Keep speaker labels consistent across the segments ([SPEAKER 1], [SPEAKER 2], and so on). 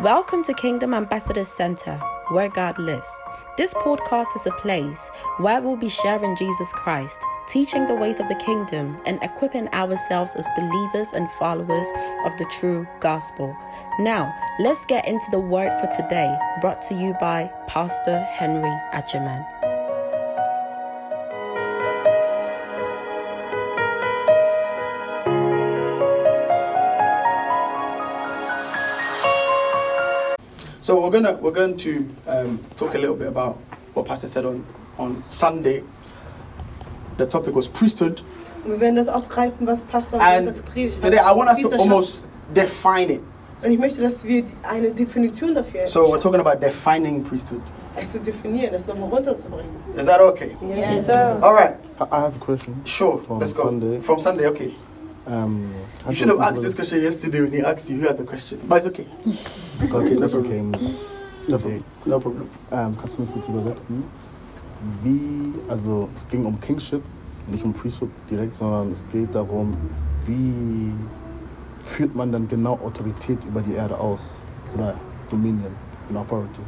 [SPEAKER 1] Welcome to Kingdom Ambassadors Center, where God lives. This podcast is a place where we'll be sharing Jesus Christ, teaching the ways of the kingdom, and equipping ourselves as believers and followers of the true gospel. Now, let's get into the word for today, brought to you by Pastor Henry Ajiman.
[SPEAKER 2] So we're gonna we're going to um, talk a little bit about what Pastor said on on Sunday. The topic was priesthood,
[SPEAKER 3] Wir werden das aufgreifen, was Pastor
[SPEAKER 2] and
[SPEAKER 3] heute gepredigt
[SPEAKER 2] today I want us to
[SPEAKER 3] Priesterschaft.
[SPEAKER 2] almost define it.
[SPEAKER 3] Und ich möchte, dass wir die- eine Definition dafür haben,
[SPEAKER 2] So we're talking about defining priesthood.
[SPEAKER 3] es zu definieren, es nochmal runterzubringen.
[SPEAKER 2] Is that okay?
[SPEAKER 3] Yes, sir.
[SPEAKER 2] All right.
[SPEAKER 4] I I have a question.
[SPEAKER 2] Sure.
[SPEAKER 4] From
[SPEAKER 2] let's go.
[SPEAKER 4] Sunday.
[SPEAKER 2] From Sunday. Okay.
[SPEAKER 4] Um,
[SPEAKER 2] You should have asked this question yesterday when he asked you. You had the question, but it's okay.
[SPEAKER 4] Okay,
[SPEAKER 2] no
[SPEAKER 4] no
[SPEAKER 2] problem.
[SPEAKER 4] problem.
[SPEAKER 2] Okay. No problem.
[SPEAKER 4] Ähm, kannst du mir kurz übersetzen, wie, also es ging um Kingship, nicht um Priesthood direkt, sondern es geht darum, wie führt man dann genau Autorität über die Erde aus? Oder Dominion and Authority.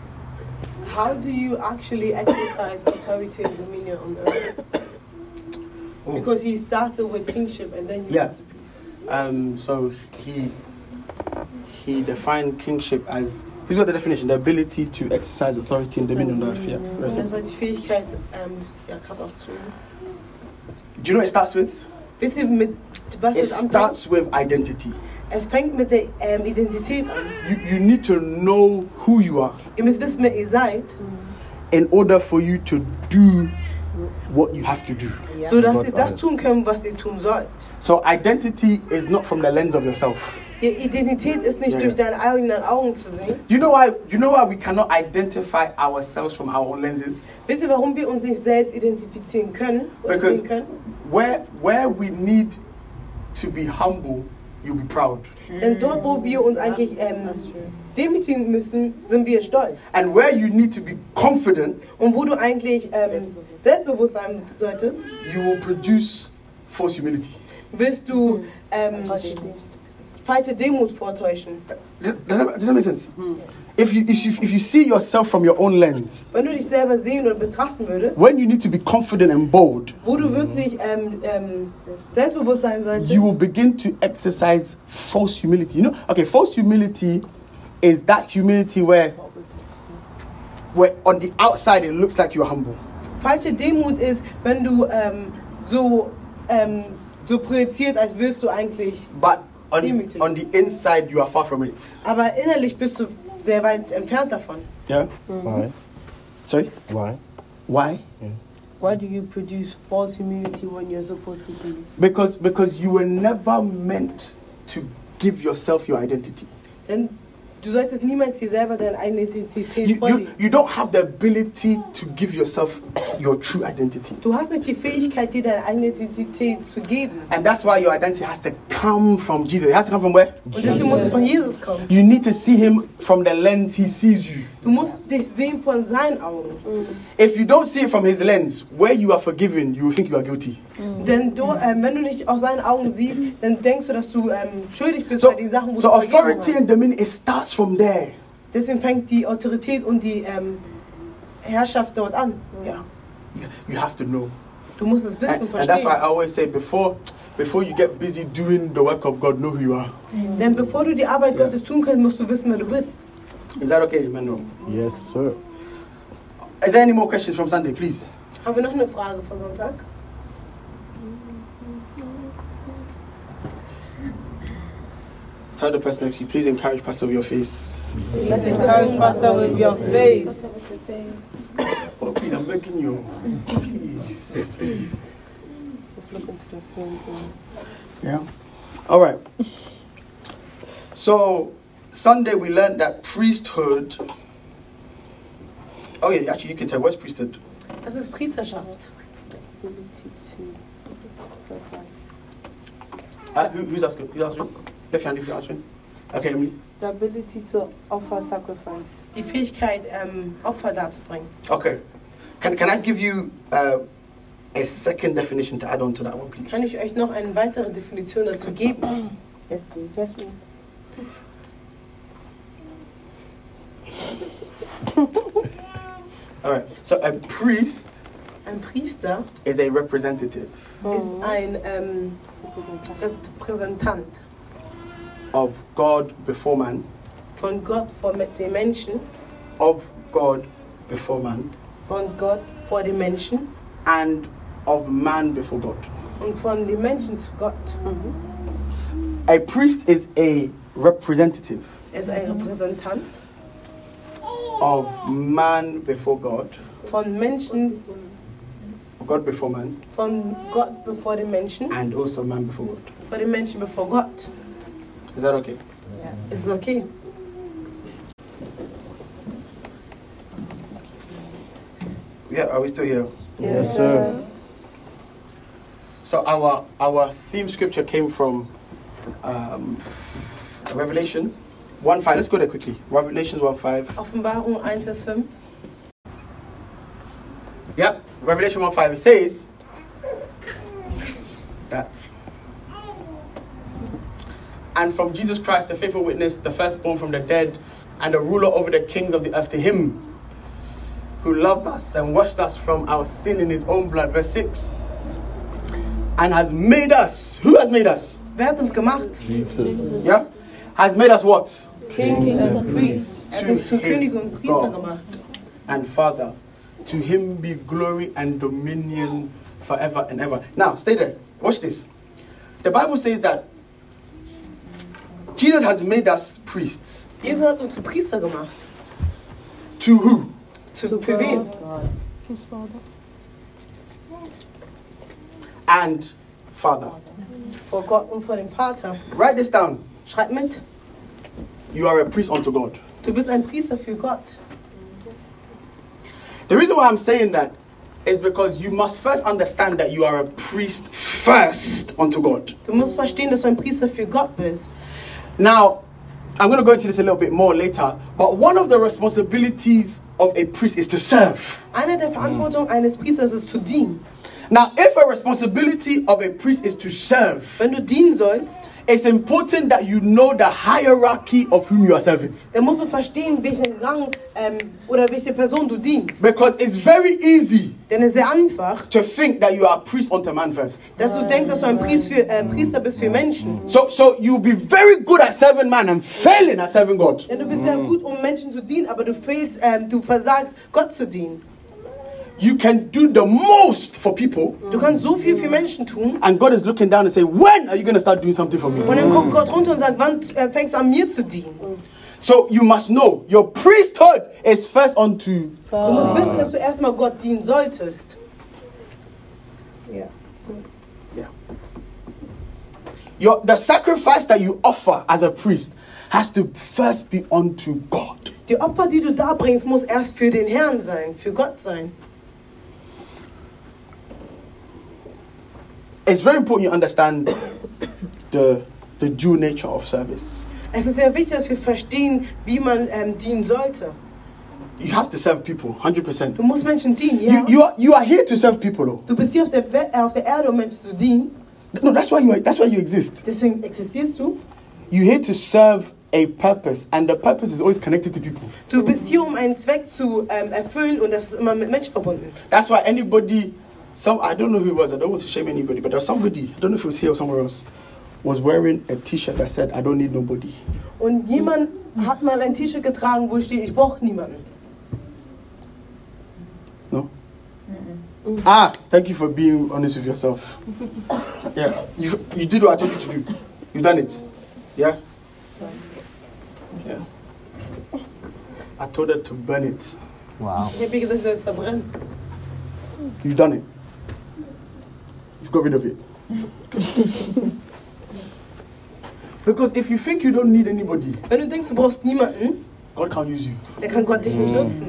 [SPEAKER 3] How do you actually exercise authority and dominion on earth?
[SPEAKER 2] Oh.
[SPEAKER 3] Because he started with kingship and then you
[SPEAKER 2] Yeah.
[SPEAKER 3] went to priesthood.
[SPEAKER 2] Um, so he he defined kingship as he's got the definition: the ability to exercise authority and dominion over fear.
[SPEAKER 3] Und das war die Fähigkeit, ähm, ja, Kraft auszuüben.
[SPEAKER 2] Do you know what it starts with?
[SPEAKER 3] Wisst ihr, mit was
[SPEAKER 2] It
[SPEAKER 3] es anfängt?
[SPEAKER 2] starts with identity.
[SPEAKER 3] Es fängt mit der ähm, Identität an.
[SPEAKER 2] You, you need to know who you are
[SPEAKER 3] Ihr müsst wissen, wer ihr seid,
[SPEAKER 2] in order for you to do what you have to do.
[SPEAKER 3] so dass
[SPEAKER 4] Gott
[SPEAKER 3] ihr das
[SPEAKER 4] alles.
[SPEAKER 3] tun könnt, was ihr tun sollt.
[SPEAKER 2] So identity is not from the lens of yourself.
[SPEAKER 3] Die Identität ist nicht
[SPEAKER 2] Ja,
[SPEAKER 3] durch
[SPEAKER 2] ja.
[SPEAKER 3] deine eigenen Augen zu sehen.
[SPEAKER 2] You know why? You know why we cannot identify ourselves from our own lenses?
[SPEAKER 3] Wisst ihr, warum wir uns nicht selbst identifizieren können oder
[SPEAKER 2] Because
[SPEAKER 3] sehen können?
[SPEAKER 2] where where we need to be humble, you'll be proud,
[SPEAKER 3] Denn dort, wo wir uns eigentlich ähm, demütigen müssen, sind wir stolz.
[SPEAKER 2] and where you need to be confident,
[SPEAKER 3] Und wo du eigentlich ähm, selbstbewusst sein solltest,
[SPEAKER 2] you will produce false humility.
[SPEAKER 3] wirst du ähm, falsche Demut vortäuschen.
[SPEAKER 2] Does does that, does that make sense? If you, if you if you see yourself from your own lens,
[SPEAKER 3] Wenn du dich selber sehen oder betrachten würdest,
[SPEAKER 2] when you need to be confident and bold,
[SPEAKER 3] wo du wirklich ähm, ähm, selbstbewusst sein solltest,
[SPEAKER 2] you will begin to exercise false humility. You know, okay, false humility is that humility where, where on the outside it looks like you're humble,
[SPEAKER 3] falsche Demut ist, wenn du ähm, so, ähm, so projiziert, als wirst du eigentlich
[SPEAKER 2] but on,
[SPEAKER 3] Humility.
[SPEAKER 2] on the inside you are far from it.
[SPEAKER 3] Aber innerlich bist du sehr weit entfernt davon.
[SPEAKER 2] Yeah.
[SPEAKER 4] Why?
[SPEAKER 2] Sorry.
[SPEAKER 4] Why?
[SPEAKER 2] Why?
[SPEAKER 4] Yeah.
[SPEAKER 5] Why do you produce false humility when you're supposed to be?
[SPEAKER 2] Because because you were never meant to give yourself your identity.
[SPEAKER 3] Denn du solltest niemals dir selber deine eigene Identität
[SPEAKER 2] You, you,
[SPEAKER 3] vorlegen.
[SPEAKER 2] you don't have the ability to give yourself your true identity.
[SPEAKER 3] Du hast nicht die Fähigkeit, dir deine eigene Identität zu geben.
[SPEAKER 2] And that's why your identity has to come from Jesus. It has to come from where?
[SPEAKER 3] Und deswegen muss es von Jesus kommen.
[SPEAKER 2] You need to see him from the lens he sees you.
[SPEAKER 3] Du musst dich sehen von seinen Augen.
[SPEAKER 2] If you don't see it from his lens, where you are forgiven, you will think you are guilty.
[SPEAKER 5] Mhm.
[SPEAKER 3] Denn du, ähm, wenn du dich aus seinen Augen siehst, dann denkst du, dass du ähm, schuldig bist
[SPEAKER 2] So,
[SPEAKER 3] bei den Sachen, wo
[SPEAKER 2] so
[SPEAKER 3] du vergeben
[SPEAKER 2] authority and
[SPEAKER 3] hast.
[SPEAKER 2] dominion, it starts from there.
[SPEAKER 3] Deswegen fängt die Autorität und die ähm, Herrschaft dort an.
[SPEAKER 2] Yeah. You have to know.
[SPEAKER 3] Du musst es wissen,
[SPEAKER 2] And, and that's
[SPEAKER 3] verstehen.
[SPEAKER 2] why I always say before before you get busy doing the work of God, know who you are.
[SPEAKER 3] Denn bevor du die Arbeit
[SPEAKER 2] Ja.
[SPEAKER 3] Gottes tun kannst, musst du wissen, wer du bist.
[SPEAKER 2] Is that okay, Emmanuel?
[SPEAKER 4] Yes, sir.
[SPEAKER 2] Is there any more questions from Sunday, please?
[SPEAKER 3] Haben wir noch eine Frage von Sonntag?
[SPEAKER 2] Tell the person next to you, please encourage Pastor with your face.
[SPEAKER 5] Let's encourage Pastor with your face.
[SPEAKER 2] Oh, please, I'm begging you. Please.
[SPEAKER 5] Just look into the phone. thing.
[SPEAKER 2] Yeah. All right. So Sunday we learned that priesthood. Oh yeah, actually you can tell what's priesthood.
[SPEAKER 3] Das ist Priesterschaft.
[SPEAKER 5] Ability to sacrifice.
[SPEAKER 2] Uh, who, who's asking? Who's asking? Left hand if you're answering. Okay, Emily.
[SPEAKER 5] The ability to offer sacrifice.
[SPEAKER 3] Die Fähigkeit, ähm, Opfer darzubringen.
[SPEAKER 2] Okay. Can can I give you uh, a second definition to add on to that one,
[SPEAKER 3] Kann
[SPEAKER 2] please?
[SPEAKER 3] ich euch noch eine weitere Definition dazu geben?
[SPEAKER 5] Yes, please. Yes, please.
[SPEAKER 2] All right. So a priest
[SPEAKER 3] Ein Priester
[SPEAKER 2] is a representative
[SPEAKER 3] ist ein ähm, Repräsentant
[SPEAKER 2] of God before man,
[SPEAKER 3] von Gott vor mit den Menschen,
[SPEAKER 2] of God before man,
[SPEAKER 3] von Gott vor den Menschen
[SPEAKER 2] and of man before God.
[SPEAKER 3] und von den Menschen zu Gott.
[SPEAKER 2] A priest is a representative
[SPEAKER 3] Er ist ein Repräsentant
[SPEAKER 2] of man before God,
[SPEAKER 3] von Menschen,
[SPEAKER 2] God before man,
[SPEAKER 3] von Gott bevor den Menschen,
[SPEAKER 2] and also man before God.
[SPEAKER 3] vor den Menschen bevor Gott.
[SPEAKER 2] Is that okay?
[SPEAKER 3] Ist es okay?
[SPEAKER 2] Yeah, are we still here?
[SPEAKER 4] Yes, sir.
[SPEAKER 2] So our our theme scripture came from um, Revelation one five. Let's go there quickly. Revelation one five.
[SPEAKER 3] Offenbarung 1 bis 5.
[SPEAKER 2] Yep. Revelation one five. It says that. And from Jesus Christ, the faithful witness, the firstborn from the dead, and the ruler over the kings of the earth, to him who loved us and washed us from our sin in his own blood. Verse 6. And has made us. Who has made us?
[SPEAKER 3] Wer hat uns gemacht?
[SPEAKER 4] Jesus.
[SPEAKER 2] Yeah? Has made us what?
[SPEAKER 5] Kings and priests.
[SPEAKER 3] Er hat uns zu
[SPEAKER 2] his
[SPEAKER 3] König und Priester
[SPEAKER 2] God
[SPEAKER 3] gemacht.
[SPEAKER 2] And Father. To him be glory and dominion forever and ever. Now, stay there. Watch this. The Bible says that Jesus has made us priests.
[SPEAKER 3] Jesus hat uns zu Priester gemacht.
[SPEAKER 2] To who?
[SPEAKER 3] Zu, für wen?
[SPEAKER 2] And Father.
[SPEAKER 3] Vor Gott und vor dem Vater.
[SPEAKER 2] Write this down.
[SPEAKER 3] Schreib mit.
[SPEAKER 2] You are a priest unto God.
[SPEAKER 3] Du bist ein Priester für Gott.
[SPEAKER 2] The reason why I'm saying that is because you must first understand that you are a priest first unto God.
[SPEAKER 3] Du musst verstehen, dass du ein Priester für Gott bist.
[SPEAKER 2] Now, I'm going to go into this a little bit more later, but one of the responsibilities of a priest is to serve.
[SPEAKER 3] Eine der Verantwortungen eines Priesters ist zu dienen.
[SPEAKER 2] Now, if a responsibility of a priest is to serve,
[SPEAKER 3] Wenn du dienen sollst,
[SPEAKER 2] it's important that you know the hierarchy of whom you are serving.
[SPEAKER 3] dann musst du verstehen, welchen Rang ähm, oder welche Person du dienst.
[SPEAKER 2] Because it's very easy
[SPEAKER 3] Denn es ist sehr einfach,
[SPEAKER 2] to think that you are a priest unto man first.
[SPEAKER 3] dass du denkst, dass du ein Priest für, äh, Priester bist für Menschen.
[SPEAKER 2] So, so you'll be very good at serving man and failing at serving God.
[SPEAKER 3] Denn du bist sehr gut, um Menschen zu dienen, aber du fehlst, ähm, du versagst, Gott zu dienen.
[SPEAKER 2] You can do the most for people,
[SPEAKER 3] Du kannst so viel für Menschen tun
[SPEAKER 2] and God is looking down and saying, When are you going to start doing something for me?
[SPEAKER 3] und dann guckt Gott runter und sagt, wann äh, fängst du an mir zu dienen?
[SPEAKER 2] So you must know your priesthood is first unto.
[SPEAKER 3] Du musst wissen, dass du erstmal Gott dienen solltest.
[SPEAKER 2] Yeah. Your the sacrifice that you offer as a priest has to first be unto God.
[SPEAKER 3] Die Opfer, die du darbringst, muss erst für den Herrn sein, für Gott sein.
[SPEAKER 2] It's very important you understand the the due nature of service.
[SPEAKER 3] Es ist sehr wichtig, dass wir verstehen, wie man ähm, dienen sollte.
[SPEAKER 2] You have to serve people, hundred percent.
[SPEAKER 3] Du musst Menschen dienen, ja?
[SPEAKER 2] You you are you are here to serve people. Oh.
[SPEAKER 3] du bist hier auf der, We- äh, auf der Erde, um Menschen zu dienen.
[SPEAKER 2] No, that's why you are, that's why you exist.
[SPEAKER 3] Deswegen existierst du.
[SPEAKER 2] You're here to serve a purpose, and the purpose is always connected to people.
[SPEAKER 3] Du bist hier, um einen Zweck zu ähm, erfüllen und das ist immer mit Menschen verbunden.
[SPEAKER 2] That's why anybody, some I don't know who it was. I don't want to shame anybody, but there was somebody. I don't know if it was here or somewhere else. Was wearing a T-shirt that said, "I don't need nobody."
[SPEAKER 3] Und jemand hat mal ein T-Shirt getragen, wo steht, ich brauche niemanden.
[SPEAKER 2] No. Ah, thank you for being honest with yourself. yeah, you you did what I told you to do. You've done it. Yeah. Yeah. I told her to burn it.
[SPEAKER 6] Wow.
[SPEAKER 3] Ich habe mir gedacht, das verbrennen.
[SPEAKER 2] You've done it. You've got rid of it. because if you think you don't need anybody,
[SPEAKER 3] Wenn du denkst, du brauchst niemanden,
[SPEAKER 2] God can't use you.
[SPEAKER 3] dann kann Gott dich
[SPEAKER 2] Mm.
[SPEAKER 3] nicht nutzen.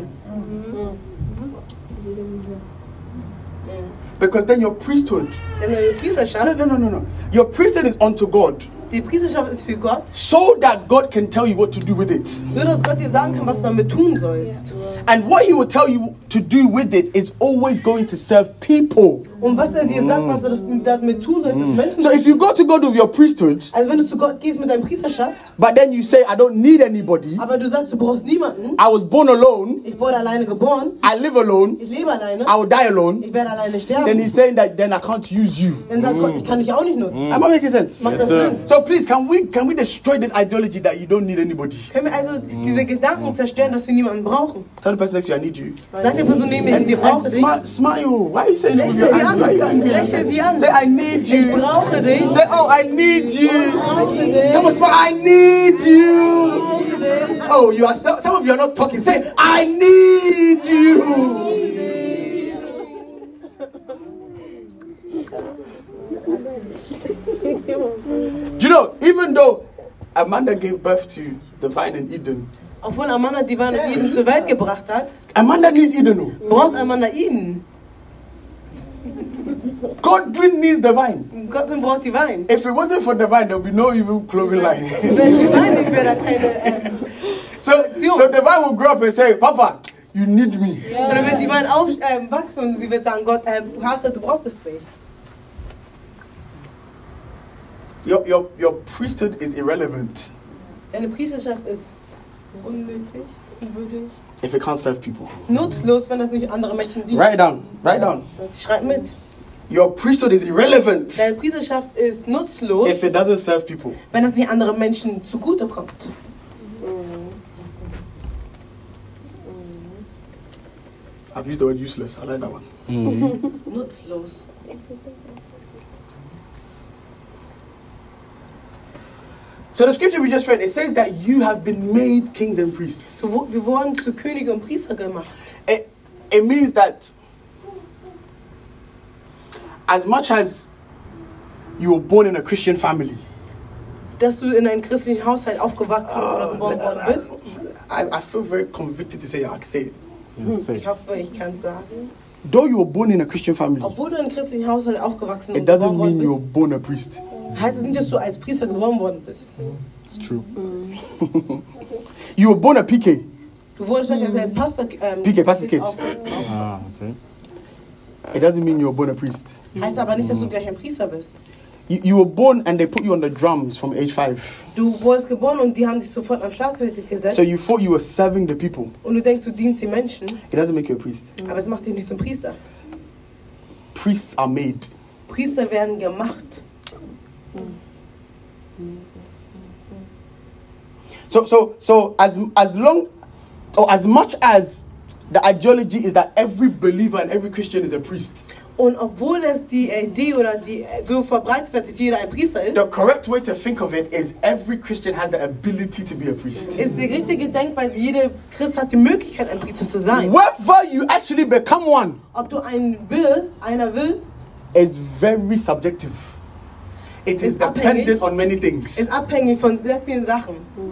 [SPEAKER 2] Because then your priesthood,
[SPEAKER 3] Denn
[SPEAKER 2] no,
[SPEAKER 3] deine Priesterschaft,
[SPEAKER 2] no, no, no, no. Your priesthood is unto God
[SPEAKER 3] die Priesterschaft ist für Gott.
[SPEAKER 2] so that God can tell you what to do with it.
[SPEAKER 3] Nur, dass Gott dir sagen kann, was du damit tun sollst.
[SPEAKER 2] And what He will tell you to do with it is always going to serve people.
[SPEAKER 3] Und was er dir sagt, was er das- damit tun soll, ist Menschen.
[SPEAKER 2] So if you go to God with your priesthood,
[SPEAKER 3] also wenn du zu Gott gehst mit deinem Priesterschaft,
[SPEAKER 2] but then you say, I don't need anybody,
[SPEAKER 3] aber du sagst, du brauchst niemanden,
[SPEAKER 2] I was born alone,
[SPEAKER 3] ich wurde alleine geboren,
[SPEAKER 2] I live alone,
[SPEAKER 3] ich lebe alleine,
[SPEAKER 2] I will die alone,
[SPEAKER 3] ich werde alleine
[SPEAKER 2] then
[SPEAKER 3] sterben,
[SPEAKER 2] he's saying that then I can't use you.
[SPEAKER 3] dann sagt Gott, ich kann dich auch nicht nutzen.
[SPEAKER 2] Am I making sense?
[SPEAKER 3] Macht das Sinn?
[SPEAKER 2] So please, can we can we destroy this ideology that you don't need anybody?
[SPEAKER 3] Können wir also diese Gedanken zerstören, dass wir niemanden brauchen?
[SPEAKER 2] Tell the person next to you, I need you.
[SPEAKER 3] Sagt der Person neben mir,
[SPEAKER 2] And,
[SPEAKER 3] wir
[SPEAKER 2] and
[SPEAKER 3] brauchen dich.
[SPEAKER 2] smi- smile. Why are you saying it with your angry? Why
[SPEAKER 3] Lächel sie
[SPEAKER 2] are you
[SPEAKER 3] an,
[SPEAKER 2] angry?
[SPEAKER 3] lächel sie an.
[SPEAKER 2] Say, I need you.
[SPEAKER 3] Ich brauche dich.
[SPEAKER 2] Say, oh, I need you.
[SPEAKER 3] brauche dich.
[SPEAKER 2] Come on, smile. I need you. Oh, you are still, some of you are not talking. Say, I need you. You know, even though Amanda gave birth to the vine in Eden,
[SPEAKER 3] Obwohl Amanda die Wein Eden zur Welt gebracht hat,
[SPEAKER 2] Amanda needs Eden.
[SPEAKER 3] braucht Amanda ihn.
[SPEAKER 2] oh. Godwin needs the vine.
[SPEAKER 3] Gott braucht die Wein.
[SPEAKER 2] If it wasn't for the vine, there would be no even clothing line.
[SPEAKER 3] Wenn die Wein nicht wäre, dann keine. Ähm,
[SPEAKER 2] so, so the vine will grow up and say, Papa, you need me.
[SPEAKER 3] Oder wird die Wein auf, ähm, wachsen und sie wird sagen: Gott, ähm, Vater, du brauchst es nicht.
[SPEAKER 2] Your, your, your priesthood is irrelevant
[SPEAKER 3] Deine Priesterschaft ist unnötig, unwürdig,
[SPEAKER 2] if it can't serve people.
[SPEAKER 3] nutzlos, wenn das nicht andere Menschen dient.
[SPEAKER 2] Write it down. Write it down.
[SPEAKER 3] Schreib mit.
[SPEAKER 2] Your priesthood is irrelevant
[SPEAKER 3] Deine Priesterschaft ist nutzlos,
[SPEAKER 2] if it doesn't serve people.
[SPEAKER 3] wenn das nicht anderen Menschen zugutekommt.
[SPEAKER 2] I've used the word useless. I like that one.
[SPEAKER 3] Nutzlos.
[SPEAKER 2] So the scripture we just read, it says that you have been made kings and priests.
[SPEAKER 3] So, wo- wir wurden zu Könige und Priester gemacht.
[SPEAKER 2] It, it means that as much as you were born in a Christian family,
[SPEAKER 3] Dass du in einem christlichen Haushalt aufgewachsen oder
[SPEAKER 2] Ah,
[SPEAKER 3] geboren worden bist.
[SPEAKER 2] I, I feel very convicted to say I can say it.
[SPEAKER 4] Yes,
[SPEAKER 3] Ich hoffe, ich kann sagen.
[SPEAKER 2] Though you were born in a Christian family,
[SPEAKER 3] Obwohl du in einem christlichen Haushalt aufgewachsen und
[SPEAKER 2] it doesn't
[SPEAKER 3] geboren
[SPEAKER 2] mean you're
[SPEAKER 3] worden
[SPEAKER 2] born a priest.
[SPEAKER 3] bist, heißt es nicht, dass du als Priester geboren worden bist.
[SPEAKER 4] it's true.
[SPEAKER 2] You were born a PK.
[SPEAKER 3] Du wurdest vielleicht als
[SPEAKER 2] Mhm.
[SPEAKER 3] ein Pastor ähm,
[SPEAKER 2] PK, Pastorkind.
[SPEAKER 3] auf- auf-
[SPEAKER 4] Ah, okay.
[SPEAKER 2] It doesn't mean you're born a priest.
[SPEAKER 3] Heißt aber nicht, dass du gleich ein Priester bist.
[SPEAKER 2] You, you were born and they put you on the drums from age five.
[SPEAKER 3] Du wurdest geboren und die haben dich sofort am Schlafswäldchen gesetzt
[SPEAKER 2] So you thought you were serving the people.
[SPEAKER 3] und du denkst, du dienst den Menschen,
[SPEAKER 2] It doesn't make you a priest.
[SPEAKER 3] aber es macht dich nicht zum Priester.
[SPEAKER 2] Priests are made.
[SPEAKER 3] Priester werden gemacht.
[SPEAKER 2] So so so as as long or as much as the ideology is that every believer and every Christian is a priest.
[SPEAKER 3] Und obwohl es die Idee oder die äh, so verbreitet wird, dass jeder ein Priester ist,
[SPEAKER 2] The correct way to think of it is every Christian has the ability to be a priest.
[SPEAKER 3] ist die richtige Denkweise, jeder Christ hat die Möglichkeit, ein Priester zu sein.
[SPEAKER 2] Whether you actually become one
[SPEAKER 3] Ob du ein wirst, einer wirst,
[SPEAKER 2] is very subjective. It is
[SPEAKER 3] It's up
[SPEAKER 2] dependent
[SPEAKER 3] against-
[SPEAKER 2] on many things.
[SPEAKER 3] ist abhängig von sehr vielen Sachen.
[SPEAKER 2] Mhm.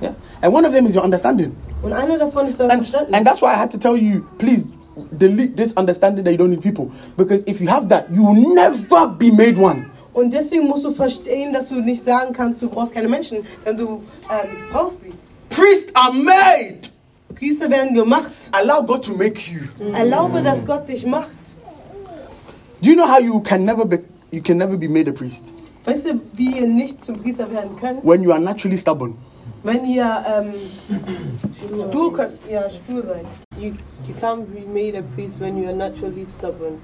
[SPEAKER 2] Yeah. And one of them is your understanding.
[SPEAKER 3] Und einer davon ist dein
[SPEAKER 2] And,
[SPEAKER 3] Verständnis.
[SPEAKER 2] and that's why I had to tell you, please delete this understanding that you don't need people. Because if you have that, you will never be made one.
[SPEAKER 3] Und deswegen musst du verstehen, dass du nicht sagen kannst, du brauchst keine Menschen, denn du ähm, brauchst sie.
[SPEAKER 2] Priests are made.
[SPEAKER 3] Priester werden gemacht.
[SPEAKER 2] Allow God to make you.
[SPEAKER 3] Erlaube, dass Gott dich macht.
[SPEAKER 2] Do you know how you can never be you can never be made a priest?
[SPEAKER 3] Weißt du, wie ihr nicht zum Priester werden könnt?
[SPEAKER 2] When you are naturally stubborn.
[SPEAKER 3] Wenn ihr ähm, stur, könnt, ja, stur seid.
[SPEAKER 5] You, you can't be made a priest when you are naturally stubborn.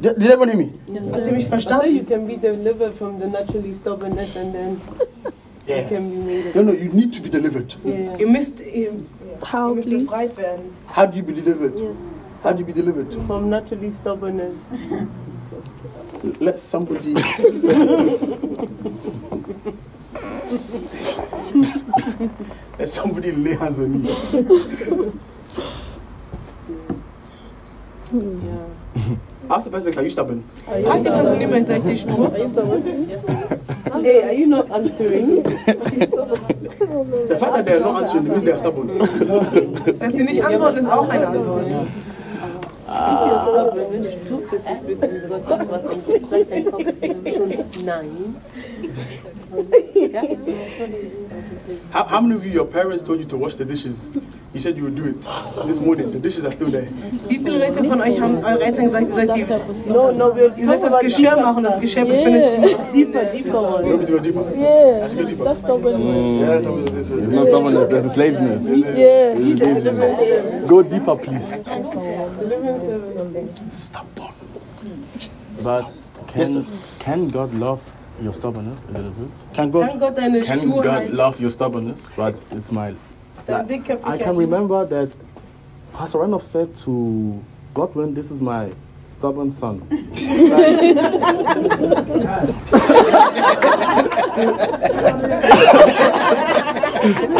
[SPEAKER 2] Did, did everyone hear me?
[SPEAKER 3] Habt ihr mich
[SPEAKER 5] So you
[SPEAKER 3] verstanden?
[SPEAKER 5] can be delivered from the naturally stubbornness and then you can be made a
[SPEAKER 2] No, no, you need to be delivered.
[SPEAKER 5] Yeah.
[SPEAKER 3] Ihr müsst, ihr, ihr
[SPEAKER 6] How,
[SPEAKER 3] müsst
[SPEAKER 6] please?
[SPEAKER 3] befreit werden.
[SPEAKER 2] How do you be delivered?
[SPEAKER 6] Yes.
[SPEAKER 2] How do you be delivered?
[SPEAKER 5] From naturally stubbornness.
[SPEAKER 2] Let somebody. Let somebody lay hands on you.
[SPEAKER 5] Yeah.
[SPEAKER 2] Ask the person next, are you stubborn?
[SPEAKER 3] Fragt die Person immer, ihr seid nicht stur.
[SPEAKER 5] Hey, are you not answering?
[SPEAKER 2] The fact that they are not answering means they are stubborn.
[SPEAKER 3] Dass sie nicht antworten, ist auch eine Antwort.
[SPEAKER 7] Ah.
[SPEAKER 5] If you're stubborn, steht ein bisschen drunter, was uns sagt, dein Kopf schon nein. Ja?
[SPEAKER 2] How, how many of you, your parents told you to wash the dishes? You said you would do it this morning. The dishes are still there.
[SPEAKER 3] Wie viele Leute von euch haben eure Eltern gesagt, ihr sollt, die,
[SPEAKER 5] No, no, we'll
[SPEAKER 3] ihr sollt das Geschirr machen, das Geschirr befindet sich nicht.
[SPEAKER 5] deeper, deeper one.
[SPEAKER 2] You want me to go deeper?
[SPEAKER 6] Yeah,
[SPEAKER 2] I should go deeper.
[SPEAKER 6] that's stubbornness.
[SPEAKER 2] Yeah, that's how it is.
[SPEAKER 4] It's not stubbornness, this is laziness.
[SPEAKER 6] Yeah.
[SPEAKER 4] This is laziness. Go deeper, please.
[SPEAKER 2] Stubborn.
[SPEAKER 8] But can can God love your stubbornness a little bit?
[SPEAKER 3] Dank
[SPEAKER 4] Can God?
[SPEAKER 3] Gott deine
[SPEAKER 8] Can God
[SPEAKER 3] Sturheit.
[SPEAKER 8] love your stubbornness? But it's my
[SPEAKER 3] Dein Dickköpfigkeit.
[SPEAKER 4] I can remember that Pastor Renoff said to Godwin, this is my stubborn son.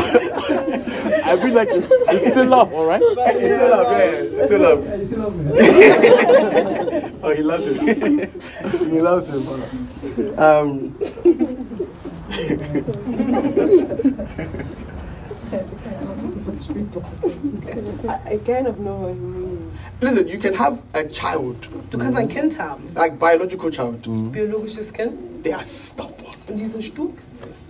[SPEAKER 4] I feel like it's, it's still love, all right?
[SPEAKER 2] It's still up, yeah. It's still up. oh, he loves him. he loves him. Um,
[SPEAKER 5] I kind of know what you mean.
[SPEAKER 2] listen, you can have a child,
[SPEAKER 3] Du kannst ein Kind haben,
[SPEAKER 2] like biological child.
[SPEAKER 3] Mm. biologisches Kind,
[SPEAKER 2] They are stubborn.
[SPEAKER 3] und die sind stur.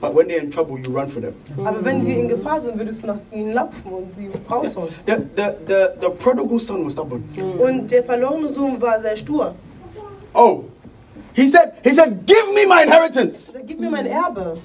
[SPEAKER 2] But when they're in trouble, you run for them.
[SPEAKER 3] Aber wenn sie in Gefahr sind, würdest du nach ihnen laufen und sie rausholen.
[SPEAKER 2] The, the, the, the prodigal son was stubborn.
[SPEAKER 5] Mm.
[SPEAKER 3] Und der verlorene Sohn war sehr stur.
[SPEAKER 2] Oh, he said, he said, give me my inheritance.
[SPEAKER 3] Er sagt, Gib mir mein Erbe.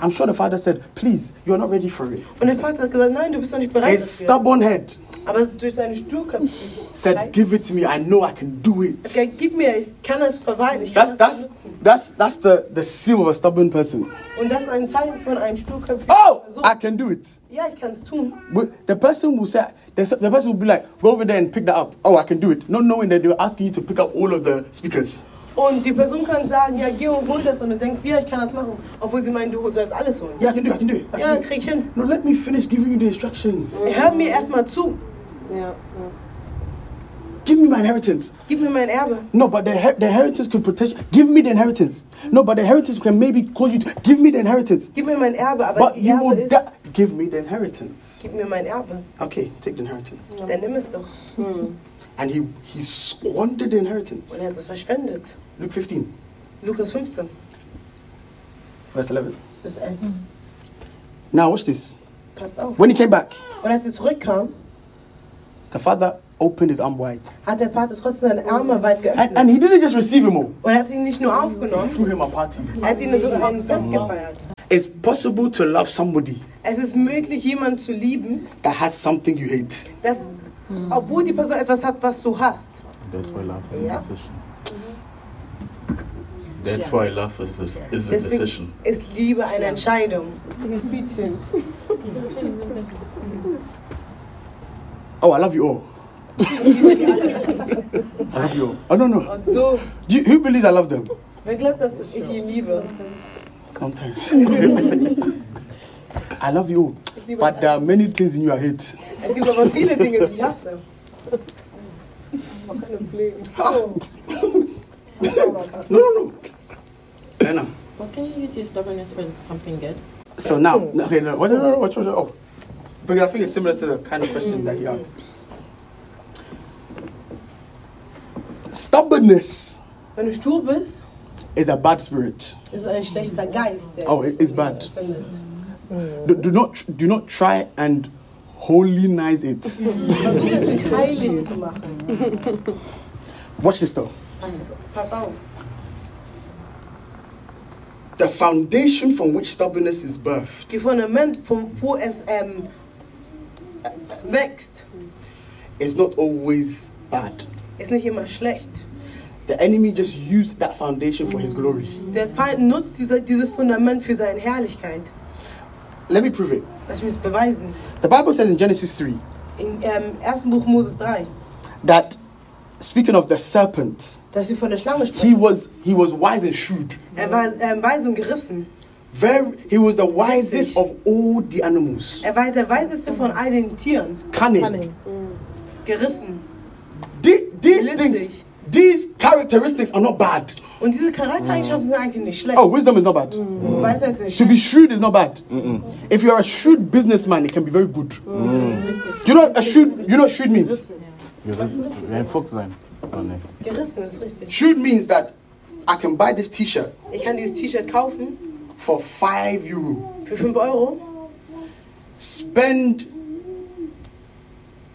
[SPEAKER 2] I'm sure the father said, please, you're not ready for it.
[SPEAKER 3] Und der Vater hat gesagt, nein, du bist noch nicht bereit
[SPEAKER 2] His
[SPEAKER 3] dafür.
[SPEAKER 2] stubborn head
[SPEAKER 3] Aber durch seine Sturköpfe.
[SPEAKER 2] said, give it to me. I know I can do
[SPEAKER 3] Er
[SPEAKER 2] it.
[SPEAKER 3] sagt, Gib mir, ich kann es verwalten. Ich
[SPEAKER 2] That's
[SPEAKER 3] kann das
[SPEAKER 2] that's
[SPEAKER 3] benutzen.
[SPEAKER 2] that's that's the, the seal of a stubborn person.
[SPEAKER 3] Und das ist ein Zeichen von einem sturköpfigen
[SPEAKER 2] Oh,
[SPEAKER 3] Person.
[SPEAKER 2] I can do it.
[SPEAKER 3] Ja, ich kann es tun.
[SPEAKER 2] But the person will say, the, the person will be like, go over there and pick that up. Oh, I can do it. Not knowing that they were asking you to pick up all of the speakers.
[SPEAKER 3] Und die Person kann sagen, ja, geh und hol das. Und du denkst, ja, ich kann das machen. Obwohl sie meinen, du sollst alles holen.
[SPEAKER 2] Yeah, I can do it. I can do it. I
[SPEAKER 3] Ja,
[SPEAKER 2] can do
[SPEAKER 3] krieg ich hin.
[SPEAKER 2] it. No, let me finish giving you the instructions.
[SPEAKER 3] Hör mir erstmal zu.
[SPEAKER 5] Ja,
[SPEAKER 2] Give me my inheritance.
[SPEAKER 3] Gib mir mein Erbe.
[SPEAKER 2] No, but the, her- the inheritance could protect. Give me the inheritance. No, but the inheritance can maybe cause you. To, give me the inheritance.
[SPEAKER 3] Gib mir mein Erbe. Aber
[SPEAKER 2] But
[SPEAKER 3] die
[SPEAKER 2] you
[SPEAKER 3] Erbe
[SPEAKER 2] will
[SPEAKER 3] ist,
[SPEAKER 2] die- give me the inheritance.
[SPEAKER 3] gib mir mein Erbe.
[SPEAKER 2] Okay, take the inheritance.
[SPEAKER 3] Dann nimm es doch.
[SPEAKER 2] And he he squandered the inheritance.
[SPEAKER 3] Und er hat es verschwendet.
[SPEAKER 2] Luke 15,
[SPEAKER 3] Lukas 15,
[SPEAKER 2] verse 11.
[SPEAKER 3] bis 11.
[SPEAKER 2] Hm. Now watch this.
[SPEAKER 3] Passt auf.
[SPEAKER 2] When he came back,
[SPEAKER 3] Und als sie zurückkam,
[SPEAKER 2] the father opened his arm wide,
[SPEAKER 3] hat der Vater trotzdem seine Arme weit
[SPEAKER 2] and,
[SPEAKER 3] geöffnet.
[SPEAKER 2] and he didn't just receive him all.
[SPEAKER 3] Und er hat ihn nicht nur
[SPEAKER 2] He
[SPEAKER 3] aufgenommen,
[SPEAKER 2] threw him a party.
[SPEAKER 3] er hat ihn sogar am Fest gefeiert.
[SPEAKER 2] It's possible to love somebody
[SPEAKER 3] Es ist möglich, jemanden zu lieben,
[SPEAKER 2] that has something you hate.
[SPEAKER 3] dass,
[SPEAKER 2] Hm.
[SPEAKER 3] obwohl die Person etwas hat, was du hast.
[SPEAKER 4] That's why love is
[SPEAKER 3] Yeah.
[SPEAKER 4] a decision.
[SPEAKER 8] That's why love is a, is a
[SPEAKER 3] Deswegen
[SPEAKER 8] decision.
[SPEAKER 3] ist Liebe eine Entscheidung.
[SPEAKER 5] Speedchen.
[SPEAKER 2] Oh, I love you all. I love you all. Oh no no.
[SPEAKER 5] Und du,
[SPEAKER 2] Do you, who believes I love them?
[SPEAKER 5] wer glaubt, dass ich ihn liebe?
[SPEAKER 2] Sometimes. I love you, but there are many things in you I hate.
[SPEAKER 5] Es gibt aber viele Dinge, die ich hasse. Man kann ihn pflegen. Oh.
[SPEAKER 2] No, no, no. Anna.
[SPEAKER 7] But can you use your stubbornness for something good?
[SPEAKER 2] So now, okay, no, what, no, no, what, what, oh, because I think it's similar to the kind of question that you asked. Stubbornness
[SPEAKER 3] Wenn du stur bist,
[SPEAKER 2] is a bad spirit.
[SPEAKER 3] ist es ein schlechter Geist, der
[SPEAKER 2] Oh, it- it's bad.
[SPEAKER 3] findet.
[SPEAKER 2] Do, do not, do not try and holinize it.
[SPEAKER 3] Versuch es nicht heilig zu machen.
[SPEAKER 2] Watch this though.
[SPEAKER 3] Pass, pass auf.
[SPEAKER 2] The foundation from which stubbornness is birthed
[SPEAKER 3] Die Fundament, vom, wo es ähm, äh, wächst,
[SPEAKER 2] is not always bad.
[SPEAKER 3] ist nicht immer schlecht.
[SPEAKER 2] The enemy just used that foundation for his glory.
[SPEAKER 3] Der Feind nutzt diese, dieses Fundament für seine Herrlichkeit.
[SPEAKER 2] Let me prove it.
[SPEAKER 3] Lass mich es beweisen.
[SPEAKER 2] The Bible says in Genesis 3
[SPEAKER 3] Im ähm, ersten Buch Moses 3,
[SPEAKER 2] that speaking of the serpent,
[SPEAKER 3] dass sie von der Schlange
[SPEAKER 2] he
[SPEAKER 3] sprechen.
[SPEAKER 2] was he was wise and shrewd.
[SPEAKER 3] Er war ähm, weise und gerissen.
[SPEAKER 2] Very he was the wisest of all the animals.
[SPEAKER 3] Er war der weiseste von all den Tieren.
[SPEAKER 2] Cunning.
[SPEAKER 3] Gerissen.
[SPEAKER 2] The- these
[SPEAKER 3] Listig.
[SPEAKER 2] things these characteristics are not bad.
[SPEAKER 3] Und diese Charaktereigenschaften sind eigentlich nicht schlecht.
[SPEAKER 2] Oh, wisdom is not bad.
[SPEAKER 3] Weisheit ist nicht
[SPEAKER 2] To be
[SPEAKER 3] schlecht.
[SPEAKER 2] shrewd is not bad. If you are a shrewd businessman, it can be very good. You know what a shrewd you know what shrewd means?
[SPEAKER 8] Gerissen. Wie ein Fuchs sein. Oh, Oder nicht?
[SPEAKER 3] Gerissen ist richtig.
[SPEAKER 2] Shoot means that I can buy this t shirt
[SPEAKER 3] Ich kann dieses T-Shirt kaufen
[SPEAKER 2] for 5 euro,
[SPEAKER 3] für 5 Euro,
[SPEAKER 2] spend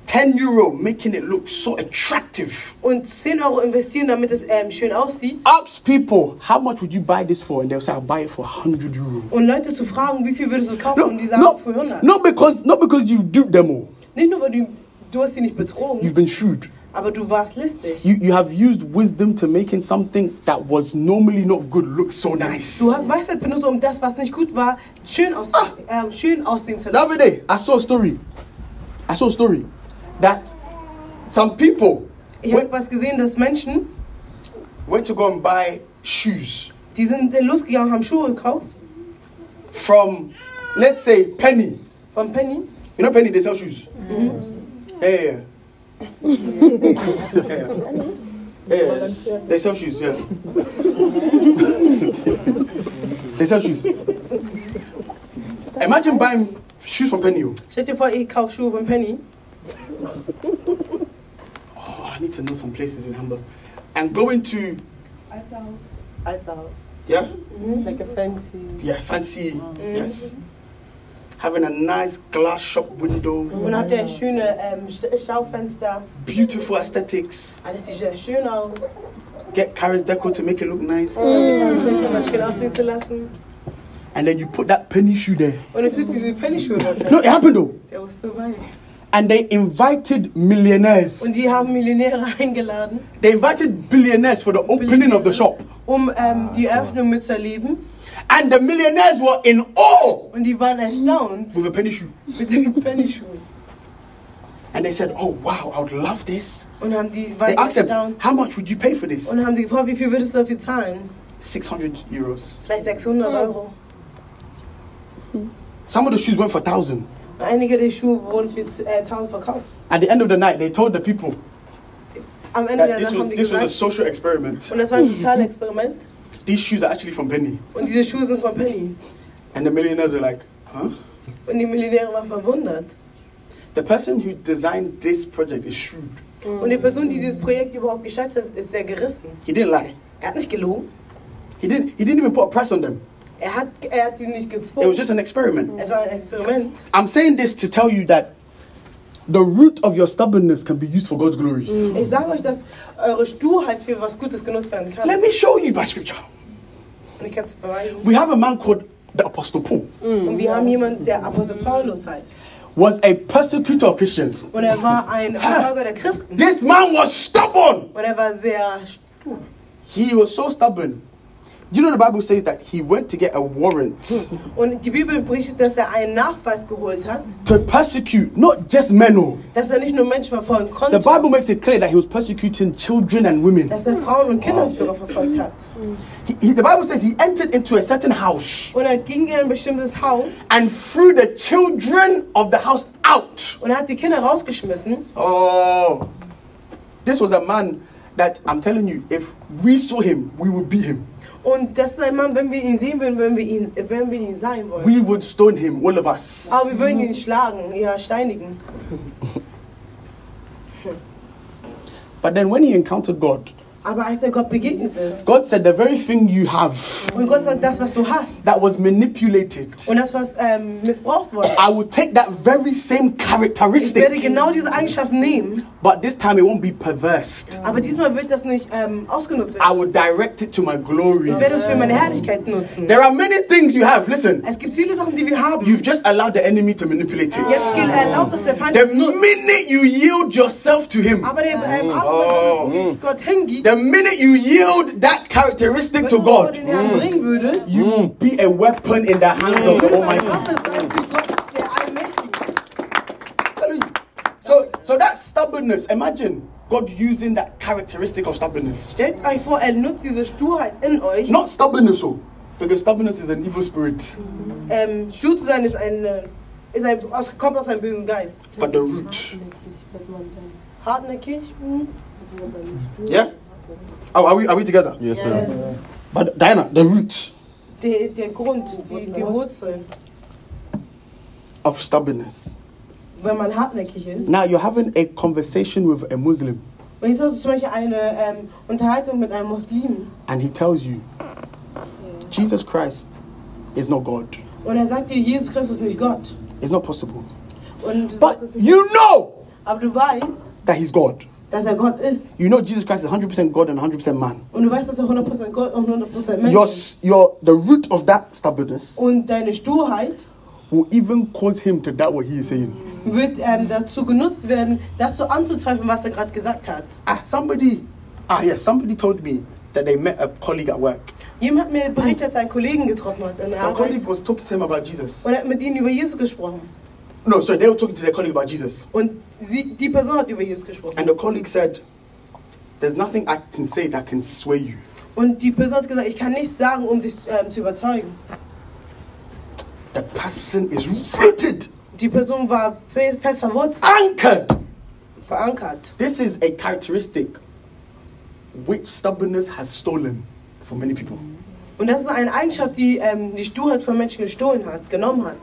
[SPEAKER 2] 10 euro making it look so attractive.
[SPEAKER 3] und 10 Euro investieren, damit es ähm, schön aussieht.
[SPEAKER 2] Ask people, how much would you buy this for? And they'll say, I'll buy it for 100 euro.
[SPEAKER 3] Und Leute zu fragen, wie viel würdest du kaufen, und die sagen für 100.
[SPEAKER 2] not because not because you duped them all.
[SPEAKER 3] Nicht nur, weil du, du hast sie nicht betrogen,
[SPEAKER 2] You've been shrewd.
[SPEAKER 3] aber du warst listig.
[SPEAKER 2] You you have used wisdom to making something that was normally not good look so nice.
[SPEAKER 3] Du hast Weisheit benutzt, um das, was nicht gut war, schön, aus, ähm, schön aussehen zu
[SPEAKER 2] The
[SPEAKER 3] lassen.
[SPEAKER 2] other day, I saw a story. I saw a story that some people
[SPEAKER 3] Ich habe
[SPEAKER 2] went,
[SPEAKER 3] was gesehen, dass Menschen,
[SPEAKER 2] went to go and buy shoes
[SPEAKER 3] die sind losgegangen, haben Schuhe gekauft
[SPEAKER 2] from, let's say, Penny.
[SPEAKER 3] von Penny.
[SPEAKER 2] You know, Penny, they sell shoes. Yeah, yeah, yeah. yeah. yeah. They sell shoes, yeah. they sell shoes. Imagine buying shoes from Penny. oh.
[SPEAKER 3] Stell dir vor, ich kaufe Schuhe von Penny.
[SPEAKER 2] Oh, I need to know some places in Hamburg. And going to,
[SPEAKER 5] Alster Haus.
[SPEAKER 2] yeah,
[SPEAKER 3] Mhm.
[SPEAKER 5] Like a fancy.
[SPEAKER 2] yeah, fancy, yes. Having a nice glass shop window,
[SPEAKER 3] Und dann habt ihr ein schönes ähm, St- Schaufenster.
[SPEAKER 2] beautiful aesthetics.
[SPEAKER 3] Alles sieht sehr schön aus.
[SPEAKER 2] Get Caris Deco to make it look nice.
[SPEAKER 3] Um das schön aussehen zu lassen.
[SPEAKER 2] And then you put that penny shoe there.
[SPEAKER 3] Und dann tut diese Penny-Schuhe drauf.
[SPEAKER 2] No, it happened though.
[SPEAKER 3] Der ist so weit.
[SPEAKER 2] and they invited millionaires.
[SPEAKER 3] Und die haben Millionäre eingeladen,
[SPEAKER 2] They invited billionaires for the opening of the shop.
[SPEAKER 3] um ähm, die Eröffnung mitzuerleben.
[SPEAKER 2] And the millionaires were in awe
[SPEAKER 3] Und die waren erstaunt
[SPEAKER 2] with a penny shoe.
[SPEAKER 3] mit den Penny-Schuhen.
[SPEAKER 2] And they said, Oh wow, I would love this.
[SPEAKER 3] Und haben die
[SPEAKER 2] They
[SPEAKER 3] waren
[SPEAKER 2] asked them,
[SPEAKER 3] erstaunt.
[SPEAKER 2] How much would you pay for this?
[SPEAKER 3] Und haben die gefragt, wie viel würdest du dafür zahlen?
[SPEAKER 2] 600 euros.
[SPEAKER 3] Vielleicht 600 Euro.
[SPEAKER 2] Some of the shoes went for 1,000.
[SPEAKER 3] Und einige der Schuhe wurden für z- äh, 1000 verkauft.
[SPEAKER 2] At the end of the night, they told the people
[SPEAKER 3] Am Ende
[SPEAKER 2] that
[SPEAKER 3] der
[SPEAKER 2] this
[SPEAKER 3] Nacht
[SPEAKER 2] was,
[SPEAKER 3] haben die
[SPEAKER 2] this was a
[SPEAKER 3] gesagt,
[SPEAKER 2] social experiment.
[SPEAKER 3] und das war ein totales Experiment.
[SPEAKER 2] These shoes are actually from Penny.
[SPEAKER 3] Und diese Schuhe sind von Penny.
[SPEAKER 2] And the millionaires were like, Huh?
[SPEAKER 3] Und die Millionäre waren verwundert.
[SPEAKER 2] The person who designed this project is shrewd.
[SPEAKER 3] Und die Person, die dieses Projekt überhaupt gescheitert hat, ist sehr gerissen.
[SPEAKER 2] He didn't lie.
[SPEAKER 3] Er hat nicht gelogen.
[SPEAKER 2] He didn't, he didn't even put a price on them.
[SPEAKER 3] Er hat, er hat sie nicht
[SPEAKER 2] It was
[SPEAKER 3] gezwungen.
[SPEAKER 2] just an experiment.
[SPEAKER 3] Es war ein Experiment.
[SPEAKER 2] I'm saying this to tell you that the root of your stubbornness can be used for God's glory.
[SPEAKER 3] Ich sage euch, dass eure Sturheit für was Gutes genutzt werden kann.
[SPEAKER 2] Let me show you by scripture.
[SPEAKER 3] Und ich kann es beweisen.
[SPEAKER 2] We have a man called the Apostle Paul,
[SPEAKER 3] Und wir haben jemanden, der Apostel Paulus heißt.
[SPEAKER 2] was a persecutor of Christians.
[SPEAKER 3] Und er war ein Verfolger der Christen.
[SPEAKER 2] This man was stubborn.
[SPEAKER 3] Und er war sehr stur.
[SPEAKER 2] He was so stubborn. You know the Bible says that he went to get a warrant
[SPEAKER 3] Und die Bibel berichtet, dass er einen Nachweis geholt hat,
[SPEAKER 2] to persecute not just men. oh.
[SPEAKER 3] dass er nicht nur Menschen verfolgen
[SPEAKER 2] The
[SPEAKER 3] konnte,
[SPEAKER 2] Bible makes it clear that he was persecuting children and women.
[SPEAKER 3] dass er Frauen und Kinder sogar verfolgt hat.
[SPEAKER 2] He- he- the Bible says he entered into a certain house
[SPEAKER 3] Und er ging in ein bestimmtes Haus
[SPEAKER 2] and threw the children of the house out.
[SPEAKER 3] und hat die Kinder rausgeschmissen.
[SPEAKER 2] Oh, this was a man that I'm telling you, if we saw him, we would beat him.
[SPEAKER 3] Und das ist ein Mann, wenn wir ihn sehen würden, wenn wir ihn, wenn wir ihn sein wollen.
[SPEAKER 2] We would stone him, all of us.
[SPEAKER 3] Aber wir würden ihn schlagen, ja, steinigen.
[SPEAKER 2] But then when he encountered God,
[SPEAKER 3] Aber als er Gott begegnet ist,
[SPEAKER 2] God said, The very thing you have
[SPEAKER 3] und Gott sagt, das, was du hast,
[SPEAKER 2] that was manipulated,
[SPEAKER 3] und das, was ähm, missbraucht wurde,
[SPEAKER 2] I will take that very same
[SPEAKER 3] ich werde
[SPEAKER 2] characteristic,
[SPEAKER 3] genau diese Eigenschaften nehmen,
[SPEAKER 2] but this time it won't be perversed.
[SPEAKER 3] aber diesmal wird das nicht ähm, ausgenutzt
[SPEAKER 2] I
[SPEAKER 3] werden.
[SPEAKER 2] will direct it to my glory.
[SPEAKER 3] Ich werde es für meine Herrlichkeit nutzen.
[SPEAKER 2] There are many things you have. Listen,
[SPEAKER 3] Es gibt viele Sachen, die wir haben.
[SPEAKER 2] you've just allowed the enemy to manipulate
[SPEAKER 3] Jetzt
[SPEAKER 2] it.
[SPEAKER 3] gilt erlaubt, dass der Feind
[SPEAKER 2] The
[SPEAKER 3] es nutzt.
[SPEAKER 2] minute you yield yourself to him,
[SPEAKER 3] Aber der ähm, Abend, wenn du dich Gott hingibt,
[SPEAKER 2] The minute you yield that characteristic
[SPEAKER 3] wenn
[SPEAKER 2] to
[SPEAKER 3] du Gott Mm. Oh den
[SPEAKER 2] God,
[SPEAKER 3] Herrn bringen würdest,
[SPEAKER 2] you will be a weapon in the hands of the
[SPEAKER 3] würde dein
[SPEAKER 2] Almighty.
[SPEAKER 3] Waffe sein für Gott, der Allmächtige.
[SPEAKER 2] I'm telling you. So, so that stubbornness, imagine God using that characteristic of stubbornness.
[SPEAKER 3] Stellt euch vor, er nutzt diese Sturheit in euch.
[SPEAKER 2] Not stubbornness, oh, because stubbornness is an evil spirit,
[SPEAKER 3] Ähm, stur zu sein ist ein, äh, ist ein aus, kommt aus einem bösen Geist.
[SPEAKER 2] but the root.
[SPEAKER 3] Hartnäckig. hm.
[SPEAKER 2] Yeah? Oh, are we, are we together?
[SPEAKER 8] Yes, sir.
[SPEAKER 2] But Diana, the root
[SPEAKER 3] Der, der Grund, die, die Wurzel
[SPEAKER 2] of stubbornness
[SPEAKER 3] wenn man hartnäckig ist.
[SPEAKER 2] Now you're having a conversation with a Muslim,
[SPEAKER 3] Wenn jetzt hast du zum Beispiel eine ähm, Unterhaltung mit einem Muslim
[SPEAKER 2] and he tells you, Jesus Christ is not God.
[SPEAKER 3] und er sagt dir, Jesus Christus ist nicht Gott.
[SPEAKER 2] It's not possible.
[SPEAKER 3] Und du sagst,
[SPEAKER 2] But
[SPEAKER 3] es nicht.
[SPEAKER 2] you know
[SPEAKER 3] aber du weißt,
[SPEAKER 2] that he's God.
[SPEAKER 3] dass er Gott ist.
[SPEAKER 2] You know Jesus Christ is 100% God and 100% man.
[SPEAKER 3] Und du weißt, dass er 100% Gott und 100% Mensch
[SPEAKER 2] Your,
[SPEAKER 3] ist.
[SPEAKER 2] s- your, the root of that stubbornness
[SPEAKER 3] Und deine Sturheit
[SPEAKER 2] will even cause him to doubt what he is saying.
[SPEAKER 3] wird ähm, dazu genutzt werden, das so anzuzweifeln, was er gerade gesagt hat.
[SPEAKER 2] Ah, somebody, ah, yes, somebody told me that they met a colleague at work.
[SPEAKER 3] Jemand hat mir berichtet, dass er einen Kollegen getroffen hat in der
[SPEAKER 2] The
[SPEAKER 3] Arbeit
[SPEAKER 2] colleague was talking to him about Jesus.
[SPEAKER 3] und hat mit ihnen über Jesus gesprochen.
[SPEAKER 2] No, sorry, they were talking to their colleague about Jesus.
[SPEAKER 3] Und sie, die Person hat über Jesus gesprochen.
[SPEAKER 2] And the colleague said, There's nothing I can say that can sway you.
[SPEAKER 3] Und die Person hat gesagt, ich kann nichts sagen, um dich ähm, zu überzeugen.
[SPEAKER 2] The person is rooted,
[SPEAKER 3] Die Person war fe- fest verwurzelt,
[SPEAKER 2] anchored.
[SPEAKER 3] verankert.
[SPEAKER 2] This is a characteristic which stubbornness has stolen for many people.
[SPEAKER 3] Und das ist eine Eigenschaft, die ähm, die Sturheit von Menschen gestohlen hat, genommen hat.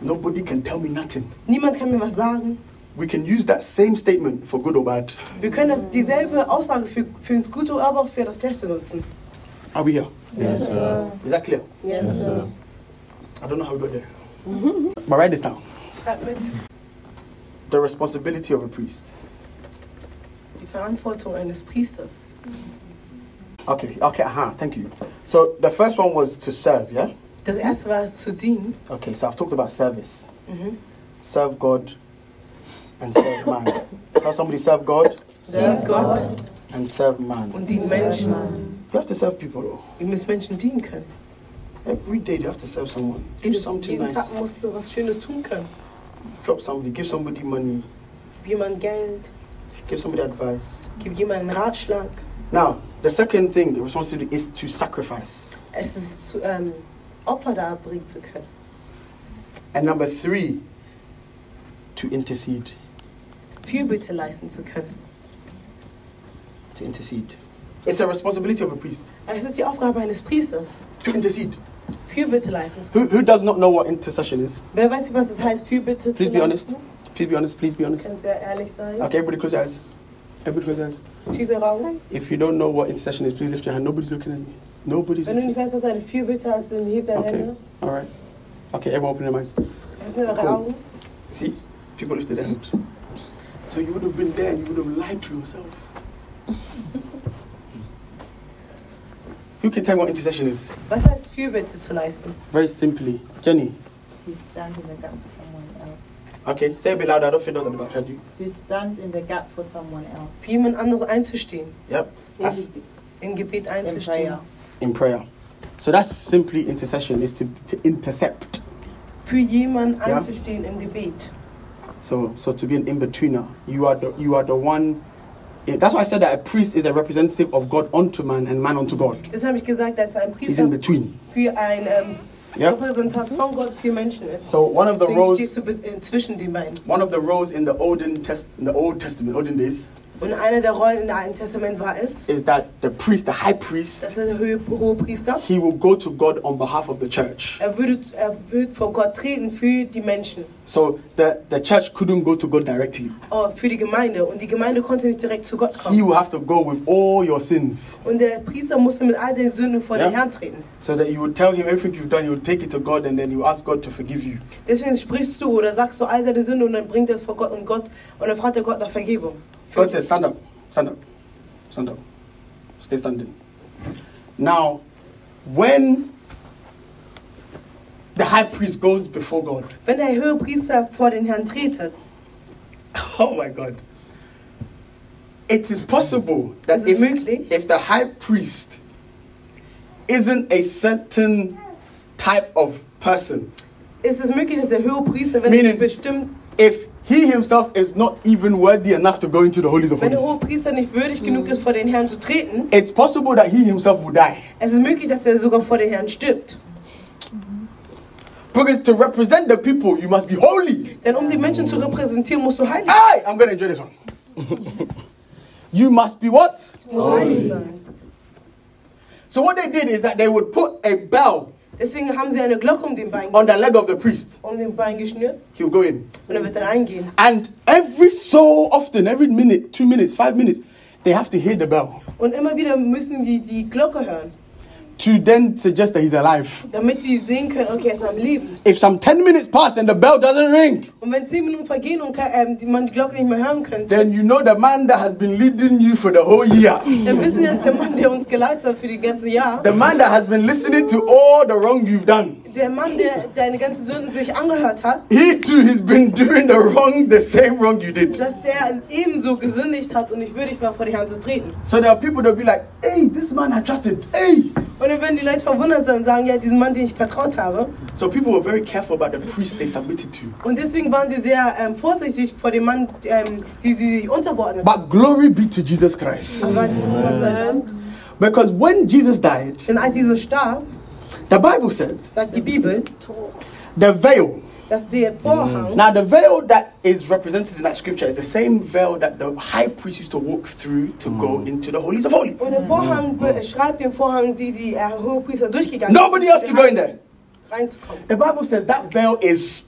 [SPEAKER 2] Nobody can tell me nothing.
[SPEAKER 3] Niemand kann mir was sagen.
[SPEAKER 2] We can use that same statement for good or bad.
[SPEAKER 3] Wir können das, dieselbe Aussage für, für ins Gute, aber auch für das Schlechte nutzen.
[SPEAKER 2] Are we here?
[SPEAKER 8] Yes, sir.
[SPEAKER 2] Is that clear?
[SPEAKER 8] Yes, sir.
[SPEAKER 2] I don't know how we got there. but write this down.
[SPEAKER 3] Schreibt mit
[SPEAKER 2] The responsibility of a priest.
[SPEAKER 3] die Verantwortung eines Priesters.
[SPEAKER 2] Okay, okay, aha, thank you. So the first one was to serve, yeah?
[SPEAKER 3] Das erste war es zu dienen.
[SPEAKER 2] Okay, so I've talked about service.
[SPEAKER 8] Mm-hmm.
[SPEAKER 2] Serve God and serve man. Tell somebody serve God
[SPEAKER 3] Dient Gott
[SPEAKER 2] and serve man.
[SPEAKER 3] und dient Menschen.
[SPEAKER 2] You have to serve people though.
[SPEAKER 3] Ihr müsst Menschen dienen können.
[SPEAKER 2] Every day they have to serve someone. Do
[SPEAKER 3] Jeden,
[SPEAKER 2] something
[SPEAKER 3] jeden
[SPEAKER 2] nice.
[SPEAKER 3] Tag musst du was Schönes tun können.
[SPEAKER 2] Drop somebody, give somebody money,
[SPEAKER 3] Gib jemandem Geld,
[SPEAKER 2] give somebody advice.
[SPEAKER 3] gib jemandem einen Ratschlag.
[SPEAKER 2] Now, the second thing, the responsibility is to sacrifice.
[SPEAKER 3] Es ist zu, ähm, Opfer darbringen zu können.
[SPEAKER 2] And number three, to intercede.
[SPEAKER 3] Fürbitte leisten zu können.
[SPEAKER 2] To intercede. It's a responsibility of a priest
[SPEAKER 3] Es ist die Aufgabe eines Priesters,
[SPEAKER 2] to intercede.
[SPEAKER 3] Fürbitte leisten zu können.
[SPEAKER 2] Who, who does not know what intercession is?
[SPEAKER 3] Wer weiß, was es heißt, Fürbitte zu
[SPEAKER 2] Please be honest.
[SPEAKER 3] leisten?
[SPEAKER 2] Please be honest. Please be honest.
[SPEAKER 3] Kannst sehr ehrlich sein.
[SPEAKER 2] Okay, everybody close your eyes. Everybody close your eyes.
[SPEAKER 3] Schließe eure Augen.
[SPEAKER 2] If you don't know what intercession is, please lift your hand. Nobody's looking at you. Nobody's
[SPEAKER 3] Wenn du nicht weißt, was eine Fürbitte ist, dann heb deine
[SPEAKER 2] Okay.
[SPEAKER 3] Hände.
[SPEAKER 2] All right. Okay, everyone open their minds.
[SPEAKER 3] Öffne eure
[SPEAKER 2] Cool.
[SPEAKER 3] Augen.
[SPEAKER 2] See? People lifted their hand. So you would have been there and you would have lied to yourself. Who can tell me what intercession is?
[SPEAKER 3] Was heißt Fürbitte zu leisten?
[SPEAKER 2] Very simply. Jenny.
[SPEAKER 6] To stand in the gap for someone else.
[SPEAKER 2] Okay, say it a bit louder. I don't feel those at the back. Heard you.
[SPEAKER 6] To stand in the gap for someone else.
[SPEAKER 3] Für jemand anderes einzustehen,
[SPEAKER 2] Yep. That's
[SPEAKER 3] in Gebet
[SPEAKER 6] In
[SPEAKER 3] einzustehen,
[SPEAKER 6] prayer.
[SPEAKER 2] in prayer. So that's simply intercession, is to, to intercept.
[SPEAKER 3] für jemanden
[SPEAKER 2] Ja.
[SPEAKER 3] einzustehen im Gebet.
[SPEAKER 2] So, so to be an in-betweener, you are the you are the one. eh, That's why I said that a priest is a representative of God unto man and man unto God.
[SPEAKER 3] Deshalb habe ich gesagt, dass ein
[SPEAKER 2] He's
[SPEAKER 3] Priester
[SPEAKER 2] in between.
[SPEAKER 3] für ein ähm,
[SPEAKER 2] Ja.
[SPEAKER 3] Repräsentant von Gott für Menschen ist.
[SPEAKER 2] So one of the
[SPEAKER 3] Deswegen
[SPEAKER 2] roles,
[SPEAKER 3] stehst du be- äh, zwischen den beiden.
[SPEAKER 2] one of the roles in the olden test, in the Old Testament, olden days,
[SPEAKER 3] Und einer der Rollen im Alten Testament war es,
[SPEAKER 2] is that the priest, the high priest,
[SPEAKER 3] dass er der Höhe- hohe Priester,
[SPEAKER 2] he will go to God on behalf of the church.
[SPEAKER 3] er würde, er würde vor Gott treten für die Menschen,
[SPEAKER 2] So the the church couldn't go to God directly.
[SPEAKER 3] oh, für die Gemeinde. Und die Gemeinde konnte nicht direkt zu Gott
[SPEAKER 2] He
[SPEAKER 3] kommen.
[SPEAKER 2] will have to go with all your sins,
[SPEAKER 3] Und der Priester musste mit all den Sünden vor
[SPEAKER 2] Ja.
[SPEAKER 3] den Herrn treten.
[SPEAKER 2] so that you will tell him everything you've done. You will take it to God, and then you ask God to forgive you.
[SPEAKER 3] Deswegen sprichst du oder sagst du all deine Sünde und dann bringt er es vor Gott und Gott und dann fragt er Gott nach Vergebung.
[SPEAKER 2] God said, stand up, stand up, stand up, stay standing. Now, when the high priest goes before God,
[SPEAKER 3] Wenn der Höhepriester vor den Herrn tretet,
[SPEAKER 2] oh my God, it is possible that
[SPEAKER 3] Is it
[SPEAKER 2] if,
[SPEAKER 3] möglich?
[SPEAKER 2] if the high priest isn't a certain type of person,
[SPEAKER 3] ist es möglich, dass der Höhepriester, wenn er
[SPEAKER 2] Meaning-
[SPEAKER 3] bestimmt,
[SPEAKER 2] if he himself is not even worthy enough to go into the holies of
[SPEAKER 3] wenn der
[SPEAKER 2] holies,
[SPEAKER 3] Hohepriester nicht würdig
[SPEAKER 2] Hm.
[SPEAKER 3] genug ist, vor den Herrn zu treten,
[SPEAKER 2] it's possible that he himself will die.
[SPEAKER 3] es ist möglich, dass er sogar vor den Herrn stirbt.
[SPEAKER 2] Because to represent the people, you must be holy.
[SPEAKER 3] Denn um die Menschen zu repräsentieren, musst du heilig,
[SPEAKER 2] Hey, I'm gonna enjoy this one. you must be what? Oh.
[SPEAKER 3] musst heilig sein.
[SPEAKER 2] So what they did is that they would put a bell
[SPEAKER 3] Deswegen haben sie eine Glocke um den Bein,
[SPEAKER 2] on the leg of the priest.
[SPEAKER 3] um den Bein geschnürt
[SPEAKER 2] He'll go in.
[SPEAKER 3] und dann wird er reingehen.
[SPEAKER 2] And every so often, every minute, two minutes, five minutes, they have to hear the bell
[SPEAKER 3] Und immer wieder müssen die die Glocke hören,
[SPEAKER 2] to then suggest that he's alive.
[SPEAKER 3] damit sie sehen können, okay, er ist am Leben.
[SPEAKER 2] If some 10 minutes pass and the bell doesn't ring,
[SPEAKER 3] Und wenn zehn Minuten vergehen und ke- ähm, die- man die Glocke nicht mehr hören könnte,
[SPEAKER 2] then you know the man that has been leading you for the whole year.
[SPEAKER 3] dann wissen wir, dass der Mann, der uns geleitet hat für die ganze Jahr,
[SPEAKER 2] The man that has been listening to all the wrong you've done.
[SPEAKER 3] der Mann, der deine ganzen Sünden sich angehört hat,
[SPEAKER 2] He too has been doing the wrong, the same wrong you did.
[SPEAKER 3] dass der ebenso gesündigt hat und nicht würdig war, vor die Hand zu treten.
[SPEAKER 2] So there are people that will be like, hey, this man I trusted. Hey.
[SPEAKER 3] Und dann werden die Leute verwundert sein und sagen, ja, diesen Mann, den ich vertraut habe.
[SPEAKER 2] So people were very careful about the priest they submitted to.
[SPEAKER 3] Und deswegen waren sie sehr ähm, vorsichtig vor dem Mann, ähm, die sie sich untergeordnet haben.
[SPEAKER 2] But glory be to Jesus Christ.
[SPEAKER 3] Aber Gott sei Dank.
[SPEAKER 2] Because when Jesus died,
[SPEAKER 3] Denn als Jesus starb,
[SPEAKER 2] the Bible said
[SPEAKER 3] sagt die Bibel,
[SPEAKER 2] the veil.
[SPEAKER 3] dass der Vorhang,
[SPEAKER 2] Now the veil that is represented in that scripture is the same veil that the high priest used to walk through to go into the holies of holies.
[SPEAKER 3] und der Vorhang beschreibt den Vorhang, die die äh, Hohepriester durchgegangen
[SPEAKER 2] Nobody else could go in there.
[SPEAKER 3] reinzukommen.
[SPEAKER 2] The Bible says that veil is.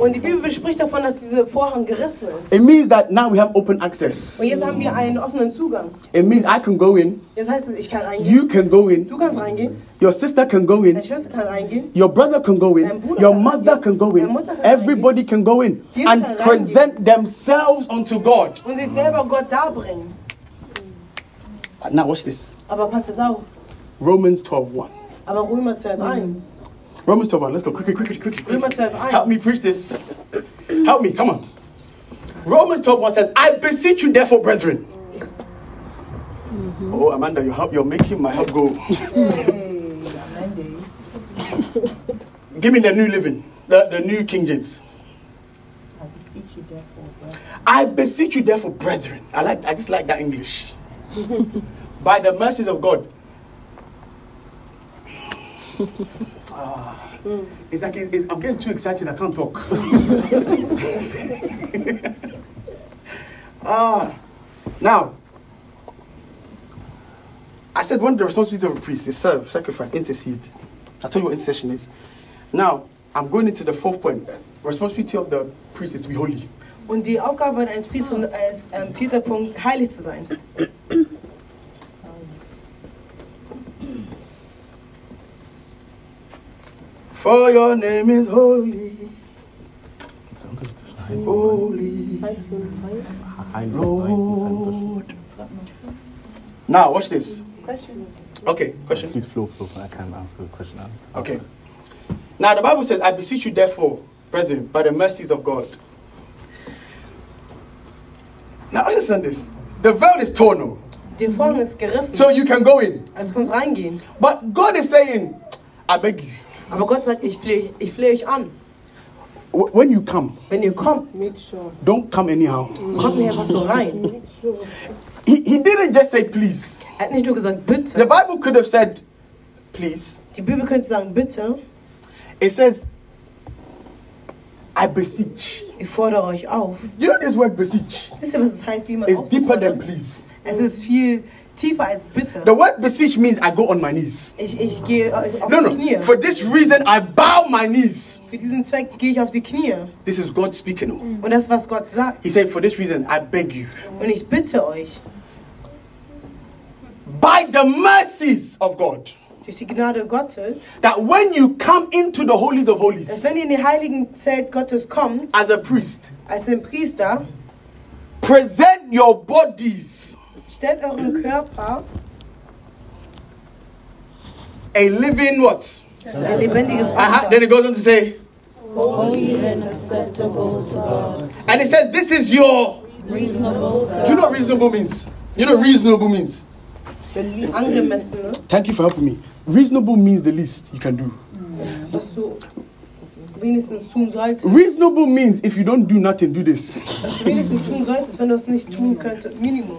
[SPEAKER 3] Und die Bibel spricht davon, dass dieser Vorhang gerissen ist.
[SPEAKER 2] It means that now we have open access.
[SPEAKER 3] Und jetzt haben wir einen offenen Zugang.
[SPEAKER 2] It means I can go in,
[SPEAKER 3] Jetzt heißt es, ich kann reingehen,
[SPEAKER 2] you can go in,
[SPEAKER 3] du kannst reingehen,
[SPEAKER 2] your sister can go in,
[SPEAKER 3] deine Schwester kann reingehen.
[SPEAKER 2] Your brother can go in,
[SPEAKER 3] Dein Bruder
[SPEAKER 2] your
[SPEAKER 3] kann
[SPEAKER 2] mother
[SPEAKER 3] reingehen,
[SPEAKER 2] can go
[SPEAKER 3] deine
[SPEAKER 2] in,
[SPEAKER 3] Mutter kann
[SPEAKER 2] everybody can go in
[SPEAKER 3] Jeder
[SPEAKER 2] and
[SPEAKER 3] kann reingehen.
[SPEAKER 2] present themselves unto God.
[SPEAKER 3] Und sich selber Gott darbringen.
[SPEAKER 2] But Now, watch this
[SPEAKER 3] Aber passt es auf.
[SPEAKER 2] Romans 12 1.
[SPEAKER 3] Aber Römer
[SPEAKER 2] Mhm.
[SPEAKER 3] 12,1.
[SPEAKER 2] Romans 12 1. Let's go quickly, quickly, quickly.
[SPEAKER 3] Römer
[SPEAKER 2] quickly.
[SPEAKER 3] 12, ein.
[SPEAKER 2] Help me preach this. Help me, come on. Romans 12 1 says, I beseech you, therefore, brethren.
[SPEAKER 6] Mm-hmm.
[SPEAKER 2] Oh, Amanda, you help, you're making my help go.
[SPEAKER 6] Hey, Amanda.
[SPEAKER 2] Give me the new living, the, the new King James.
[SPEAKER 6] I beseech you therefore, brethren.
[SPEAKER 2] I beseech you, therefore, brethren. I like, I just like that English. By the mercies of God. Ah, it's like it's, it's, I'm getting too excited. I can't talk. ah, now. I said one of the responsibilities of a priest is serve, sacrifice, intercede. I told you what intercession is. Now I'm going into the fourth point. Responsibility of the priest is to be holy.
[SPEAKER 3] Und die Aufgabe eines Priesters ist, ähm, vierter Punkt, heilig zu sein.
[SPEAKER 2] For your name is holy. Oh. Holy Lord. Now, watch this. Okay, question.
[SPEAKER 8] Please flow, flow. I can't answer the question. now.
[SPEAKER 2] Okay. Now, the Bible says, I beseech you, therefore, brethren, by the mercies of God. Now, understand this. The veil is torn, oh,
[SPEAKER 3] Der Vorhang ist gerissen,
[SPEAKER 2] so you can go in.
[SPEAKER 3] also du kannst reingehen.
[SPEAKER 2] But God is saying, I beg you,
[SPEAKER 3] Aber Gott sagt, ich flehe ich flehe euch an.
[SPEAKER 2] wh- when you come,
[SPEAKER 3] Wenn ihr kommt,
[SPEAKER 2] don't come anyhow.
[SPEAKER 3] kommt mir einfach so rein.
[SPEAKER 2] He, he didn't just say, please.
[SPEAKER 3] Er hat nicht nur gesagt,
[SPEAKER 2] The
[SPEAKER 3] bitte.
[SPEAKER 2] Bible could have said, please.
[SPEAKER 3] Die Bibel könnte sagen, bitte.
[SPEAKER 2] It says, I beseech.
[SPEAKER 3] Ich fordere euch auf.
[SPEAKER 2] You know this word beseech?
[SPEAKER 3] Wisst ihr, was es heißt, jemand
[SPEAKER 2] It's deeper than
[SPEAKER 3] aufzufordern?
[SPEAKER 2] please.
[SPEAKER 3] Es ist viel tiefer als bitte.
[SPEAKER 2] The word beseech means I go on my knees.
[SPEAKER 3] Ich, ich gehe auf
[SPEAKER 2] No,
[SPEAKER 3] die
[SPEAKER 2] no.
[SPEAKER 3] Knie.
[SPEAKER 2] For this reason, I bow my knees.
[SPEAKER 3] Für diesen Zweck gehe ich auf die Knie.
[SPEAKER 2] This is God speaking. oh.
[SPEAKER 3] Und das, was Gott sagt.
[SPEAKER 2] He said, for this reason, I beg you.
[SPEAKER 3] Und ich bitte euch,
[SPEAKER 2] By the mercies of God,
[SPEAKER 3] durch die Gnade Gottes,
[SPEAKER 2] that when you come into the holies of
[SPEAKER 3] dass
[SPEAKER 2] holies
[SPEAKER 3] wenn ihr in die heiligen Zelt Gottes kommt,
[SPEAKER 2] as a priest,
[SPEAKER 3] als ein Priester,
[SPEAKER 2] present your bodies
[SPEAKER 3] stellt euren Körper
[SPEAKER 2] a living what?
[SPEAKER 3] als ein lebendiges
[SPEAKER 2] Uh-huh.
[SPEAKER 3] Opfer.
[SPEAKER 2] Then it goes on to say, And it says, This is your reasonable. You know what reasonable means? You know what reasonable means?
[SPEAKER 3] Angemessene,
[SPEAKER 2] Thank you for helping me. Reasonable means the least you can do.
[SPEAKER 3] was du wenigstens tun solltest.
[SPEAKER 2] Reasonable means if you don't do nothing, do this.
[SPEAKER 3] Was du wenigstens tun solltest, wenn du es nicht tun könntest. Minimum.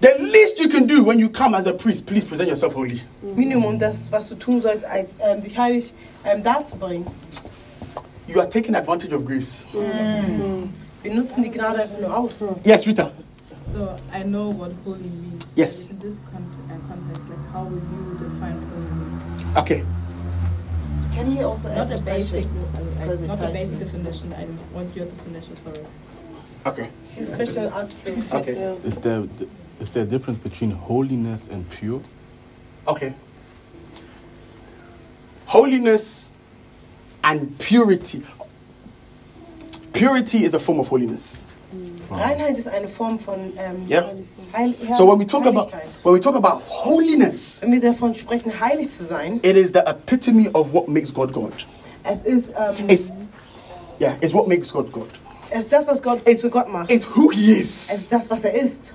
[SPEAKER 2] The least you can do when you come as a priest, please present yourself holy.
[SPEAKER 3] Minimum, das, was du tun sollst, als, ähm, dich heilig ähm, darzubringen.
[SPEAKER 2] You are taking advantage of grace.
[SPEAKER 3] Wir nutzen die Gnade einfach nur aus.
[SPEAKER 2] Yes, Rita.
[SPEAKER 9] So I know what holy means.
[SPEAKER 2] Yes.
[SPEAKER 9] In this con- uh, context, like how would you define holy?
[SPEAKER 2] Okay.
[SPEAKER 5] Can you also add
[SPEAKER 6] Not a basic,
[SPEAKER 5] special? Because it
[SPEAKER 6] not a
[SPEAKER 5] ties
[SPEAKER 6] basic
[SPEAKER 5] in.
[SPEAKER 6] definition. I want your definition for it.
[SPEAKER 2] Okay.
[SPEAKER 3] His question answered.
[SPEAKER 2] Okay.
[SPEAKER 8] Is there is there a difference between holiness and pure?
[SPEAKER 2] Okay. Holiness and purity. Purity is a form of holiness.
[SPEAKER 3] Reinheit ist eine Form von ähm,
[SPEAKER 2] Ja.
[SPEAKER 3] Heil
[SPEAKER 2] So when we talk about
[SPEAKER 3] Heiligkeit.
[SPEAKER 2] when we talk about holiness,
[SPEAKER 3] Wenn wir davon sprechen, heilig zu sein,
[SPEAKER 2] it is the epitome of what makes God God.
[SPEAKER 3] es ist, ähm,
[SPEAKER 2] It's yeah, it's what makes God God.
[SPEAKER 3] es ist das, was Gott
[SPEAKER 2] It's-
[SPEAKER 3] zu Gott macht.
[SPEAKER 2] It's who He
[SPEAKER 3] es
[SPEAKER 2] is.
[SPEAKER 3] ist das, was er ist.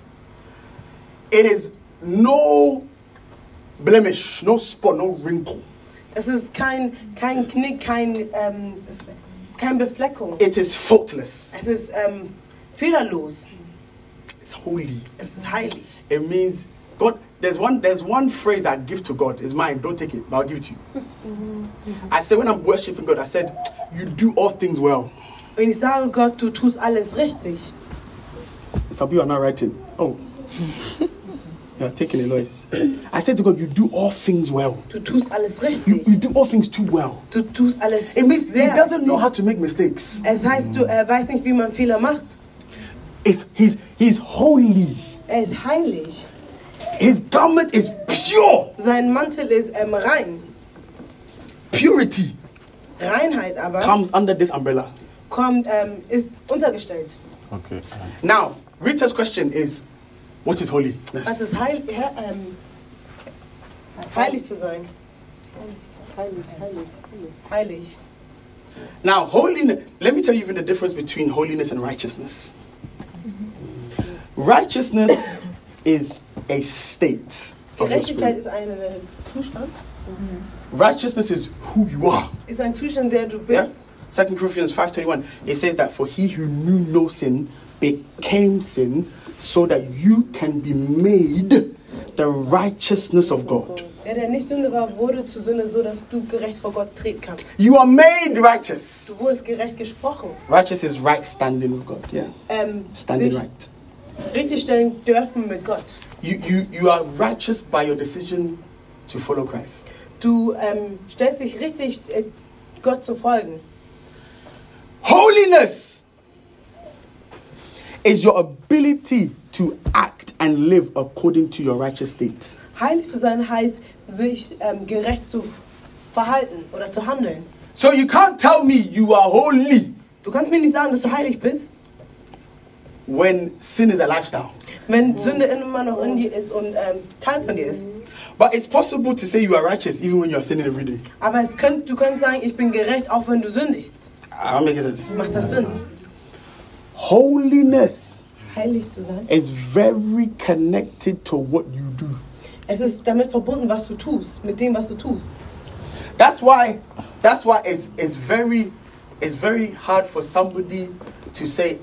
[SPEAKER 2] It is no blemish, no spot, no wrinkle.
[SPEAKER 3] Es ist kein, kein Knick, kein, ähm, kein Befleckung.
[SPEAKER 2] It is faultless.
[SPEAKER 3] Es ist ähm, fehlerlos.
[SPEAKER 2] It's holy.
[SPEAKER 3] Es ist heilig.
[SPEAKER 2] It means God. There's one. There's one phrase I give to God. It's mine. Don't take it, but I'll give it to you. I said when I'm worshiping God, I said, "You do all things well."
[SPEAKER 3] Wenn ich sage, Gott, du tust alles richtig,
[SPEAKER 2] Some people are not writing. Oh, you are taking a noise. I said to God, "You do all things well.
[SPEAKER 3] du tust alles
[SPEAKER 2] You,
[SPEAKER 3] richtig,
[SPEAKER 2] you do all things too well."
[SPEAKER 3] du tust alles
[SPEAKER 2] It means He
[SPEAKER 3] sehr.
[SPEAKER 2] doesn't know how to make mistakes.
[SPEAKER 3] Es heißt, du äh, weißt nicht, wie man Fehler macht.
[SPEAKER 2] It's, he's He's holy.
[SPEAKER 3] Er ist heilig.
[SPEAKER 2] His garment is pure.
[SPEAKER 3] Sein Mantel ist ähm, rein.
[SPEAKER 2] Purity
[SPEAKER 3] Reinheit aber
[SPEAKER 2] comes under this umbrella.
[SPEAKER 3] kommt, ähm, ist untergestellt.
[SPEAKER 8] Okay.
[SPEAKER 2] Now, Rita's question is, "What is holiness?"
[SPEAKER 3] Was ist heil, he- ähm, heilig zu sein?
[SPEAKER 5] Heilig, heilig, heilig.
[SPEAKER 3] Heilig.
[SPEAKER 2] Now, holiness, let me tell you even the difference between holiness and righteousness. Righteousness is a state. of your spirit.
[SPEAKER 3] Gerechtigkeit ist ein äh, Zustand,
[SPEAKER 2] Righteousness is who you are.
[SPEAKER 3] ist ein Zustand, der du
[SPEAKER 2] Yeah?
[SPEAKER 3] bist.
[SPEAKER 2] Second Corinthians 5:21. It says that for he who knew no sin became sin so that you can be made the righteousness of God.
[SPEAKER 3] Der, der nicht Sünde war, wurde zu Sünde, so dass du gerecht vor Gott treten kannst.
[SPEAKER 2] You are made righteous.
[SPEAKER 3] Du wurdest gerecht gesprochen.
[SPEAKER 2] Righteous is right standing with God. Yeah.
[SPEAKER 3] Ähm,
[SPEAKER 2] Standing
[SPEAKER 3] sich
[SPEAKER 2] right.
[SPEAKER 3] richtigstellen dürfen mit Gott.
[SPEAKER 2] You, you, you are righteous by your decision to follow Christ.
[SPEAKER 3] Du ähm, stellst dich richtig, äh, Gott zu folgen.
[SPEAKER 2] Holiness is your ability to act and live according to your righteous state.
[SPEAKER 3] Heilig zu sein heißt, sich ähm, gerecht zu verhalten oder zu handeln.
[SPEAKER 2] So you can't tell me you are holy
[SPEAKER 3] Du kannst mir nicht sagen, dass du heilig bist,
[SPEAKER 2] when sin is a lifestyle.
[SPEAKER 3] wenn Sünde immer noch in dir ist und ähm, Teil von dir ist.
[SPEAKER 2] But it's possible to say you are righteous even when you are sinning every day.
[SPEAKER 3] Aber es könnt, du kannst sagen, ich bin gerecht, auch wenn du sündigst.
[SPEAKER 2] I'm making sense.
[SPEAKER 3] Macht das Sinn?
[SPEAKER 2] Holiness
[SPEAKER 3] Heilig zu sein.
[SPEAKER 2] is very connected to what you do.
[SPEAKER 3] Es ist damit verbunden, was du tust, mit dem, was du tust.
[SPEAKER 2] That's why that's why it's it's very it's very hard for somebody to say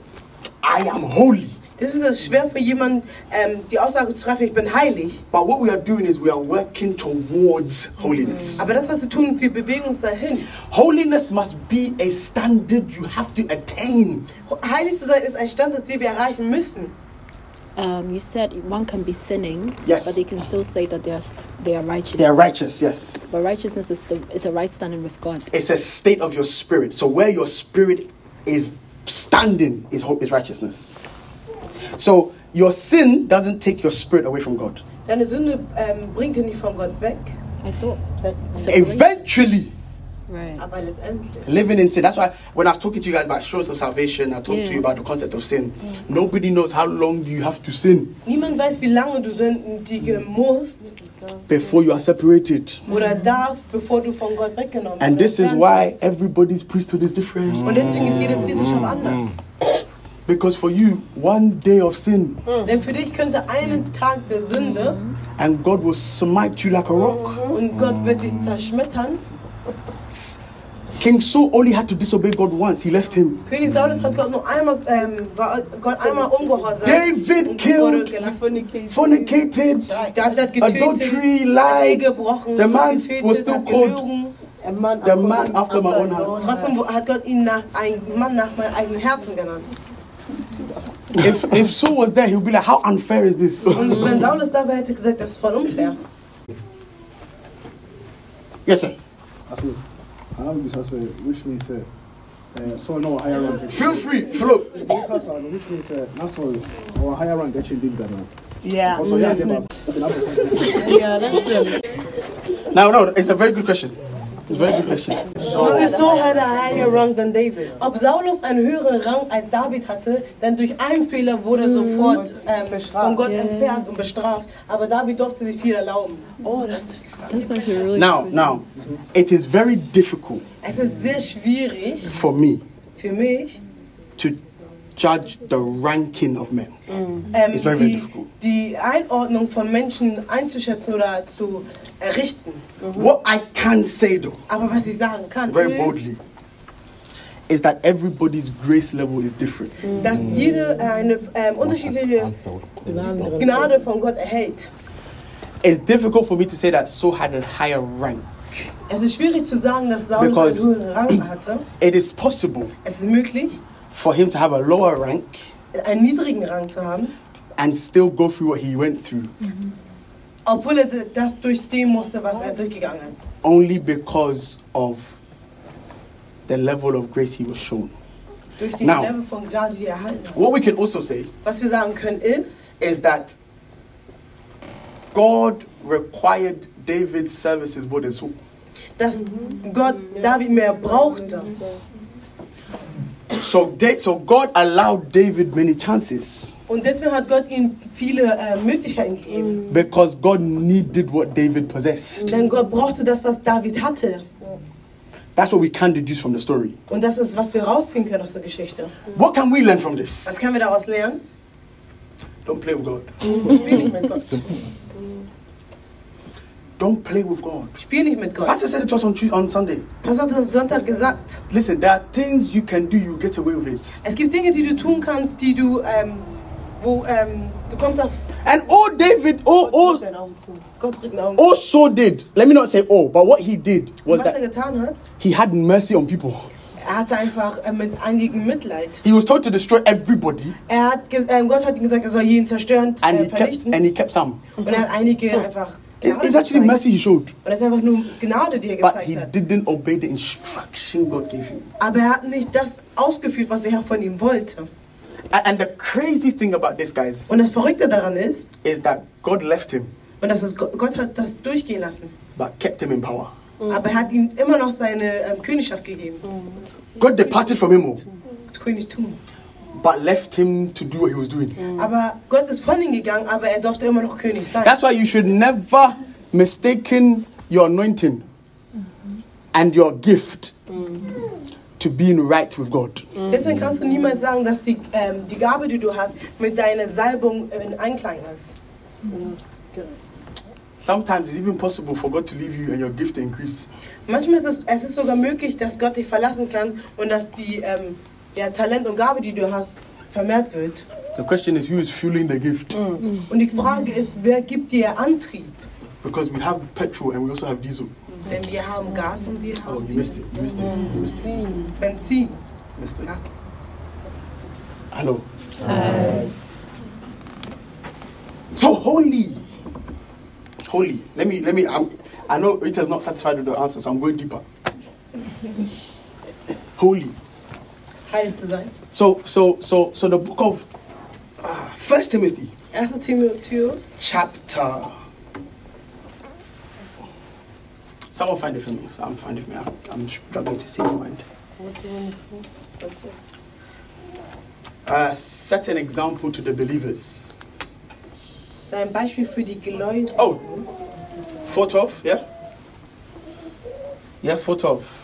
[SPEAKER 2] I am holy.
[SPEAKER 3] Das ist es schwer für jemanden, ähm, die Aussage zu treffen, ich bin heilig.
[SPEAKER 2] But what we are doing is we are working towards holiness.
[SPEAKER 1] Mm.
[SPEAKER 3] Aber das, was wir tun, wir bewegen uns dahin.
[SPEAKER 2] Holiness must be a standard you have to attain.
[SPEAKER 3] Heilig zu sein ist ein Standard, den wir erreichen müssen.
[SPEAKER 1] Um, you said one can be sinning,
[SPEAKER 2] Yes.
[SPEAKER 1] but they can still say that they are s- they are righteous.
[SPEAKER 2] They are righteous, yes.
[SPEAKER 1] But righteousness is the is a right standing with God.
[SPEAKER 2] It's a state of your spirit. So where your spirit is standing is ho- is righteousness. So your sin doesn't take your spirit away from God.
[SPEAKER 3] Deine Sünde ähm, bringt dich nicht von Gott weg,
[SPEAKER 1] I thought that
[SPEAKER 2] Eventually,
[SPEAKER 1] right.
[SPEAKER 3] aber letztendlich.
[SPEAKER 2] living in sin. That's why when I was talking to you guys about shows of salvation, I talked
[SPEAKER 1] Yeah.
[SPEAKER 2] to you about the concept of sin. Nobody knows how long you have to sin
[SPEAKER 3] Niemand weiß, wie lange du sündigen musst
[SPEAKER 2] before you are separated.
[SPEAKER 3] oder darfst, bevor du von Gott weggenommen
[SPEAKER 2] And
[SPEAKER 3] oder
[SPEAKER 2] this is
[SPEAKER 3] entfernt
[SPEAKER 2] why everybody's priesthood is different.
[SPEAKER 3] wirst. Und deswegen ist jede Wissenschaft anders.
[SPEAKER 2] Because for you, one day of sin,
[SPEAKER 3] Denn für dich könnte einen Tag der Sünde
[SPEAKER 2] and God will smite you like a rock.
[SPEAKER 3] und Gott wird dich zerschmettern.
[SPEAKER 2] King Saul only had to disobey God once, he left him.
[SPEAKER 3] König Saulus hat Gott nur einmal, ähm, war Gott einmal ungehorsam.
[SPEAKER 2] David
[SPEAKER 3] und wurde
[SPEAKER 2] killed.
[SPEAKER 3] gelassen.
[SPEAKER 2] Fornicated,
[SPEAKER 3] David hat getötet,
[SPEAKER 2] adultery, lied.
[SPEAKER 3] gebrochen,
[SPEAKER 2] The man
[SPEAKER 3] getötet,
[SPEAKER 2] was still
[SPEAKER 3] hat
[SPEAKER 2] called
[SPEAKER 3] gelogen.
[SPEAKER 5] A man
[SPEAKER 2] the man after my own
[SPEAKER 5] his
[SPEAKER 2] heart.
[SPEAKER 3] Trotzdem wo- hat Gott ihn nach, einen Mann nach meinem eigenen Herzen genannt.
[SPEAKER 2] If, if Saul was there, he would be like, How unfair is this?
[SPEAKER 3] Und wenn Saulus dabei hätte gesagt, das ist voll unfair.
[SPEAKER 2] Yes, sir.
[SPEAKER 9] Alltså, han använder sig alltså, which means, eh, eh, so no higher rank.
[SPEAKER 2] Feel free, flow.
[SPEAKER 9] So it has, uh, which means, eh, not so, or higher rank actually did that now.
[SPEAKER 3] Yeah.
[SPEAKER 9] Also, yeah, they were open up the contest.
[SPEAKER 3] Yeah, that's true.
[SPEAKER 2] Now, no, it's a very good question. It's a very good question.
[SPEAKER 3] So, nur so hat er higher rank than David. Ob Saulus einen höheren Rang als David hatte, denn durch einen Fehler wurde er sofort ähm, Mhm. von Gott entfernt und bestraft. Aber David durfte sich viel erlauben. Oh, das ist die Frage.
[SPEAKER 5] That's actually really
[SPEAKER 2] Now, now, it is very difficult
[SPEAKER 3] Es ist sehr schwierig
[SPEAKER 2] for me
[SPEAKER 3] für mich,
[SPEAKER 2] to judge the ranking of men.
[SPEAKER 3] ähm,
[SPEAKER 2] It's very, very
[SPEAKER 3] die,
[SPEAKER 2] difficult.
[SPEAKER 3] die Einordnung von Menschen einzuschätzen oder zu errichten.
[SPEAKER 2] What I can say though,
[SPEAKER 3] Aber was ich sagen kann,
[SPEAKER 2] very
[SPEAKER 3] ist,
[SPEAKER 2] boldly, is that everybody's grace level is different.
[SPEAKER 3] dass jede äh, eine ähm, unterschiedliche
[SPEAKER 5] Genau.
[SPEAKER 3] Gnade von Gott erhält.
[SPEAKER 2] It's difficult for me to say that Saul had a higher rank.
[SPEAKER 3] Es ist schwierig zu sagen, dass Saulus
[SPEAKER 2] Because-
[SPEAKER 3] einen höheren Rang hatte.
[SPEAKER 2] It is possible
[SPEAKER 3] Es ist möglich,
[SPEAKER 2] for him to have a lower rank
[SPEAKER 3] einen niedrigen Rang zu haben,
[SPEAKER 2] and still go through what he went through,
[SPEAKER 3] obwohl er das durchstehen musste, was er durchgegangen ist.
[SPEAKER 2] only because of the level of grace he was shown.
[SPEAKER 3] Durch die
[SPEAKER 2] Now.
[SPEAKER 3] Level von Gnade, die er erhalten hat.
[SPEAKER 2] What we can also say
[SPEAKER 3] Was wir sagen können ist,
[SPEAKER 2] is that God required David's services more than Saul.
[SPEAKER 3] dass Gott David mehr brauchte.
[SPEAKER 2] So, Da- so God allowed David many chances
[SPEAKER 3] Und deswegen hat Gott ihm viele äh, Möglichkeiten gegeben.
[SPEAKER 2] because God needed what David possessed.
[SPEAKER 3] Denn Gott brauchte das, was David hatte.
[SPEAKER 2] That's what we can deduce from the story.
[SPEAKER 3] Und das ist, was wir rausziehen können aus der Geschichte.
[SPEAKER 2] What can we learn from this?
[SPEAKER 3] Was können wir daraus lernen?
[SPEAKER 2] Don't play with God.
[SPEAKER 3] Spiel nicht mit Gott.
[SPEAKER 2] Don't play with God.
[SPEAKER 3] Spiel nicht mit Gott.
[SPEAKER 2] Pastor said it to us on, Tues- on Sunday.
[SPEAKER 3] Was hat er am Sonntag gesagt?
[SPEAKER 2] Listen, there are things you can do, you get away with it.
[SPEAKER 3] Es gibt Dinge, die du tun kannst, die du, ähm, wo, ähm, du kommst auf
[SPEAKER 2] And all David, all, all,
[SPEAKER 3] Gott drückt Augen.
[SPEAKER 2] all Saul did, let me not say all, but what he did Oh. was
[SPEAKER 3] Was er
[SPEAKER 2] that
[SPEAKER 3] getan hat,
[SPEAKER 2] he had mercy on people.
[SPEAKER 3] er hatte einfach äh, mit einigen Mitleid.
[SPEAKER 2] He was told to destroy everybody,
[SPEAKER 3] Er hat, ge- ähm, Gott hat ihm gesagt, er soll jeden zerstören,
[SPEAKER 2] and
[SPEAKER 3] äh,
[SPEAKER 2] he kept,
[SPEAKER 3] vernichten.
[SPEAKER 2] and he kept some.
[SPEAKER 3] Und er hat einige
[SPEAKER 2] Oh.
[SPEAKER 3] einfach.
[SPEAKER 2] It's,
[SPEAKER 3] Gnade
[SPEAKER 2] it's actually
[SPEAKER 3] gezeigt.
[SPEAKER 2] mercy he showed,
[SPEAKER 3] Und das ist einfach nur Gnade, die er
[SPEAKER 2] but
[SPEAKER 3] gezeigt
[SPEAKER 2] he
[SPEAKER 3] hat.
[SPEAKER 2] didn't obey the instruction God gave him.
[SPEAKER 3] Aber er hat nicht das ausgeführt, was er von ihm wollte.
[SPEAKER 2] And, and the crazy thing about this, guys,
[SPEAKER 3] Und das Verrückte daran ist,
[SPEAKER 2] is that God left him,
[SPEAKER 3] und das ist, Gott Gott hat das durchgehen lassen,
[SPEAKER 2] but kept him in power.
[SPEAKER 3] aber er hat ihm immer noch seine ähm, Königschaft gegeben.
[SPEAKER 2] God departed from him, all,
[SPEAKER 3] Königtum.
[SPEAKER 2] but left him to do what he was doing.
[SPEAKER 3] Aber Gott ist von ihm gegangen, aber er durfte immer noch König sein.
[SPEAKER 2] That's why you should never mistaken your anointing and your gift to being right with God.
[SPEAKER 3] Deswegen kannst du niemals sagen, dass die, ähm, die Gabe, die du hast, mit deiner Salbung in Einklang ist.
[SPEAKER 2] Sometimes it's even possible for God to leave you and your gift to increase.
[SPEAKER 3] Manchmal ist es, es ist sogar möglich, dass Gott dich verlassen kann und dass die ähm, ja, Talent und Gabe, die du hast, vermehrt wird.
[SPEAKER 2] The question is, who is fueling the gift?
[SPEAKER 3] Und die Frage ist, wer gibt dir Antrieb?
[SPEAKER 2] Because we have petrol and we also have diesel.
[SPEAKER 3] Denn wir haben Gas und wir
[SPEAKER 2] Oh,
[SPEAKER 3] haben
[SPEAKER 2] you missed it. You missed it. You missed it. You missed it.
[SPEAKER 3] Benzin.
[SPEAKER 2] You missed it.
[SPEAKER 3] Gas.
[SPEAKER 2] Hello. So holy, holy. Let me, let me. I'm, I know Rita's not satisfied with the answer, so I'm going deeper. holy.
[SPEAKER 3] Heilig zu sein.
[SPEAKER 2] So, so, so, so the book of ah, First Timothy,
[SPEAKER 3] 1. Timotheus.
[SPEAKER 2] chapter. Someone find it for me. I'm find it for me. I'm, I'm struggling to see mine. Uh, set an example to the believers.
[SPEAKER 3] Sein Beispiel für die Gläubigen.
[SPEAKER 2] Oh, 412, yeah? Yeah, 412.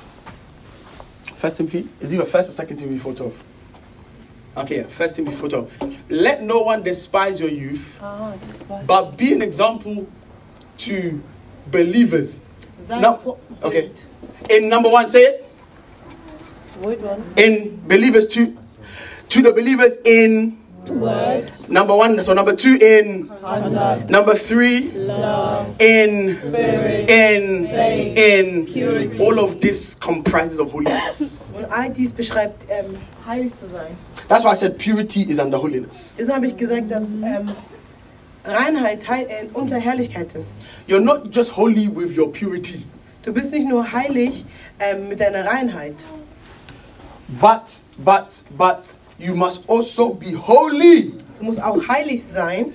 [SPEAKER 2] First Timothy, is it the first or second Timothy 412? Okay, yeah, first Timothy 412. Let no one despise your youth, but be an example to believers.
[SPEAKER 3] Sein
[SPEAKER 2] Now-
[SPEAKER 3] Vorbild.
[SPEAKER 2] okay. In number one, say it.
[SPEAKER 5] Wait one.
[SPEAKER 2] In believers to to the believers in
[SPEAKER 5] Word.
[SPEAKER 2] number one. So number two in
[SPEAKER 5] Conduct.
[SPEAKER 2] Number three, love. In spirit. In faith. In purity. All of this comprises of holiness.
[SPEAKER 3] Und all dies beschreibt, ähm, heilig zu sein.
[SPEAKER 2] That's why I said purity is under holiness.
[SPEAKER 3] Deshalb habe ich gesagt, dass ähm, Reinheit Heil, äh, unter Herrlichkeit ist.
[SPEAKER 2] You're not just holy with your purity.
[SPEAKER 3] Du bist nicht nur heilig ähm, mit deiner Reinheit,
[SPEAKER 2] But, but, but, you must also be holy
[SPEAKER 3] du musst auch heilig sein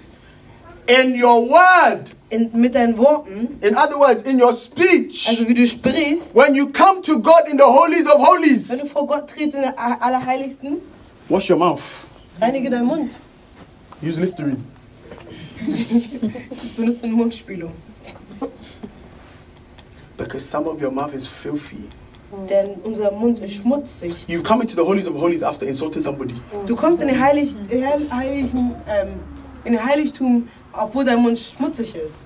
[SPEAKER 2] in your word.
[SPEAKER 3] in, mit deinen Worten,
[SPEAKER 2] In other words, in your speech.
[SPEAKER 3] also wie du sprichst.
[SPEAKER 2] When you come to God in the holies of
[SPEAKER 3] Wenn
[SPEAKER 2] holies,
[SPEAKER 3] du vor Gott trittst in der A- Allerheiligsten,
[SPEAKER 2] wash your mouth.
[SPEAKER 3] reinige deinen Mund.
[SPEAKER 2] Use Listerine.
[SPEAKER 3] Benutze eine Mundspülung.
[SPEAKER 2] Because some of your mouth is filthy.
[SPEAKER 3] Denn unser Mund ist schmutzig.
[SPEAKER 2] You've come into the holies of holies after insulting somebody.
[SPEAKER 3] Du kommst in den Heilig, Heil- heiligen, ähm, in den Heiligtum, obwohl dein Mund schmutzig ist.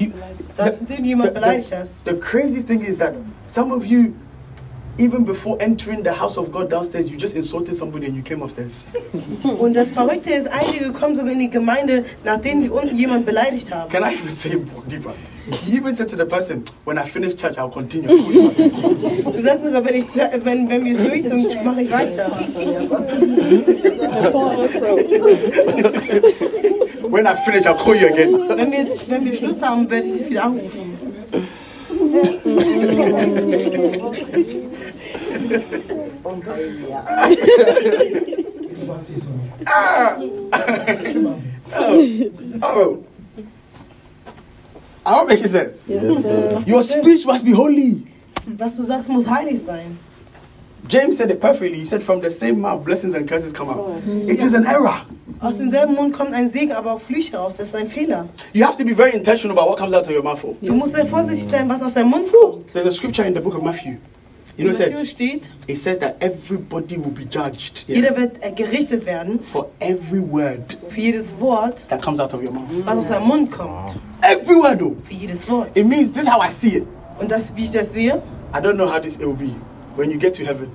[SPEAKER 2] You-
[SPEAKER 3] Dann den jemand beleidigt hast.
[SPEAKER 2] the crazy thing is that some of you, even before entering the house of God downstairs, you just insulted somebody and you came upstairs.
[SPEAKER 3] Und das Verrückte ist, einige kommen sogar in die Gemeinde, nachdem sie unten jemand beleidigt haben.
[SPEAKER 2] Can I even say more deeper? You even said to the person, when I finish church, I'll continue.
[SPEAKER 3] Du sagst sogar, wenn, ich, wenn, wenn wir durch sind, mache ich weiter.
[SPEAKER 2] when I finish, I'll call you again.
[SPEAKER 3] Wenn wir, wenn wir Schluss haben, werde ich dich wieder anrufen.
[SPEAKER 2] Oh. I don't make sense. Your speech must be holy.
[SPEAKER 3] Was du sagst, muss heilig sein.
[SPEAKER 2] James said it perfectly. He said, From the same mouth, blessings and curses come out. It is an error.
[SPEAKER 3] Aus demselben Mund kommt ein Segen, aber auch Flüche raus. Das ist ein Fehler.
[SPEAKER 2] You have to be very intentional about what comes out of your mouth. oh.
[SPEAKER 3] Du musst sehr vorsichtig sein, was aus deinem Mund kommt.
[SPEAKER 2] There's a scripture in the book of Matthew. You know, it
[SPEAKER 3] Matthäus
[SPEAKER 2] said,
[SPEAKER 3] steht,
[SPEAKER 2] it said that everybody will be judged yeah,
[SPEAKER 3] jeder wird äh, gerichtet werden
[SPEAKER 2] for every word
[SPEAKER 3] für jedes Wort,
[SPEAKER 2] that comes out of your mouth.
[SPEAKER 3] was aus deinem Mund kommt.
[SPEAKER 2] Every word, though.
[SPEAKER 3] Für jedes Wort.
[SPEAKER 2] It means this is how I see it.
[SPEAKER 3] Und das, wie ich das sehe,
[SPEAKER 2] I don't know how this it will be when you get to heaven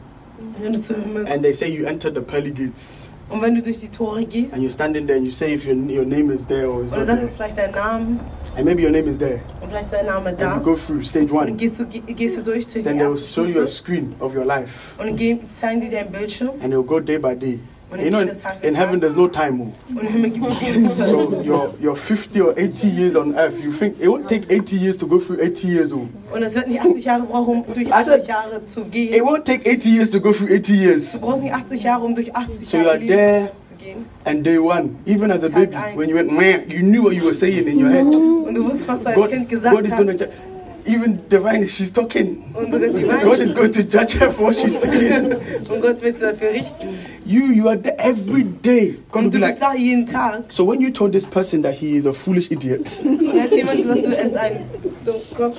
[SPEAKER 3] wenn du zum Himmel
[SPEAKER 2] and they say you enter the pearly gates
[SPEAKER 3] Und wenn du durch die Tore gehst
[SPEAKER 2] and you're standing there and you say if your, your name is there or it's
[SPEAKER 3] und er
[SPEAKER 2] not
[SPEAKER 3] sagt
[SPEAKER 2] there.
[SPEAKER 3] vielleicht deinen Namen
[SPEAKER 2] And maybe your name is there.
[SPEAKER 3] und vielleicht ist dein Name
[SPEAKER 2] And
[SPEAKER 3] da
[SPEAKER 2] you
[SPEAKER 3] und
[SPEAKER 2] go through stage one.
[SPEAKER 3] dann gehst du, ge- gehst du durch durch die
[SPEAKER 2] Then they will
[SPEAKER 3] erste
[SPEAKER 2] show you a
[SPEAKER 3] Stufe
[SPEAKER 2] screen of your life.
[SPEAKER 3] und dann gehen, zeigen die deinen Bildschirm
[SPEAKER 2] And it will go day by day. You know, in, in heaven there's no time. oh.
[SPEAKER 3] und im Himmel gibt es keine Zeit.
[SPEAKER 2] So you're, you're 50 or 80 years on earth. You think it won't take 80 years to go through 80 years oh. old.
[SPEAKER 3] Und es wird nicht 80 Jahre brauchen, um durch
[SPEAKER 2] Also-
[SPEAKER 3] 80 Jahre zu
[SPEAKER 2] It
[SPEAKER 3] gehen.
[SPEAKER 2] won't take 80 years to go through 80
[SPEAKER 3] Du
[SPEAKER 2] years.
[SPEAKER 3] brauchst nicht 80 Jahre, um durch 80
[SPEAKER 2] So you
[SPEAKER 3] Jahre
[SPEAKER 2] are there.
[SPEAKER 3] Leben zu gehen.
[SPEAKER 2] And day one, even as a
[SPEAKER 3] Tag
[SPEAKER 2] baby,
[SPEAKER 3] eins.
[SPEAKER 2] when you went, man, you knew what you were saying in your head.
[SPEAKER 3] Und du wusstest, was du als
[SPEAKER 2] God,
[SPEAKER 3] Kind
[SPEAKER 2] God
[SPEAKER 3] gesagt
[SPEAKER 2] is going
[SPEAKER 3] hast.
[SPEAKER 2] to, even divine, she's talking.
[SPEAKER 3] Und sogar die
[SPEAKER 2] God
[SPEAKER 3] Weinen.
[SPEAKER 2] is going to judge her for what she's saying.
[SPEAKER 3] Und Gott wird sie dafür richten.
[SPEAKER 2] You, you are there every day. God will
[SPEAKER 3] Und
[SPEAKER 2] be
[SPEAKER 3] du
[SPEAKER 2] like,
[SPEAKER 3] bist da jeden Tag.
[SPEAKER 2] so when you told this person that he is a foolish idiot
[SPEAKER 3] Und als jemand gesagt, du isst einen Dummkopf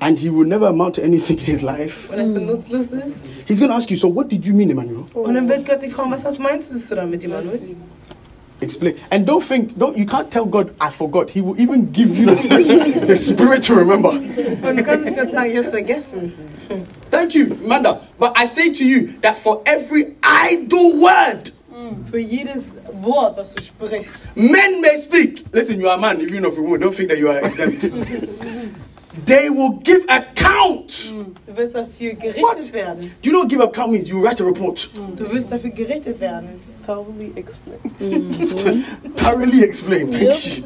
[SPEAKER 2] and he will never amount to anything in his life,
[SPEAKER 3] und dass du nutzlos ist.
[SPEAKER 2] he's going to ask you, so what did you mean, Emmanuel?
[SPEAKER 3] Und dann wird Gott dich fragen, was hast- meinst du damit, Emanuel?
[SPEAKER 2] Explain. And don't think, don't you can't tell God, I forgot. He will even give you the spirit, the spirit to remember.
[SPEAKER 3] Und du kannst nicht Gott sagen, ich hab's vergessen.
[SPEAKER 2] Thank you, Manda. But I say to you that for every idle word
[SPEAKER 3] Für jedes Wort, was du sprichst.
[SPEAKER 2] men may speak, listen, you are a man, if you're not a woman, don't think that you are exempt. they will give account.
[SPEAKER 3] Du wirst dafür gerichtet
[SPEAKER 2] What?
[SPEAKER 3] werden.
[SPEAKER 2] You don't give account means you write a report.
[SPEAKER 3] Du wirst dafür gerichtet werden.
[SPEAKER 5] Thoroughly explained.
[SPEAKER 2] Thoroughly explained. Thank you.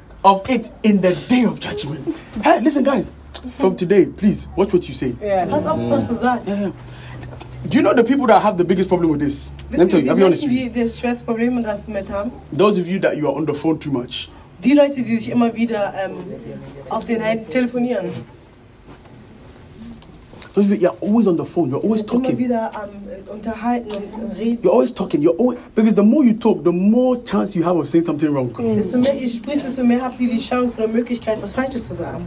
[SPEAKER 2] of it in the day of judgment. Hey, listen, guys. From today, please watch what you say.
[SPEAKER 3] Pass auf, was du sagst.
[SPEAKER 2] Do you know the people that have the biggest problem with this? Let me
[SPEAKER 3] Wisst
[SPEAKER 2] tell you,
[SPEAKER 3] ihr, die
[SPEAKER 2] I'll be honest
[SPEAKER 3] Menschen,
[SPEAKER 2] with you.
[SPEAKER 3] die das schwerste Problem damit haben,
[SPEAKER 2] Those of you that you are on the phone too much,
[SPEAKER 3] die Leute, die sich immer wieder ähm, auf den Händen telefonieren.
[SPEAKER 2] those of you that are always on the phone, you're always
[SPEAKER 3] Immer
[SPEAKER 2] talking.
[SPEAKER 3] wieder am äh, Unterhalten und äh, Reden.
[SPEAKER 2] You're always talking. You're always because the more you talk, the more chance you have of saying something wrong.
[SPEAKER 3] Desto mehr ihr spricht, desto mehr habt ihr die Chance oder Möglichkeit, was Falsches zu sagen.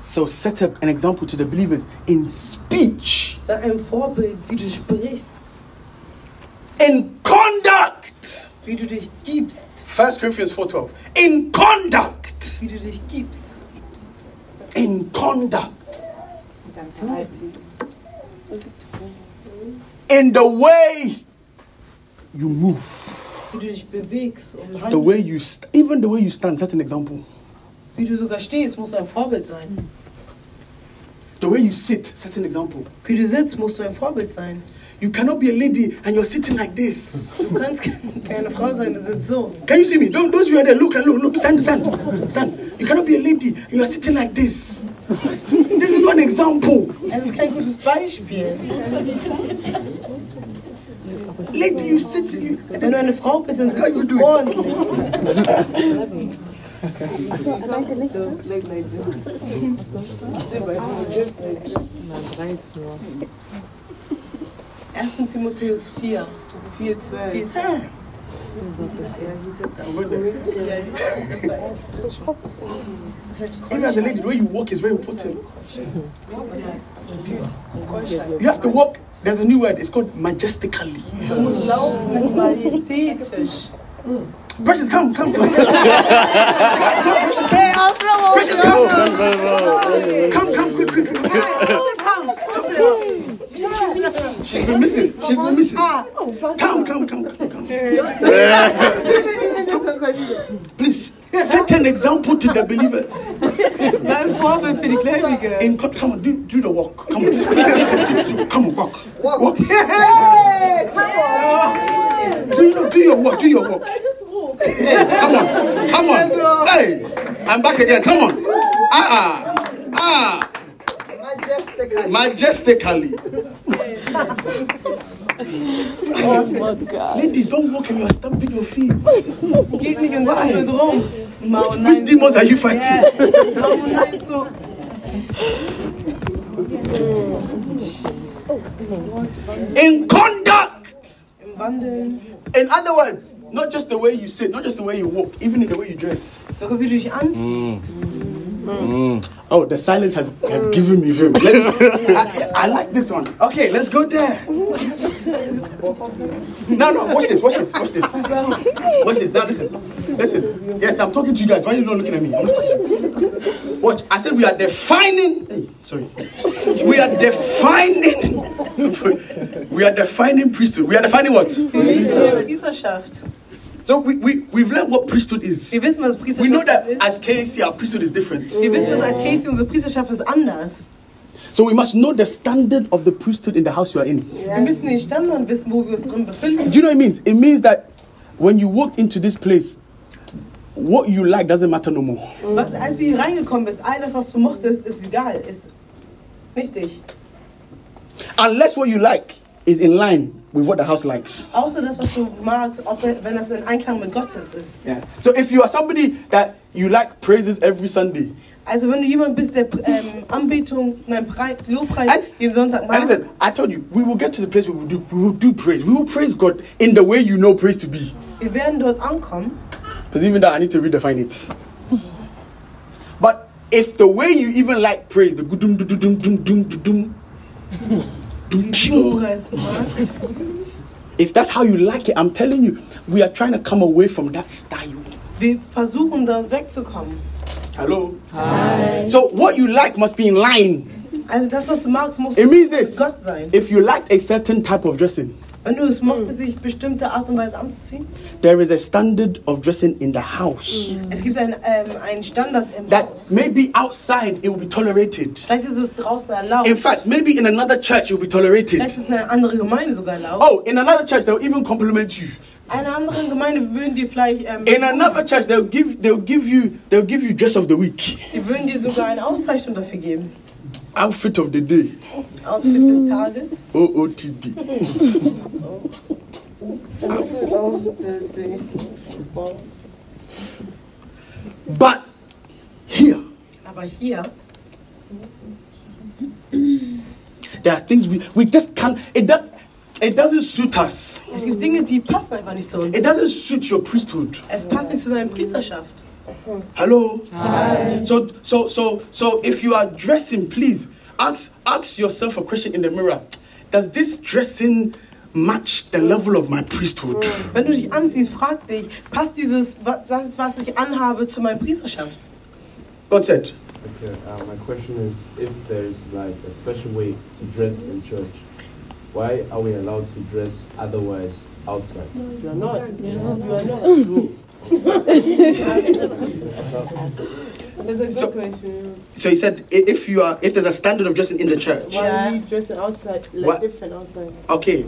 [SPEAKER 2] So set up an example to the believers in speech,
[SPEAKER 3] Sei ein Vorbild, wie du sprichst,
[SPEAKER 2] in conduct.
[SPEAKER 3] wie du dich gibst,
[SPEAKER 2] First Corinthians 4:12. In conduct.
[SPEAKER 3] wie du dich gibst.
[SPEAKER 2] In conduct. In the way you move.
[SPEAKER 3] wie du dich bewegst und
[SPEAKER 2] The way
[SPEAKER 3] handelst.
[SPEAKER 2] you st- even the way you stand, set an example.
[SPEAKER 3] Wie du sogar stehst, musst du ein Vorbild sein.
[SPEAKER 2] The way you sit, set an example.
[SPEAKER 3] Wie du sitzt, musst du ein Vorbild sein.
[SPEAKER 2] You cannot be a lady and you're sitting like this.
[SPEAKER 3] Du kannst ke- keine Frau sein, du sitzt so.
[SPEAKER 2] Can you see me? Don't, those of you are there, look and look, look, stand, stand, stand. You cannot be a lady and you're sitting like this. this is not an example.
[SPEAKER 3] Es ist kein gutes Beispiel.
[SPEAKER 2] Lady, you sit. You,
[SPEAKER 3] Wenn du eine Frau bist, dann sitzt
[SPEAKER 2] Ja,
[SPEAKER 3] du
[SPEAKER 2] du-
[SPEAKER 3] ordentlich. Ersten Timotheus 4, 4, 12. Das heißt,
[SPEAKER 2] even as a
[SPEAKER 3] Keuschheit.
[SPEAKER 2] lady, the way you walk is very important. You have to walk. There's a new word. It's called majestically.
[SPEAKER 3] Du musst laufen, majestätisch.
[SPEAKER 2] Precious, come, come, come. come, precious,
[SPEAKER 3] Hey, Afro!
[SPEAKER 2] precious, come. Oh, Come, come, quick, quick, quick. quick. She's been missing. She's been missing. Come, come, come, come, come. Please set an example to the believers.
[SPEAKER 3] Dein Vorbild für die Gläubigen.
[SPEAKER 2] In God, come on, do, do the walk. Come on, Do- do- come on, walk. Walk. Do you know? Do your walk. Do your walk. Hey, come on, come on. Hey, I'm back again. Come on. Ah, ah, ah. Majestically. Ladies, don't walk and you are stamping your feet.
[SPEAKER 3] Geht nicht um und das wird rum. Mau
[SPEAKER 2] Which demons are you fighting?
[SPEAKER 3] Mau nein, so.
[SPEAKER 2] In conduct.
[SPEAKER 3] Im Wandeln.
[SPEAKER 2] In other words, not just the way you sit, not just the way you walk, even in the way you dress.
[SPEAKER 3] Sogar wie du dich
[SPEAKER 2] Mhm.
[SPEAKER 3] anziehst.
[SPEAKER 2] Oh, the silence has, has given me vim. I, I like this one. Okay, let's go there. No, no, watch this, watch this, watch this. Watch this. Now listen. Listen. Yes, I'm talking to you guys. Why are you not looking at me? Watch. I said we are defining. Hey, sorry. We are defining. We are defining priesthood. We are defining what?
[SPEAKER 3] Priesterschaft.
[SPEAKER 2] So we, we, we've learned what priesthood is.
[SPEAKER 3] Wir wissen, was
[SPEAKER 2] We know
[SPEAKER 3] Priesterschaft
[SPEAKER 2] that
[SPEAKER 3] ist.
[SPEAKER 2] as KC, our priesthood is different.
[SPEAKER 3] Wir wissen, dass als Casey unsere Priesterschaft ist anders.
[SPEAKER 2] So we must know the standard of the priesthood in the house you are in. Do
[SPEAKER 3] Wir müssen den Standard wissen, wo wir uns drin befinden.
[SPEAKER 2] you know what it means? It means that when you walked into this place, what you like doesn't matter no more.
[SPEAKER 3] Was, als du hier reingekommen bist, all das, was du mochtest, ist egal. Ist nichtig.
[SPEAKER 2] Unless what you like is in line with what the house likes.
[SPEAKER 3] Außer das, was du magst, ob, wenn das in Einklang mit Gottes ist.
[SPEAKER 2] Yeah. So if you are somebody that you like praises every Sunday,
[SPEAKER 3] Also wenn du jemand bist, der ähm, Anbetung, nein, Pre Lobpreis
[SPEAKER 2] And-
[SPEAKER 3] jeden Sonntag
[SPEAKER 2] and
[SPEAKER 3] macht,
[SPEAKER 2] listen, I told you, we will get to the place where we will do, we will do praise. We will praise God in the way you know praise to be.
[SPEAKER 3] wir werden dort ankommen.
[SPEAKER 2] Because even that, I need to redefine it. But if the way you even like praise, the gudum dum dum dum dum dum dum dum dum,
[SPEAKER 3] Lobpreis magst.
[SPEAKER 2] if that's how you like it, I'm telling you, we are trying to come away from that style.
[SPEAKER 3] Wir versuchen, da wegzukommen.
[SPEAKER 2] Hello. Hi. So what you like must be in line.
[SPEAKER 3] Also das, was du magst, muss
[SPEAKER 2] It means
[SPEAKER 3] mit
[SPEAKER 2] this.
[SPEAKER 3] Gott sein.
[SPEAKER 2] If you like a certain type of dressing,
[SPEAKER 3] Wenn du
[SPEAKER 2] Mm.
[SPEAKER 3] es mochtest, sich bestimmte Art und Weise anzuziehen,
[SPEAKER 2] there is a standard of dressing in the house
[SPEAKER 3] es gibt einen, ähm, einen Standard im
[SPEAKER 2] that
[SPEAKER 3] Haus.
[SPEAKER 2] maybe outside it will be tolerated.
[SPEAKER 3] Vielleicht ist es draußen erlaubt.
[SPEAKER 2] In fact, maybe in another church it will be tolerated.
[SPEAKER 3] Vielleicht ist eine andere Gemeinde sogar erlaubt.
[SPEAKER 2] Oh, in another church they'll even compliment you.
[SPEAKER 3] Einer anderen Gemeinde würden dir vielleicht ähm,
[SPEAKER 2] Oh. In another church, they'll give they'll give you they'll give you dress of the week,
[SPEAKER 3] die würden dir sogar eine Auszeichnung dafür geben.
[SPEAKER 2] outfit of the day,
[SPEAKER 3] Outfit
[SPEAKER 5] Mm.
[SPEAKER 3] des Tages.
[SPEAKER 2] OOTD. But here,
[SPEAKER 3] Aber hier,
[SPEAKER 2] there are things we we just can't. It do, it doesn't suit us.
[SPEAKER 3] es gibt Dinge, die passen einfach nicht zu uns.
[SPEAKER 2] It doesn't suit your priesthood.
[SPEAKER 3] Es passt nicht zu deiner Priesterschaft.
[SPEAKER 2] Hello. Hi. So so so so if you are dressing, please ask ask yourself a question in the mirror. Does this dressing match the level of my priesthood?
[SPEAKER 3] Wenn du dich anziehst, frag dich, passt dieses, was, das ist, was ich anhabe, zu meiner Priesterschaft?
[SPEAKER 2] God said.
[SPEAKER 10] Okay, uh, my question is if there's like a special way to dress in church, why are we allowed to dress otherwise outside?
[SPEAKER 5] You're not. You're not.
[SPEAKER 10] True.
[SPEAKER 5] That's a good
[SPEAKER 2] So-
[SPEAKER 5] question.
[SPEAKER 2] So he said, i- if you are, if there's a standard of dressing in the church,
[SPEAKER 5] Why are you dressing outside? Like
[SPEAKER 2] What?
[SPEAKER 5] different outside.
[SPEAKER 2] okay,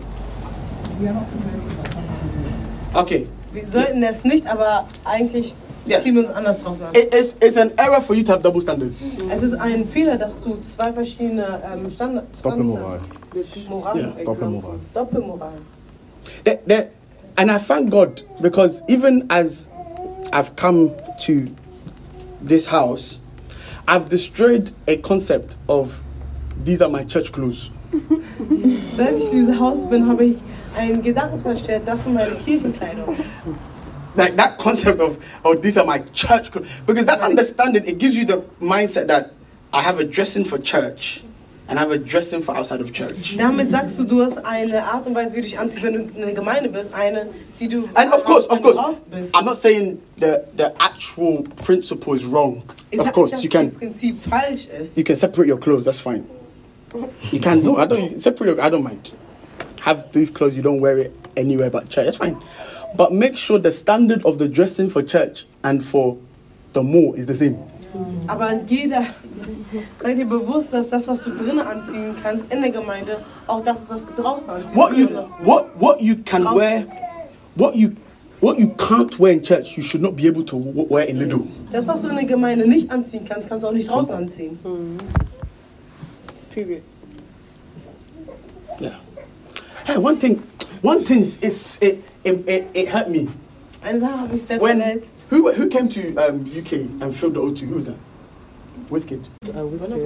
[SPEAKER 11] We are not interested.
[SPEAKER 2] okay.
[SPEAKER 3] Wir sollten es nicht, aber eigentlich
[SPEAKER 2] Ja. Äh.
[SPEAKER 3] ziehen wir uns anders draus an.
[SPEAKER 2] It- it's, it's an error for you to have double standards.
[SPEAKER 3] Es ist ein Fehler, dass du zwei verschiedene ähm, Standard,
[SPEAKER 4] Doppelmoral.
[SPEAKER 3] Standard- Moral
[SPEAKER 2] Ja,
[SPEAKER 3] Example.
[SPEAKER 4] Doppelmoral.
[SPEAKER 3] Doppelmoral.
[SPEAKER 2] There- there- and I thank God because even as I've come to this house, I've destroyed a concept of these are my church clothes.
[SPEAKER 3] Wenn ich in diesem Haus bin, habe ich einen Gedanken zerstört, das sind meine Kirchenkleidung.
[SPEAKER 2] Like that concept of, oh, these are my church clothes. Because that understanding, it gives you the mindset that I have a dressing for church and I have a dressing for outside of church.
[SPEAKER 3] Damit sagst du, du hast eine Art und Weise, wie du dich anziehst, wenn du in der Gemeinde bist, eine, die du
[SPEAKER 2] And Äh, of course, of
[SPEAKER 3] wenn du
[SPEAKER 2] course,
[SPEAKER 3] raus bist.
[SPEAKER 2] I'm not saying the, the actual principle is wrong.
[SPEAKER 3] Ich
[SPEAKER 2] Of
[SPEAKER 3] sag nicht,
[SPEAKER 2] course,
[SPEAKER 3] dass
[SPEAKER 2] you
[SPEAKER 3] das
[SPEAKER 2] can
[SPEAKER 3] Prinzip falsch ist.
[SPEAKER 2] you can separate your clothes. That's fine. You can no, I don't separate. Your, I don't mind. Have these clothes. You don't wear it anywhere but church. That's fine. But make sure the standard of the dressing for church and for the mall is the same.
[SPEAKER 3] Aber jeder, seid ihr bewusst, dass das, was du drinnen anziehen kannst in der Gemeinde, auch das ist, was du draußen anziehst.
[SPEAKER 2] What you what what you can wear, what you what you can't wear in church, you should not be able to w- wear in Lidl.
[SPEAKER 3] Das, was du in der Gemeinde nicht anziehen kannst, kannst du auch nicht draußen anziehen.
[SPEAKER 5] Period.
[SPEAKER 2] Yeah. Hey, one thing, one thing is it it, it, it hurt me
[SPEAKER 3] Eine Sache habe ich sehr
[SPEAKER 2] when
[SPEAKER 3] verletzt.
[SPEAKER 2] who who came to um, UK and filled the O2. Who was that? Oh, Wizkid.
[SPEAKER 5] I was there.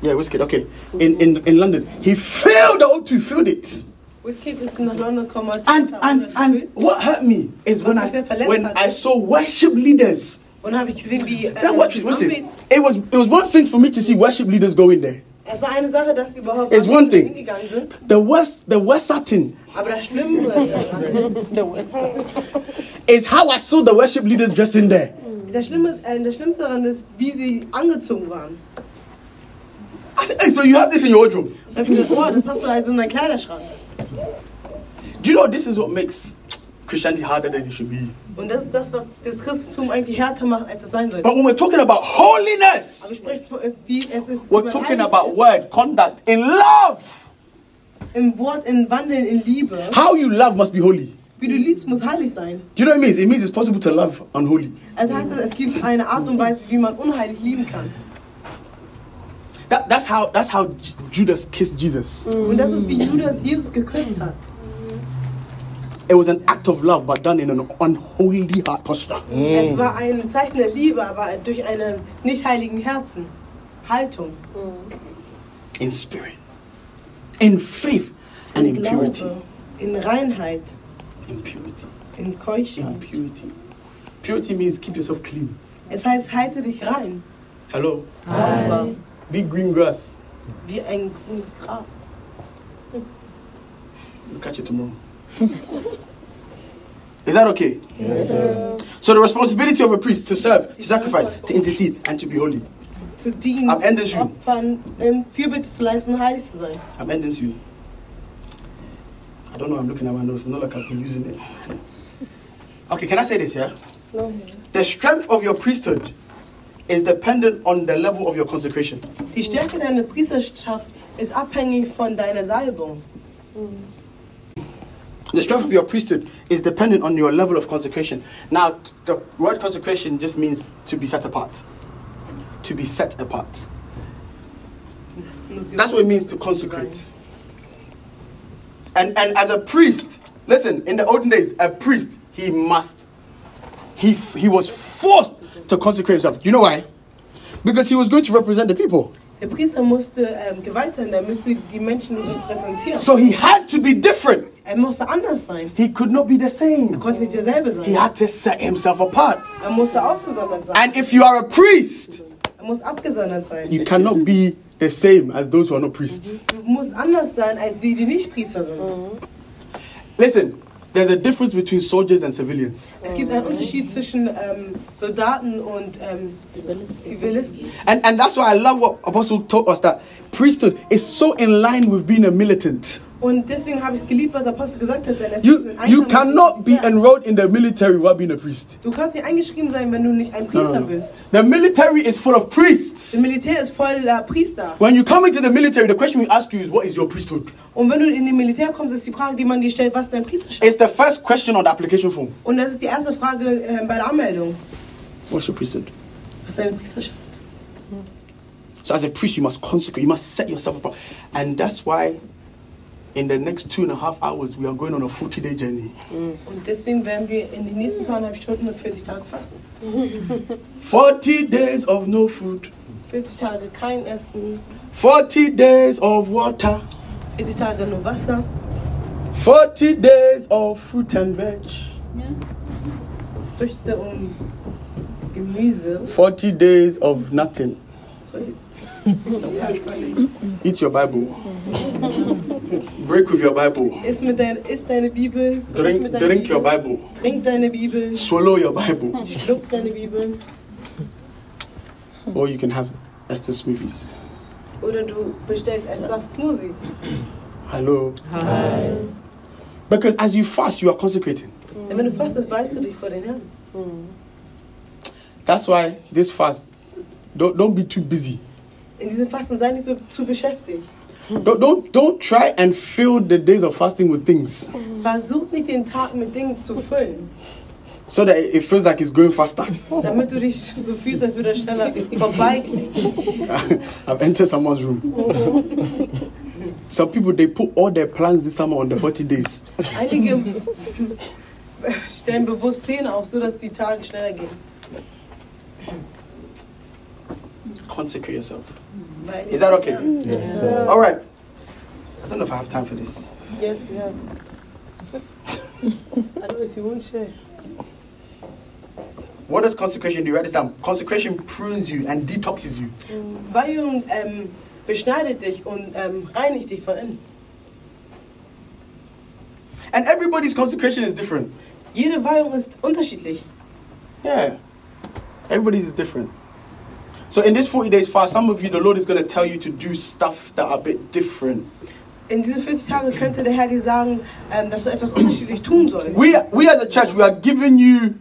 [SPEAKER 2] Yeah, Wizkid, okay. In, in in London. He failed the O2, failed it.
[SPEAKER 3] Wizkid ist nach London gekommen. hat
[SPEAKER 2] And
[SPEAKER 3] Twitter
[SPEAKER 2] and and
[SPEAKER 3] angefüllt.
[SPEAKER 2] what hurt me is when I
[SPEAKER 3] Was mich sehr verletzt
[SPEAKER 2] when
[SPEAKER 3] hat,
[SPEAKER 2] I
[SPEAKER 3] ist-
[SPEAKER 2] saw worship leaders.
[SPEAKER 3] Und dann habe ich gesehen, wie. äh,
[SPEAKER 2] That watch it, watch it.
[SPEAKER 3] Ahmed-
[SPEAKER 2] It was it was one thing for me to see worship leaders go in there.
[SPEAKER 3] Es war eine Sache, dass sie überhaupt
[SPEAKER 2] It's one thing.
[SPEAKER 3] hingegangen sind.
[SPEAKER 2] The worst the worst thing
[SPEAKER 3] Aber das Schlimme daran ist,
[SPEAKER 5] The West.
[SPEAKER 2] is how I saw the worship leaders dressing there.
[SPEAKER 3] das, Schlimme, äh, das Schlimmste daran ist, wie sie angezogen waren.
[SPEAKER 2] I said, hey, so you have this in your wardrobe.
[SPEAKER 3] Dann habe ich gedacht, oh, das hast du also in deinem Kleiderschrank.
[SPEAKER 2] Do you know this is what makes Christianity harder than it should be?
[SPEAKER 3] Und das ist das, was das Christentum eigentlich härter macht, als es sein sollte.
[SPEAKER 2] But when we're talking about holiness,
[SPEAKER 3] Aber ich spreche, von, äh, wie es ist. wie
[SPEAKER 2] we're
[SPEAKER 3] man
[SPEAKER 2] talking
[SPEAKER 3] heilig
[SPEAKER 2] about
[SPEAKER 3] ist.
[SPEAKER 2] word, conduct, in love.
[SPEAKER 3] Im Wort, in Wandeln, in Liebe.
[SPEAKER 2] How you love must be holy.
[SPEAKER 3] Wie du liebst, muss heilig sein.
[SPEAKER 2] Do you know what it means? It means it's possible to love unholy.
[SPEAKER 3] Also heißt das, es gibt eine Art und Weise, wie man unheilig lieben kann.
[SPEAKER 2] That, that's how that's how J- Judas kissed Jesus.
[SPEAKER 3] Und das ist, wie Judas Jesus geküsst hat.
[SPEAKER 2] It was an act of love, but done in an unholy heart posture.
[SPEAKER 3] Es war ein Zeichen der Liebe, aber durch einen nicht heiligen Herzen. Haltung.
[SPEAKER 2] In spirit, in faith, and in purity.
[SPEAKER 3] Glaube. In Reinheit.
[SPEAKER 2] In purity.
[SPEAKER 3] In Keuschheit.
[SPEAKER 2] In purity. Purity means keep yourself clean.
[SPEAKER 3] Es heißt, halte dich rein.
[SPEAKER 2] Hello.
[SPEAKER 3] Sauber.
[SPEAKER 2] Be green grass.
[SPEAKER 3] Wie ein grünes Gras.
[SPEAKER 2] We'll catch you tomorrow. Is that okay? Yes, sir. So the responsibility of a priest to serve, to sacrifice, to intercede, and to be holy.
[SPEAKER 3] Zu dienen,
[SPEAKER 2] Am Ende
[SPEAKER 3] zu
[SPEAKER 2] schön.
[SPEAKER 3] opfern, ähm, Fürbitte zu leisten und heilig zu sein.
[SPEAKER 2] I'm ending soon. I don't know. I'm looking at my nose. It's not like I've been using it. Okay, can I say this? Yeah. The strength of your priesthood is dependent on the level of your consecration.
[SPEAKER 3] Die Stärke deiner Priesterschaft ist abhängig von deiner Salbung.
[SPEAKER 2] The strength of your priesthood is dependent on your level of consecration. Now, the word consecration just means to be set apart. To be set apart. That's what it means to consecrate. And and as a priest, listen, in the olden days, a priest he must he f- he was forced to consecrate himself. You know why? Because he was going to represent the people.
[SPEAKER 3] Der Priester musste ähm, geweiht sein, der müsste die Menschen repräsentieren.
[SPEAKER 2] So he had to be different.
[SPEAKER 3] Er musste anders sein.
[SPEAKER 2] He could not be the same.
[SPEAKER 3] Er konnte nicht derselbe
[SPEAKER 2] He
[SPEAKER 3] sein.
[SPEAKER 2] had to set himself apart.
[SPEAKER 3] Er musste ausgesondert sein.
[SPEAKER 2] And if you are a priest,
[SPEAKER 3] Er muss abgesondert sein.
[SPEAKER 2] you cannot be the same as those who are not priests.
[SPEAKER 3] Du musst anders sein als die, die nicht Priester sind.
[SPEAKER 2] Listen, there's a difference between soldiers and civilians.
[SPEAKER 3] Es gibt einen Unterschied zwischen ähm, Soldaten und ähm, Zivilisten.
[SPEAKER 2] And, and that's why I love what Apostle taught us that priesthood is so in line with being a militant.
[SPEAKER 3] Und deswegen habe ich es geliebt, was der Apostel gesagt hat, denn es ist
[SPEAKER 2] You,
[SPEAKER 3] ein
[SPEAKER 2] you
[SPEAKER 3] einsamer
[SPEAKER 2] cannot
[SPEAKER 3] Weg.
[SPEAKER 2] be enrolled in the military while being a priest.
[SPEAKER 3] Du kannst nicht eingeschrieben sein, wenn du nicht ein
[SPEAKER 2] No, no,
[SPEAKER 3] Priester
[SPEAKER 2] no.
[SPEAKER 3] bist.
[SPEAKER 2] The military is full of priests.
[SPEAKER 3] Das Militär ist voller Priester.
[SPEAKER 2] When you come into the military, the question we ask you is, what is your priesthood?
[SPEAKER 3] Und wenn du in den Militär kommst, ist die Frage, die man dir stellt, was ist dein Priesterschaft?
[SPEAKER 2] It's the first question on the application form.
[SPEAKER 3] Und das ist die erste Frage äh, bei der Anmeldung.
[SPEAKER 2] What's your priesthood?
[SPEAKER 3] Was ist deine Priesterschaft?
[SPEAKER 2] So as a priest, you must consecrate, you must set yourself apart. And that's why in the next two and a half hours, we are going on a 40-day journey.
[SPEAKER 3] Und deswegen werden wir in den nächsten zweieinhalb Stunden und 40 Tage fasten.
[SPEAKER 2] 40 days of no food,
[SPEAKER 3] 40 Tage kein Essen,
[SPEAKER 2] 40 days of water,
[SPEAKER 3] 40 Tage nur Wasser,
[SPEAKER 2] 40 days of fruit and veg,
[SPEAKER 3] Früchte und Gemüse.
[SPEAKER 2] 40 days of nothing.
[SPEAKER 3] 40 Tage kein-
[SPEAKER 2] Eat your Bible. Break with your Bible.
[SPEAKER 3] Iss, mit dein, iss deine Bibel. brich
[SPEAKER 2] Drink,
[SPEAKER 3] mit deiner
[SPEAKER 2] drink your
[SPEAKER 3] Bibel,
[SPEAKER 2] Bible.
[SPEAKER 3] Trink deine Bibel.
[SPEAKER 2] Swallow your Bible.
[SPEAKER 3] Schluck deine Bibel.
[SPEAKER 2] Or you can have Esther smoothies.
[SPEAKER 3] Oder du bestellst extra Smoothies.
[SPEAKER 2] Hello. Hi. Because as you fast, you are consecrating.
[SPEAKER 3] Denn wenn du fastest, weißt du dich vor den Herrn.
[SPEAKER 2] That's why this fast, don't, don't be too busy.
[SPEAKER 3] In diesem Fasten sei nicht so zu beschäftigt.
[SPEAKER 2] Don't, don't, don't try and fill the days of fasting with things
[SPEAKER 3] Versuch nicht den Tag mit Dingen zu füllen,
[SPEAKER 2] so that it feels like it's going faster.
[SPEAKER 3] damit du dich so fühlst, als würde er schneller vorbeigehen.
[SPEAKER 2] I've entered someone's room. Some people, they put all their plans this summer on the 40 days.
[SPEAKER 3] Einige stellen bewusst Pläne auf, sodass die Tage schneller gehen.
[SPEAKER 2] Consecrate yourself.
[SPEAKER 3] Weil die-
[SPEAKER 2] Is that okay?
[SPEAKER 3] Yes, sir.
[SPEAKER 2] All right. I don't know if I have time for this.
[SPEAKER 5] Yes, yeah. I know it's your own share.
[SPEAKER 2] What does consecration do? Write this down. Consecration prunes you and detoxes you.
[SPEAKER 3] Weihung ähm, beschneidet dich und ähm, reinigt dich von innen.
[SPEAKER 2] And everybody's consecration is different.
[SPEAKER 3] Jede Weihung ist unterschiedlich.
[SPEAKER 2] Yeah. Everybody's is different. So in this 40 days fast, some of you, the Lord is going to tell you to do stuff that are a bit different.
[SPEAKER 3] In diesen 40 Tagen könnte der Herr dir sagen, ähm, dass du etwas unterschiedlich tun sollst.
[SPEAKER 2] We, we as a church, we are giving you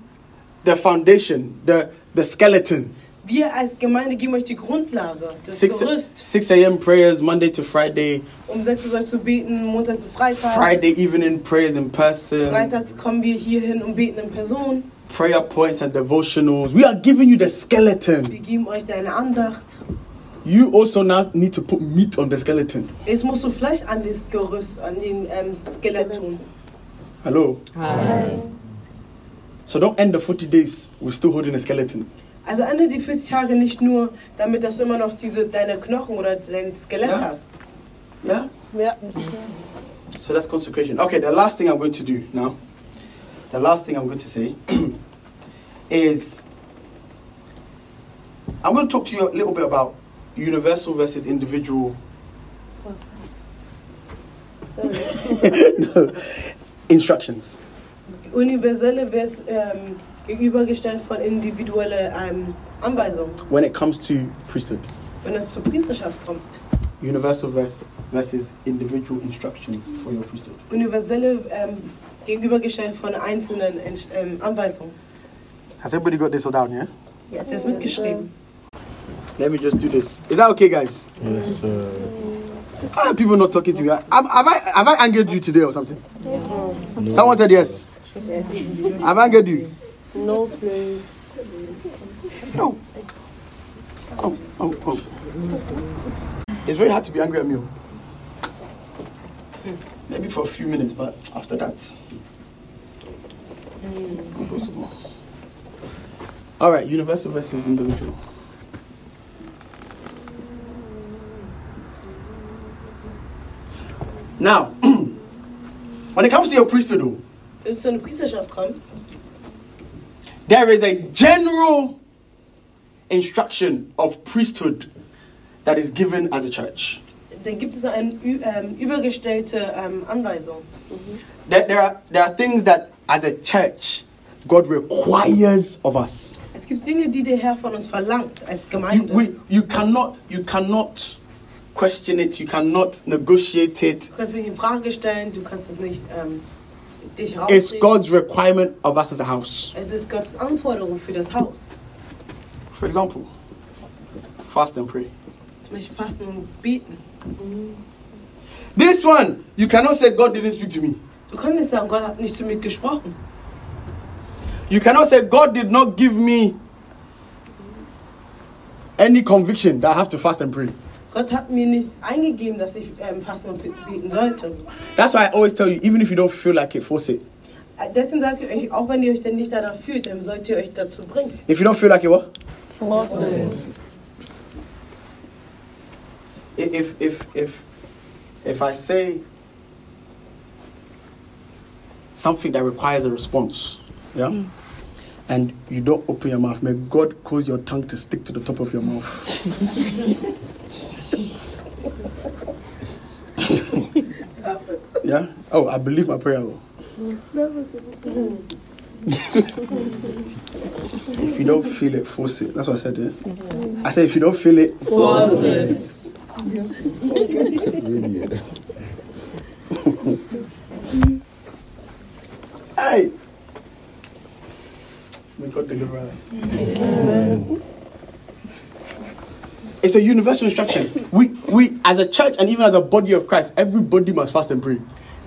[SPEAKER 2] the foundation, the, the skeleton.
[SPEAKER 3] Wir als Gemeinde geben euch die Grundlage, das
[SPEAKER 2] 6,
[SPEAKER 3] Gerüst.
[SPEAKER 2] 6 a.m. prayers, Monday to Friday,
[SPEAKER 3] Um 6 Uhr sollst du beten, Montag bis Freitag.
[SPEAKER 2] Friday evening prayers in person,
[SPEAKER 3] Freitags kommen wir hierhin und beten in Person.
[SPEAKER 2] prayer points and devotionals. We are giving you the skeleton.
[SPEAKER 3] Wir geben euch deine Andacht.
[SPEAKER 2] You also now need to put meat on the skeleton.
[SPEAKER 3] Jetzt musst du Fleisch an das Gerüst, an den ähm, Skelett tun.
[SPEAKER 2] Hello? So don't end the 40 days with still holding a skeleton.
[SPEAKER 3] Also ende die 40 Tage nicht nur, damit dass du immer noch diese, deine Knochen oder dein Skelett
[SPEAKER 2] Ja.
[SPEAKER 3] hast.
[SPEAKER 2] Yeah?
[SPEAKER 5] Yeah.
[SPEAKER 2] So that's consecration. Okay, the last thing I'm going to do now, the last thing I'm going to say is I'm going to talk to you a little bit about universal versus individual
[SPEAKER 5] Sorry.
[SPEAKER 2] instructions.
[SPEAKER 3] Universelle wäre es ähm, gegenübergestellt von individueller ähm, Anweisung,
[SPEAKER 2] when it comes to priesthood.
[SPEAKER 3] wenn es zur Priesterschaft kommt.
[SPEAKER 2] Universal vers- versus individual instructions for your priesthood.
[SPEAKER 3] Universelle ähm, gegenübergestellt von einzelnen Entsch- ähm, Anweisungen.
[SPEAKER 2] Has everybody got this all down, yeah?
[SPEAKER 3] Ja, das ist mitgeschrieben.
[SPEAKER 2] Let me just do this. Is that okay, guys?
[SPEAKER 8] Yes, sir.
[SPEAKER 2] Why are people not talking to me? Have, have, I, have I angered you today or something? Someone said yes. Have I angered you?
[SPEAKER 5] No play.
[SPEAKER 2] No. Oh, oh, oh. It's very hard to be angry at me. oh. Maybe for a few minutes, but after that, it's not possible. All right, universal versus individual. Now, when it comes to your priesthood, oh,
[SPEAKER 3] Wenn du zu einer Priesterschaft kommst,
[SPEAKER 2] there is a general instruction of priesthood that is given as a church.
[SPEAKER 3] dann gibt es eine ü- ähm, übergestellte ähm, Anweisung.
[SPEAKER 2] There, there, are, there are things that, as a church, God requires of us.
[SPEAKER 3] Es gibt Dinge, die der Herr von uns verlangt als
[SPEAKER 2] You,
[SPEAKER 3] Gemeinde.
[SPEAKER 2] we, you, cannot, you cannot question it, you cannot negotiate it.
[SPEAKER 3] Du kannst es nicht in Frage stellen, du kannst es nicht ähm, dich
[SPEAKER 2] It's
[SPEAKER 3] rausreden.
[SPEAKER 2] God's requirement of us as a house.
[SPEAKER 3] Es ist Gottes Anforderung für das Haus.
[SPEAKER 2] For example, fast and pray.
[SPEAKER 3] Zum Beispiel fasten und beten.
[SPEAKER 2] This one, you cannot say God didn't speak to me.
[SPEAKER 3] Du kannst nicht sagen, Gott hat nicht zu mir gesprochen.
[SPEAKER 2] You cannot say God did not give me any conviction that I have to fast and pray.
[SPEAKER 3] Gott hat mir nicht eingegeben, dass ich ähm, fasten und be- beten sollte.
[SPEAKER 2] That's why I always tell you, even if you don't feel like it, force it.
[SPEAKER 3] Äh, Deswegen sage ich euch, auch wenn ihr euch denn nicht danach fühlt, dann sollt ihr euch dazu bringen.
[SPEAKER 2] If you don't feel like it, what? I- If if if if I say something that requires a response, yeah, and you don't open your mouth, may God cause your tongue to stick to the top of your mouth. yeah. Oh, I believe my prayer. oh. If you don't feel it, force it. That's what I said. Yeah? I said if you don't feel it, force it. Hey. May God deliver us. It's a universal instruction. We, we, as a church and even as a body of Christ, everybody must fast and pray.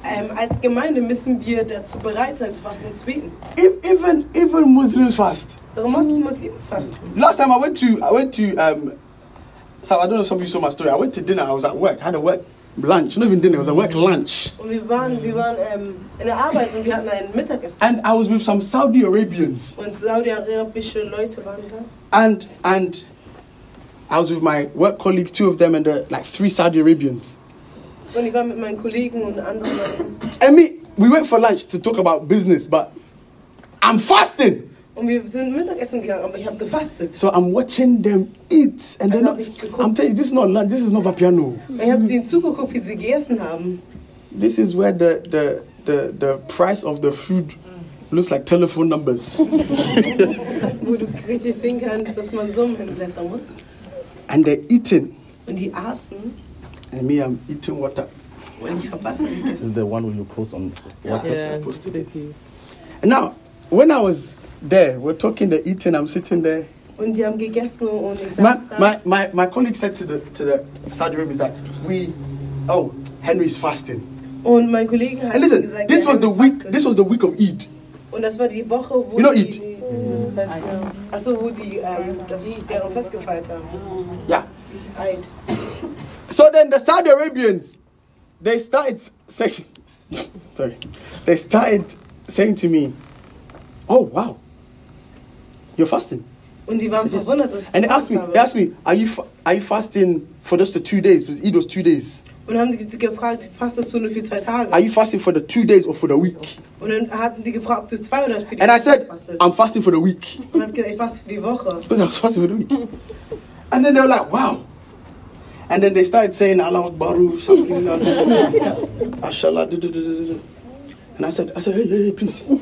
[SPEAKER 3] Ähm, als Gemeinde müssen wir dazu bereit sein, zu fasten und zu beten.
[SPEAKER 2] If, even, even Muslims fast.
[SPEAKER 3] So muss Muslime fasten.
[SPEAKER 2] Last time I went to, I went to, um, so I don't know if some of you saw my story. I went to dinner. I was at work. I had a work lunch. Not even dinner. It was a work lunch.
[SPEAKER 3] Und wir waren, wir waren ähm, in der Arbeit und wir hatten ein Mittagessen.
[SPEAKER 2] And I was with some Saudi Arabians.
[SPEAKER 3] Und saudi-arabische Leute waren da.
[SPEAKER 2] and and I was with my work colleagues, two of them, and uh, like three Saudi Arabians.
[SPEAKER 3] Und ich war mit meinen Kollegen und anderen Leuten.
[SPEAKER 2] And me, we went for lunch to talk about business, but I'm fasting,
[SPEAKER 3] Und wir sind Mittagessen gegangen, aber ich habe gefastet.
[SPEAKER 2] so I'm watching them eat, and they're not. I'm telling you, this is not lunch. This is not Vapiano.
[SPEAKER 3] Ich habe denen zugeguckt, wie sie gegessen haben.
[SPEAKER 2] This is where the the the, the price of the food looks like telephone numbers,
[SPEAKER 3] Wo du richtig sehen kannst, dass man Summen hinblättern muss.
[SPEAKER 2] and they're eating,
[SPEAKER 3] Und die aßen
[SPEAKER 2] and me, I'm eating water.
[SPEAKER 3] und ich habe Wasser
[SPEAKER 8] This
[SPEAKER 3] gegessen.
[SPEAKER 8] is the one where you post on
[SPEAKER 2] Yeah.
[SPEAKER 8] WhatsApp.
[SPEAKER 2] And now, when I was there, we're talking, they're eating, I'm sitting there.
[SPEAKER 3] Und die haben gegessen und ich
[SPEAKER 2] My,
[SPEAKER 3] saß da.
[SPEAKER 2] my, my, my colleague said to the to the Saudi Arabians that we, oh, Henry's fasting.
[SPEAKER 3] und mein Kollege hat
[SPEAKER 2] And listen,
[SPEAKER 3] gesagt,
[SPEAKER 2] this
[SPEAKER 3] ja,
[SPEAKER 2] was the week. This was the week of Eid.
[SPEAKER 3] und das war die Woche, wo
[SPEAKER 2] You know
[SPEAKER 3] die... Achso, wo die ähm, das deren Fest gefeiert haben.
[SPEAKER 2] Yeah.
[SPEAKER 3] Eid.
[SPEAKER 2] So then the Saudi Arabians, they started saying, sorry, they started saying to me, oh wow, you're fasting.
[SPEAKER 3] Und die waren verwundert, dass ich
[SPEAKER 2] And they asked me,
[SPEAKER 3] gefasst
[SPEAKER 2] they
[SPEAKER 3] habe.
[SPEAKER 2] asked me, are you fa- are you fasting for just the two days? Because Eid was two days.
[SPEAKER 3] Und haben die gefragt, fastest du nur für zwei Tage?
[SPEAKER 2] Are you fasting for the two days or for the week?
[SPEAKER 3] Und dann hatten die gefragt, ob du zwei oder für die
[SPEAKER 2] And I
[SPEAKER 3] Woche
[SPEAKER 2] said, um,
[SPEAKER 3] fastest.
[SPEAKER 2] I'm fasting for the week.
[SPEAKER 3] und hab gesagt, ich faste für die Woche.
[SPEAKER 2] Because I was fasting for the week. And then they were like, wow. And then they started saying Allah Baru, something like Ashallah, do, do, do, do, do. And I said, I said, hey, hey, hey, please.
[SPEAKER 3] Und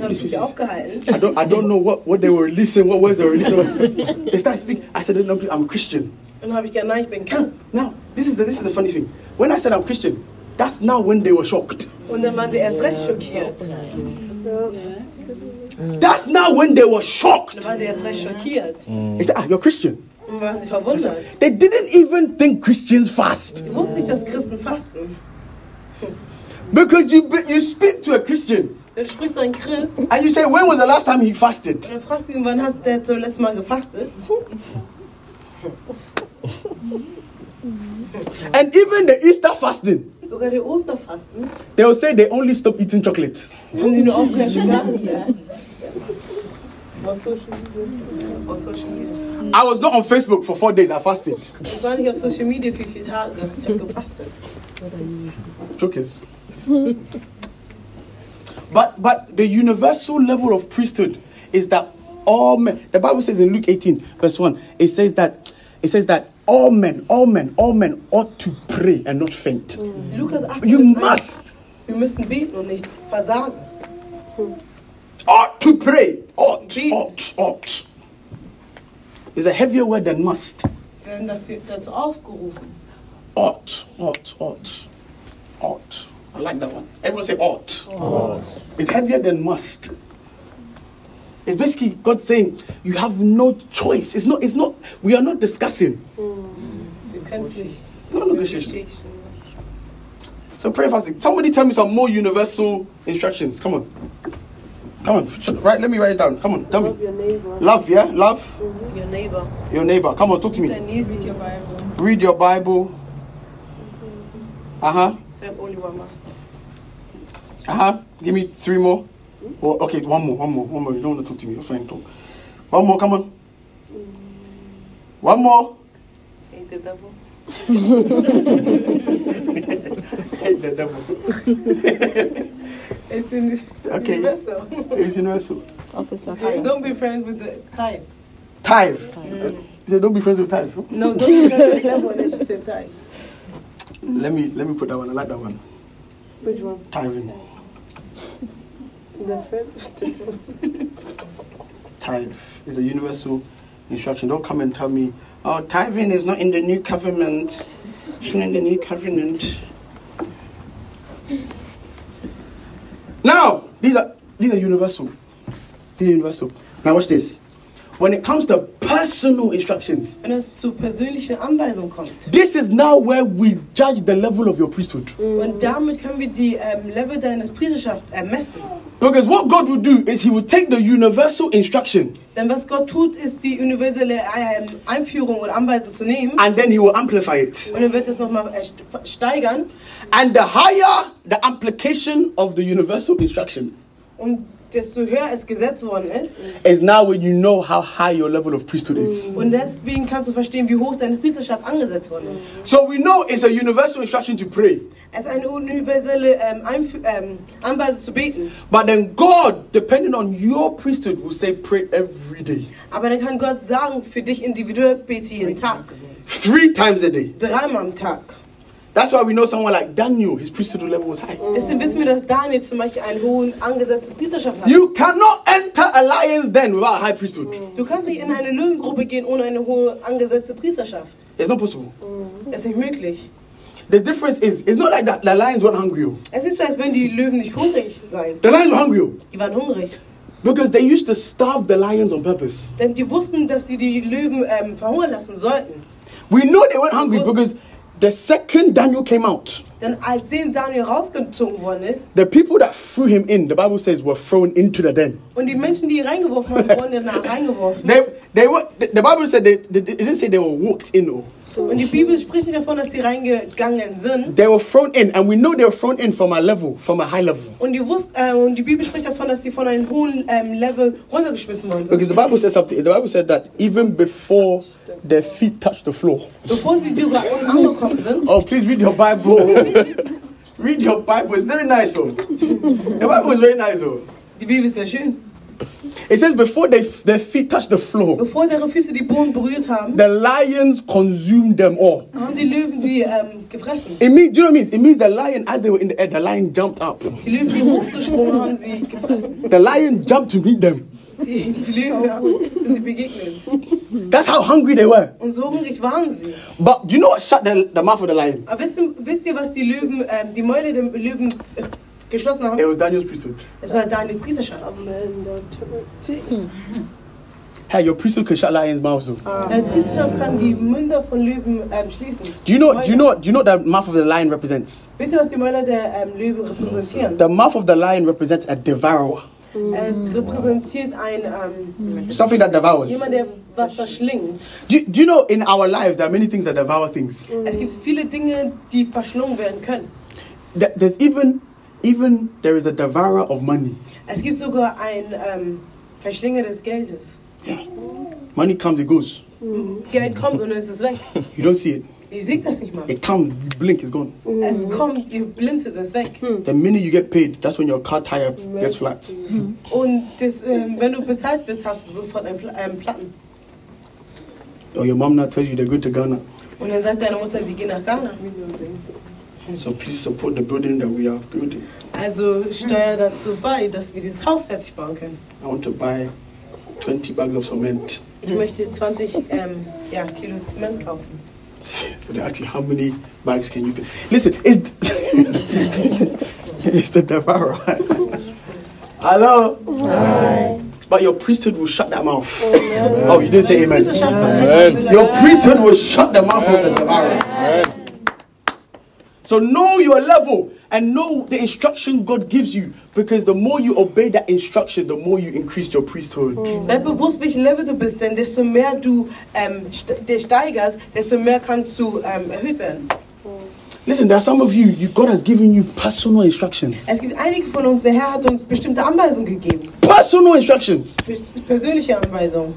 [SPEAKER 3] hab mich aufgehalten.
[SPEAKER 2] I don't, I don't know what, what they were releasing, what words they were releasing. they started speaking. I said, no, please, I'm Christian.
[SPEAKER 3] Und habe ich gesagt, nein, ich bin Christ.
[SPEAKER 2] Now, this is, the, this is the funny thing. When I said I'm Christian, that's now when they were shocked.
[SPEAKER 3] Und dann waren sie erst recht schockiert.
[SPEAKER 2] That's now when they were
[SPEAKER 3] Dann
[SPEAKER 2] shocked.
[SPEAKER 3] waren sie erst recht schockiert.
[SPEAKER 2] They said, ah, you're Christian.
[SPEAKER 3] Und waren sie verwundert.
[SPEAKER 2] They didn't even think Christians fast.
[SPEAKER 3] Die wussten nicht, dass Christen fasten.
[SPEAKER 2] Because you, be- you speak to a Christian
[SPEAKER 3] Dann sprichst du an Christ und
[SPEAKER 2] and you say, when was the last time he fasted?
[SPEAKER 3] dann fragst du ihn, wann hast du denn zum letzten Mal gefastet?
[SPEAKER 2] And even the Easter fasting,
[SPEAKER 3] Sogar die Osterfasten
[SPEAKER 2] they will say they only stop eating chocolate.
[SPEAKER 3] haben die nur aufgehört, Schokolade zu essen. Auf Social Media.
[SPEAKER 2] I was not on Facebook for four days, I fasted.
[SPEAKER 3] Ich war nicht auf Social Media für vier Tage. Ich habe gefastet.
[SPEAKER 2] Chokers. but but the universal level of priesthood is that all men the Bible says in Luke 18, verse 1, it says that it says that all men, all men, all men ought to pray and not faint.
[SPEAKER 3] Lukas 18.
[SPEAKER 2] You
[SPEAKER 3] bis 1.
[SPEAKER 2] must
[SPEAKER 3] Wir müssen beten und nicht versagen.
[SPEAKER 2] ought to pray. Ought,
[SPEAKER 3] Indeed.
[SPEAKER 2] ought, ought. It's a heavier word than must.
[SPEAKER 3] Wir werden dafür, dazu aufgerufen.
[SPEAKER 2] Ought, ought, ought, ought. I like that one. Everyone say ought.
[SPEAKER 4] Ought.
[SPEAKER 2] It's heavier than must. It's basically God saying you have no choice. It's not. It's not. We are not discussing.
[SPEAKER 3] Du kannst nicht.
[SPEAKER 2] No negotiation. So pray fasting. Somebody tell me some more universal instructions. Come on. Come on. Sh- Right. Let me write it down. Come on. Tell me.
[SPEAKER 5] Love your neighbor.
[SPEAKER 2] Love. Yeah. Love
[SPEAKER 3] Your neighbor.
[SPEAKER 2] your neighbor. Come on. Talk to me.
[SPEAKER 3] Dein Nächsten.
[SPEAKER 2] Read your Bible. Uh huh.
[SPEAKER 3] Serve only one master.
[SPEAKER 2] Uh huh. Give me three more. Or okay, one more, one more, one more. You don't want to talk to me. You're fine. Talk. One more. Come on. One more.
[SPEAKER 3] Hate the devil.
[SPEAKER 2] Hate the devil.
[SPEAKER 3] It's in this
[SPEAKER 2] Okay.
[SPEAKER 3] universal.
[SPEAKER 2] It's universal.
[SPEAKER 1] Officer.
[SPEAKER 3] Don't be friends with the type.
[SPEAKER 2] Tithe. Uh, he said, don't be friends with tithe.
[SPEAKER 3] No, don't be friends with the devil unless you say type.
[SPEAKER 2] Let me let me put that one. I like that one.
[SPEAKER 5] Which one?
[SPEAKER 2] Tithing.
[SPEAKER 5] The first.
[SPEAKER 2] Tithe is a universal instruction. Don't come and tell me, oh, tithing is not in the new covenant. It's not in the new covenant. Now, these are these are universal. These are universal. Now watch this. When it comes to personal instructions,
[SPEAKER 3] Wenn es zu persönlichen Anweisungen kommt.
[SPEAKER 2] this is now where we judge the level of your priesthood.
[SPEAKER 3] Und damit können wir die ähm, Level deiner Priesterschaft ermessen.
[SPEAKER 2] Because what God will do is He will take the universal instruction
[SPEAKER 3] Denn was Gott tut, ist die universelle ähm, Einführung und Anweisung zu nehmen.
[SPEAKER 2] and then He will amplify it.
[SPEAKER 3] Und dann wird es nochmal äh, steigern.
[SPEAKER 2] And the higher the application of the universal instruction
[SPEAKER 3] Und desto höher es gesetzt worden ist.
[SPEAKER 2] is now when you know how high your level of priesthood is.
[SPEAKER 3] Und deswegen kannst du verstehen, wie hoch deine Priesterschaft angesetzt worden ist.
[SPEAKER 2] So we know it's a universal instruction to pray.
[SPEAKER 3] Es ist eine universelle ähm, Einf- ähm, Anweisung zu beten.
[SPEAKER 2] But then God, depending on your priesthood, will say pray every day.
[SPEAKER 3] Aber dann kann Gott sagen, für dich individuell bete jeden Tag.
[SPEAKER 2] Three times a day.
[SPEAKER 3] Dreimal am Tag.
[SPEAKER 2] That's why we know someone like Daniel, his priesthood level was high.
[SPEAKER 3] Deswegen wissen wir, dass Daniel zum Beispiel einen hohen angesetzten Priesterschaft hat.
[SPEAKER 2] You cannot enter alliance then without a high priesthood.
[SPEAKER 3] Du kannst nicht in eine Löwengruppe gehen ohne eine hohe angesetzte Priesterschaft.
[SPEAKER 2] It's not possible.
[SPEAKER 3] Das ist nicht möglich.
[SPEAKER 2] The difference is it's not like that the lions weren't hungry. oh.
[SPEAKER 3] Es ist so, als würden die Löwen nicht hungrig sein.
[SPEAKER 2] The lions were hungry oh,
[SPEAKER 3] Die waren hungrig.
[SPEAKER 2] because they used to starve the lions on purpose.
[SPEAKER 3] Denn die wussten, dass sie die Löwen ähm, verhungern lassen sollten.
[SPEAKER 2] We know they weren't hungry because the second Daniel came out,
[SPEAKER 3] Denn als sehen Daniel rausgezogen worden ist
[SPEAKER 2] the people that threw him in, the Bible says, were thrown into the den.
[SPEAKER 3] und die Menschen, die ihn reingeworfen haben, wurden danach reingeworfen.
[SPEAKER 2] They, they were. The the Bible said they, they, it didn't say they were walked in. Oh.
[SPEAKER 3] Und die Bibel spricht nicht davon, dass sie reingegangen sind.
[SPEAKER 2] They were thrown in, and we know they were thrown in from a level, from a high level,
[SPEAKER 3] Und die, wusst, äh, und die Bibel spricht davon, dass sie von einem hohen ähm, Level runtergeschmissen worden
[SPEAKER 2] because
[SPEAKER 3] sind.
[SPEAKER 2] the Bible says something. The Bible said that even before their feet touched the floor.
[SPEAKER 3] Bevor sie sogar unten angekommen sind.
[SPEAKER 2] Oh, please read your Bible. read your Bible. It's very nice, oh. The Bible is very nice, oh.
[SPEAKER 3] Die Bibel ist ja schön.
[SPEAKER 2] It says before they, their feet touched the floor,
[SPEAKER 3] Bevor ihre Füße die Boden berührt haben,
[SPEAKER 2] the lions consumed them all.
[SPEAKER 3] haben die Löwen sie ähm, gefressen.
[SPEAKER 2] It means, do you know what it means? It means the lion, as they were in the air, the lion jumped up.
[SPEAKER 3] Die Löwen, die hochgesprungen haben sie gefressen.
[SPEAKER 2] The lion jumped to meet them.
[SPEAKER 3] Die, die Löwen haben- sind die begegnet.
[SPEAKER 2] That's how hungry they were.
[SPEAKER 3] Und so hungrig waren sie.
[SPEAKER 2] But do you know what shut the, the mouth of the lion?
[SPEAKER 3] Aber wisst, ihr- wisst ihr, was die Löwen, ähm, die Mäule der Löwen äh, geschlossen
[SPEAKER 2] It
[SPEAKER 3] haben?
[SPEAKER 2] was Daniel's priesthood.
[SPEAKER 3] Es war Daniel Priesterschaft.
[SPEAKER 5] Man, don't turn it.
[SPEAKER 2] Hey, your priesthood can shut lions' mouths. oh.
[SPEAKER 3] Deine Priesterschaft kann die Münder von Löwen ähm, schließen.
[SPEAKER 2] Do you know? Do you know? Do you know what the mouth of the lion represents?
[SPEAKER 3] Wisst ihr, was die Mäuler der ähm, Löwen repräsentieren?
[SPEAKER 2] The mouth of the lion represents a devourer,
[SPEAKER 3] Äh, repräsentiert ein ähm,
[SPEAKER 2] something that devours.
[SPEAKER 3] jemand, der was verschlingt.
[SPEAKER 2] Do, do you know in our lives there are many things that devour things?
[SPEAKER 3] Es gibt viele Dinge, die verschlungen werden können.
[SPEAKER 2] Th- There's even even there is a devourer of money.
[SPEAKER 3] Es gibt sogar ein ähm, Verschlinger des Geldes.
[SPEAKER 2] Money comes, it goes.
[SPEAKER 3] Geld kommt und es ist weg.
[SPEAKER 2] You don't see it.
[SPEAKER 3] Ihr seht das nicht mal.
[SPEAKER 2] It comes, you blink, it's gone.
[SPEAKER 3] Es kommt, ihr blinzelt es weg.
[SPEAKER 2] The minute you get paid, that's when your car tire gets flat.
[SPEAKER 3] Und das, ähm, wenn du bezahlt wirst, hast du sofort einen, Pla einen Platten.
[SPEAKER 2] Or your mom now tells you they're going to Ghana.
[SPEAKER 3] Und dann sagt deine Mutter, die gehen nach Ghana.
[SPEAKER 2] So please support the building that we are building.
[SPEAKER 3] Also steuer dazu bei, dass wir dieses Haus fertig bauen können.
[SPEAKER 2] I want to buy 20 bags of cement.
[SPEAKER 3] Ich möchte 20 ähm, ja, Kilo Zement kaufen.
[SPEAKER 2] So they ask you how many bags can you pick. Listen, it's it's the devourer. Hello. Hi. But your priesthood will shut that mouth. Oh, you didn't say amen. Your priesthood will shut the mouth of the devourer. So know your level and know the instruction God gives you because the more you obey that instruction, the more you increase your priesthood.
[SPEAKER 3] Sei bewusst, welches Level du bist, denn desto mehr du ähm, st- dich steigerst, desto mehr kannst du ähm, erhöht werden.
[SPEAKER 2] Listen, there are some of you, you God has given you personal instructions.
[SPEAKER 3] Es gibt einige von uns, der Herr hat uns bestimmte Anweisungen gegeben,
[SPEAKER 2] Personal instructions.
[SPEAKER 3] best- persönliche Anweisungen.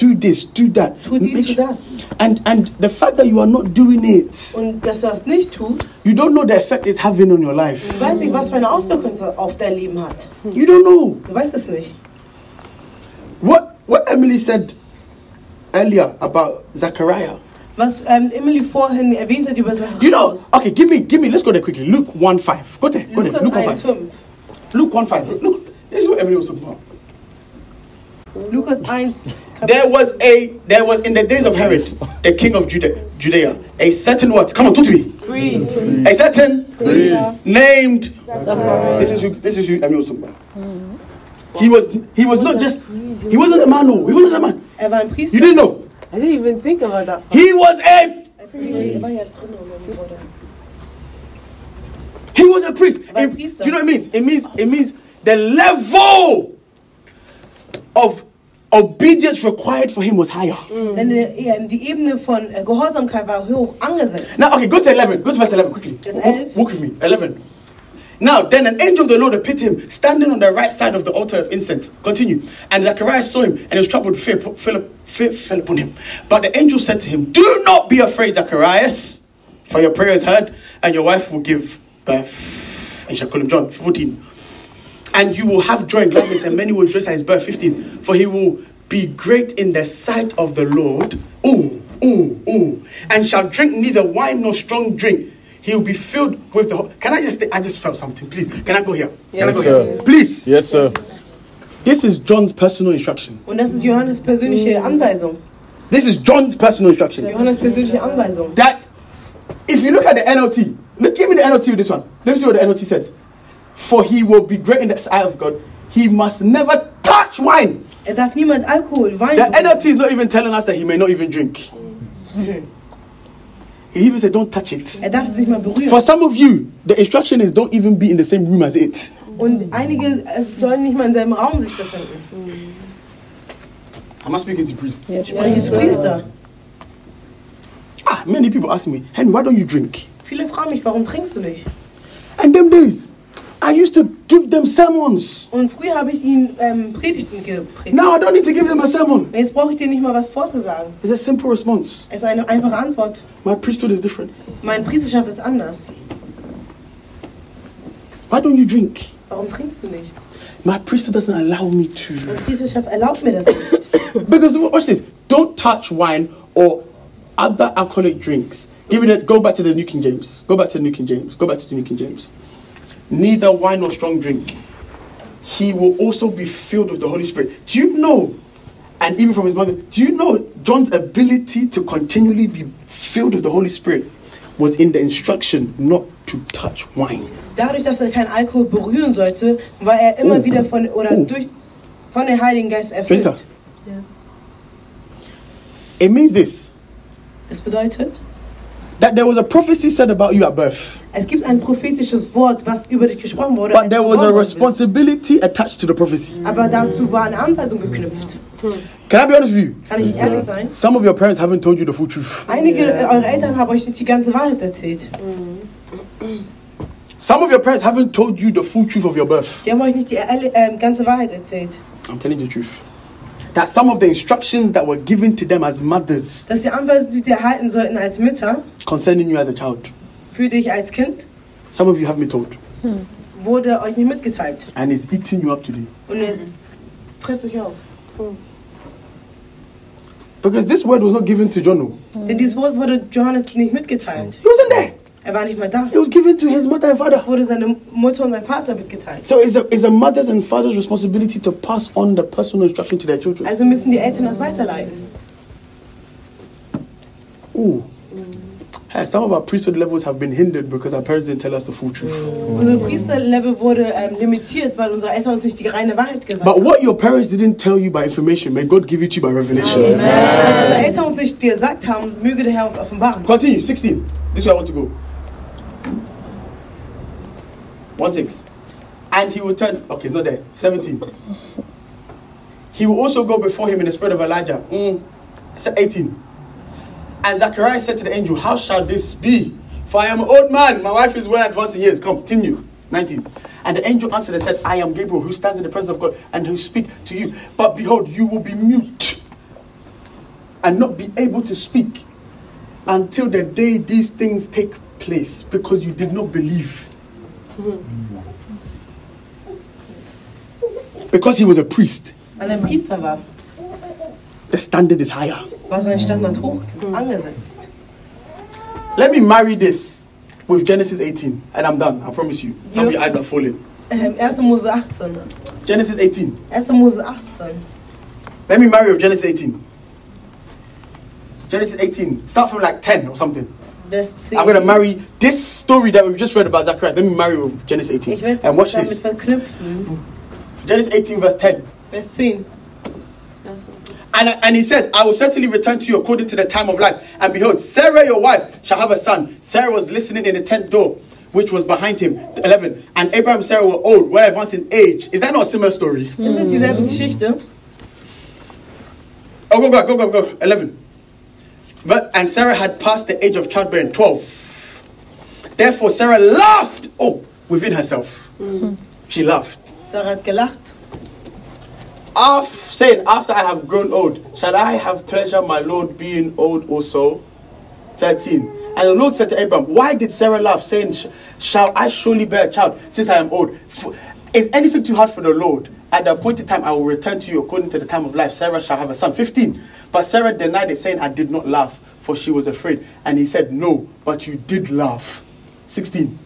[SPEAKER 2] Do this, do that.
[SPEAKER 3] Tu dies, tu das.
[SPEAKER 2] And and the fact that you are not doing it,
[SPEAKER 3] Und dass du das nicht tust,
[SPEAKER 2] you don't know the effect it's having on your life.
[SPEAKER 3] du weißt nicht, was für eine Auswirkung es auf dein Leben hat.
[SPEAKER 2] You don't know.
[SPEAKER 3] Du weißt es nicht.
[SPEAKER 2] What what Emily said earlier about Zechariah.
[SPEAKER 3] Was ähm, Emily vorhin erwähnt hat über Sachen.
[SPEAKER 2] You know, okay, give me, give me, let's go there quickly. Luke 1 5. Go there, go there. Luke 1
[SPEAKER 3] Lukas
[SPEAKER 2] 5.
[SPEAKER 3] 1,5.
[SPEAKER 2] Luke 1 5. Look, this is what Emily was talking about.
[SPEAKER 3] Lukas 1,
[SPEAKER 2] There was a there was in the days of Herod, the king of Juda, Judea, a certain what? Come on, talk to me. A certain named. This is who, this is who Emil was talking about. He was he was not just he wasn't a man. No, he wasn't a man.
[SPEAKER 3] er war ein Priester.
[SPEAKER 2] You didn't know.
[SPEAKER 5] I didn't even think about that.
[SPEAKER 2] He was a he was a priest. It- do you know what it means? It means it means the level of obedience required for him was higher.
[SPEAKER 3] Denn äh, ähm, die Ebene von äh, Gehorsamkeit war hoch angesetzt.
[SPEAKER 2] Now, okay, go to 11. Go to verse 11 quickly.
[SPEAKER 3] Yes,
[SPEAKER 2] Walk, walk with me. 11. Now, then an angel of the Lord appeared to him, standing on the right side of the altar of incense. Continue. And Zacharias saw him and he was troubled with fear, fell, fear fell upon him. But the angel said to him, Do not be afraid, Zacharias, for your prayer is heard, and your wife will give birth. And you shall call him John. 14. And you will have joy and gladness, and many will rejoice at his birth. 15. For he will be great in the sight of the Lord. Ooh, ooh, ooh. And shall drink neither wine nor strong drink. He will be filled with the. Ho- Can I just. I just felt something. Please. Can I go here? Can I
[SPEAKER 8] Yes,
[SPEAKER 2] go
[SPEAKER 8] sir.
[SPEAKER 2] here? Please.
[SPEAKER 8] Yes, sir.
[SPEAKER 2] This is John's personal instruction.
[SPEAKER 3] Und das ist Johannes
[SPEAKER 5] Mm.
[SPEAKER 3] persönliche Anweisung.
[SPEAKER 2] This is John's personal instruction.
[SPEAKER 3] Johannes persönliche Anweisung.
[SPEAKER 2] That. If you look at the NLT, look, give me the NLT with this one. Let me see what the NLT says. For he will be great in the sight of God. He must never touch wine.
[SPEAKER 3] Er darf niemand Alkohol, Wein.
[SPEAKER 2] The
[SPEAKER 3] trinken.
[SPEAKER 2] NLT is not even telling us that he may not even drink. He even said, don't touch it.
[SPEAKER 3] Er darf es nicht mal berühren.
[SPEAKER 2] For some of you, the instruction is don't even be in the same room as it.
[SPEAKER 3] Und einige äh, sollen nicht mal in seinem Raum sich befinden.
[SPEAKER 5] Mm.
[SPEAKER 2] Am I speaking to priests?
[SPEAKER 3] Ich spreche jetzt Priester.
[SPEAKER 2] Ah, many people ask me, Henry, why don't you drink?
[SPEAKER 3] Viele fragen mich, warum trinkst du nicht?
[SPEAKER 2] And them days, I used to give them sermons.
[SPEAKER 3] Und früher habe ich ihnen ähm, Predigten gepredigt.
[SPEAKER 2] Now I don't need to give them a sermon.
[SPEAKER 3] Jetzt brauche ich dir nicht mal was vorzusagen.
[SPEAKER 2] It's a simple response.
[SPEAKER 3] Es ist eine einfache Antwort.
[SPEAKER 2] My priesthood is different.
[SPEAKER 3] Mein Priesterschaft ist anders.
[SPEAKER 2] Why don't you drink?
[SPEAKER 3] Warum trinkst du nicht?
[SPEAKER 2] My priesthood doesn't allow me to.
[SPEAKER 3] Mein Priesterschaft erlaubt mir das nicht.
[SPEAKER 2] Because watch this. Don't touch wine or other alcoholic drinks. Give it. A, go back to the New King James. Go back to the New King James. Go back to the New King James. Neither wine nor strong drink. He will also be filled with the Holy Spirit. Do you know? And even from his mother, do you know John's ability to continually be filled with the Holy Spirit was in the instruction not to touch wine.
[SPEAKER 3] Dadurch, dass er keinen Alkohol berühren sollte, war er immer
[SPEAKER 2] Oh.
[SPEAKER 3] wieder von oder
[SPEAKER 2] Oh.
[SPEAKER 3] durch von dem Heiligen Geist erfüllt.
[SPEAKER 2] Peter. It means this
[SPEAKER 3] Das bedeutet,
[SPEAKER 2] that there was a prophecy said about you at birth.
[SPEAKER 3] es gibt ein prophetisches Wort, was über dich gesprochen wurde.
[SPEAKER 2] But
[SPEAKER 3] als
[SPEAKER 2] there
[SPEAKER 3] du
[SPEAKER 2] was a
[SPEAKER 3] geboren
[SPEAKER 2] responsibility attached to the prophecy.
[SPEAKER 3] wurdest. Aber dazu war eine Anweisung geknüpft.
[SPEAKER 2] Can I be honest with you?
[SPEAKER 3] Kann ich ehrlich sein?
[SPEAKER 2] Some of your parents haven't told you the full truth.
[SPEAKER 3] Einige äh, eure Eltern haben euch nicht die ganze Wahrheit erzählt.
[SPEAKER 2] Some of your parents haven't told you the full truth of your birth.
[SPEAKER 3] Die haben euch nicht die alle- ähm, ganze Wahrheit erzählt.
[SPEAKER 2] I'm telling you the truth. That some of the instructions that were given to them as mothers
[SPEAKER 3] Dass die Anweisungen, die die erhalten sollten als Mütter,
[SPEAKER 2] concerning you as a child,
[SPEAKER 3] für dich als Kind,
[SPEAKER 2] some of you haven't been told.
[SPEAKER 3] wurde euch nicht mitgeteilt.
[SPEAKER 2] And it's eating you up today.
[SPEAKER 3] Und es frisst euch auf.
[SPEAKER 2] Because this word was not given to John. oh.
[SPEAKER 3] Denn dieses Wort wurde Johannes nicht mitgeteilt.
[SPEAKER 2] He wasn't there.
[SPEAKER 3] Er war nicht mehr da.
[SPEAKER 2] It was given to his mother and father.
[SPEAKER 3] Wurde seine Mutter und sein Vater mitgeteilt.
[SPEAKER 2] So it's a, it's a mother's and father's responsibility to pass on the personal instruction to their children.
[SPEAKER 3] Also müssen die Eltern das weiterleiten.
[SPEAKER 2] ooh. Hey, some of our priesthood levels have been hindered because our parents didn't tell us the full truth.
[SPEAKER 3] Unser Priesterlevel wurde ähm, limitiert, weil unsere Eltern uns nicht die reine Wahrheit gesagt
[SPEAKER 2] But
[SPEAKER 3] haben.
[SPEAKER 2] what your parents didn't tell you by information, may God give it to you by revelation.
[SPEAKER 3] Was unsere Eltern uns nicht gesagt haben, möge der Herr uns offenbaren.
[SPEAKER 2] Continue, 16. This is where I want to go. 1 6. And he will turn. Okay, it's not there. 17. He will also go before him in the spirit of Elijah. Mm. Se- 18. And Zachariah said to the angel, How shall this be? For I am an old man. My wife is well advanced in years. Come, continue. 19. And the angel answered and said, I am Gabriel, who stands in the presence of God and who speak to you. But behold, you will be mute and not be able to speak until the day these things take place because you did not believe. Because he was a priest,
[SPEAKER 3] Weil er Priester war,
[SPEAKER 2] the standard is higher.
[SPEAKER 3] war sein Standard hoch angesetzt.
[SPEAKER 2] Let me marry this with Genesis 18, and I'm done. I promise you. Some of your eyes are falling.
[SPEAKER 3] Ähm, 1. Mose 18.
[SPEAKER 2] Genesis 18.
[SPEAKER 3] 1. Mose 18.
[SPEAKER 2] Let me marry with Genesis 18. Genesis 18. Start from like 10 or something.
[SPEAKER 3] Vers 10.
[SPEAKER 2] I'm going to marry this story that we just read about Zacharias. Let me marry with Genesis
[SPEAKER 3] Ich
[SPEAKER 2] 18.
[SPEAKER 3] werde
[SPEAKER 2] And
[SPEAKER 3] es
[SPEAKER 2] watch
[SPEAKER 3] damit
[SPEAKER 2] this.
[SPEAKER 3] verknüpfen.
[SPEAKER 2] Genesis 18, verse 10.
[SPEAKER 3] Vers 10.
[SPEAKER 2] And, and he said, I will certainly return to you according to the time of life. And behold, Sarah, your wife, shall have a son. Sarah was listening in the tent door, which was behind him. 11. And Abraham and Sarah were old, well advanced in age. Is that not a similar story?
[SPEAKER 3] Das sind dieselbe Geschichte.
[SPEAKER 2] Oh, go, go, go, go, go. 11. But, and Sarah had passed the age of childbearing. 12. Therefore, Sarah laughed, oh, within herself. She laughed.
[SPEAKER 3] Sarah hat gelacht.
[SPEAKER 2] Af, saying, After I have grown old, shall I have pleasure, my Lord, being old also? 13. And the Lord said to Abram, Why did Sarah laugh, saying, "Sh- Shall I surely bear a child since I am old? F- Is anything too hard for the Lord? At the appointed time, I will return to you according to the time of life. Sarah shall have a son. 15. But Sarah denied it, saying, I did not laugh, for she was afraid. And he said, No, but you did laugh. 16.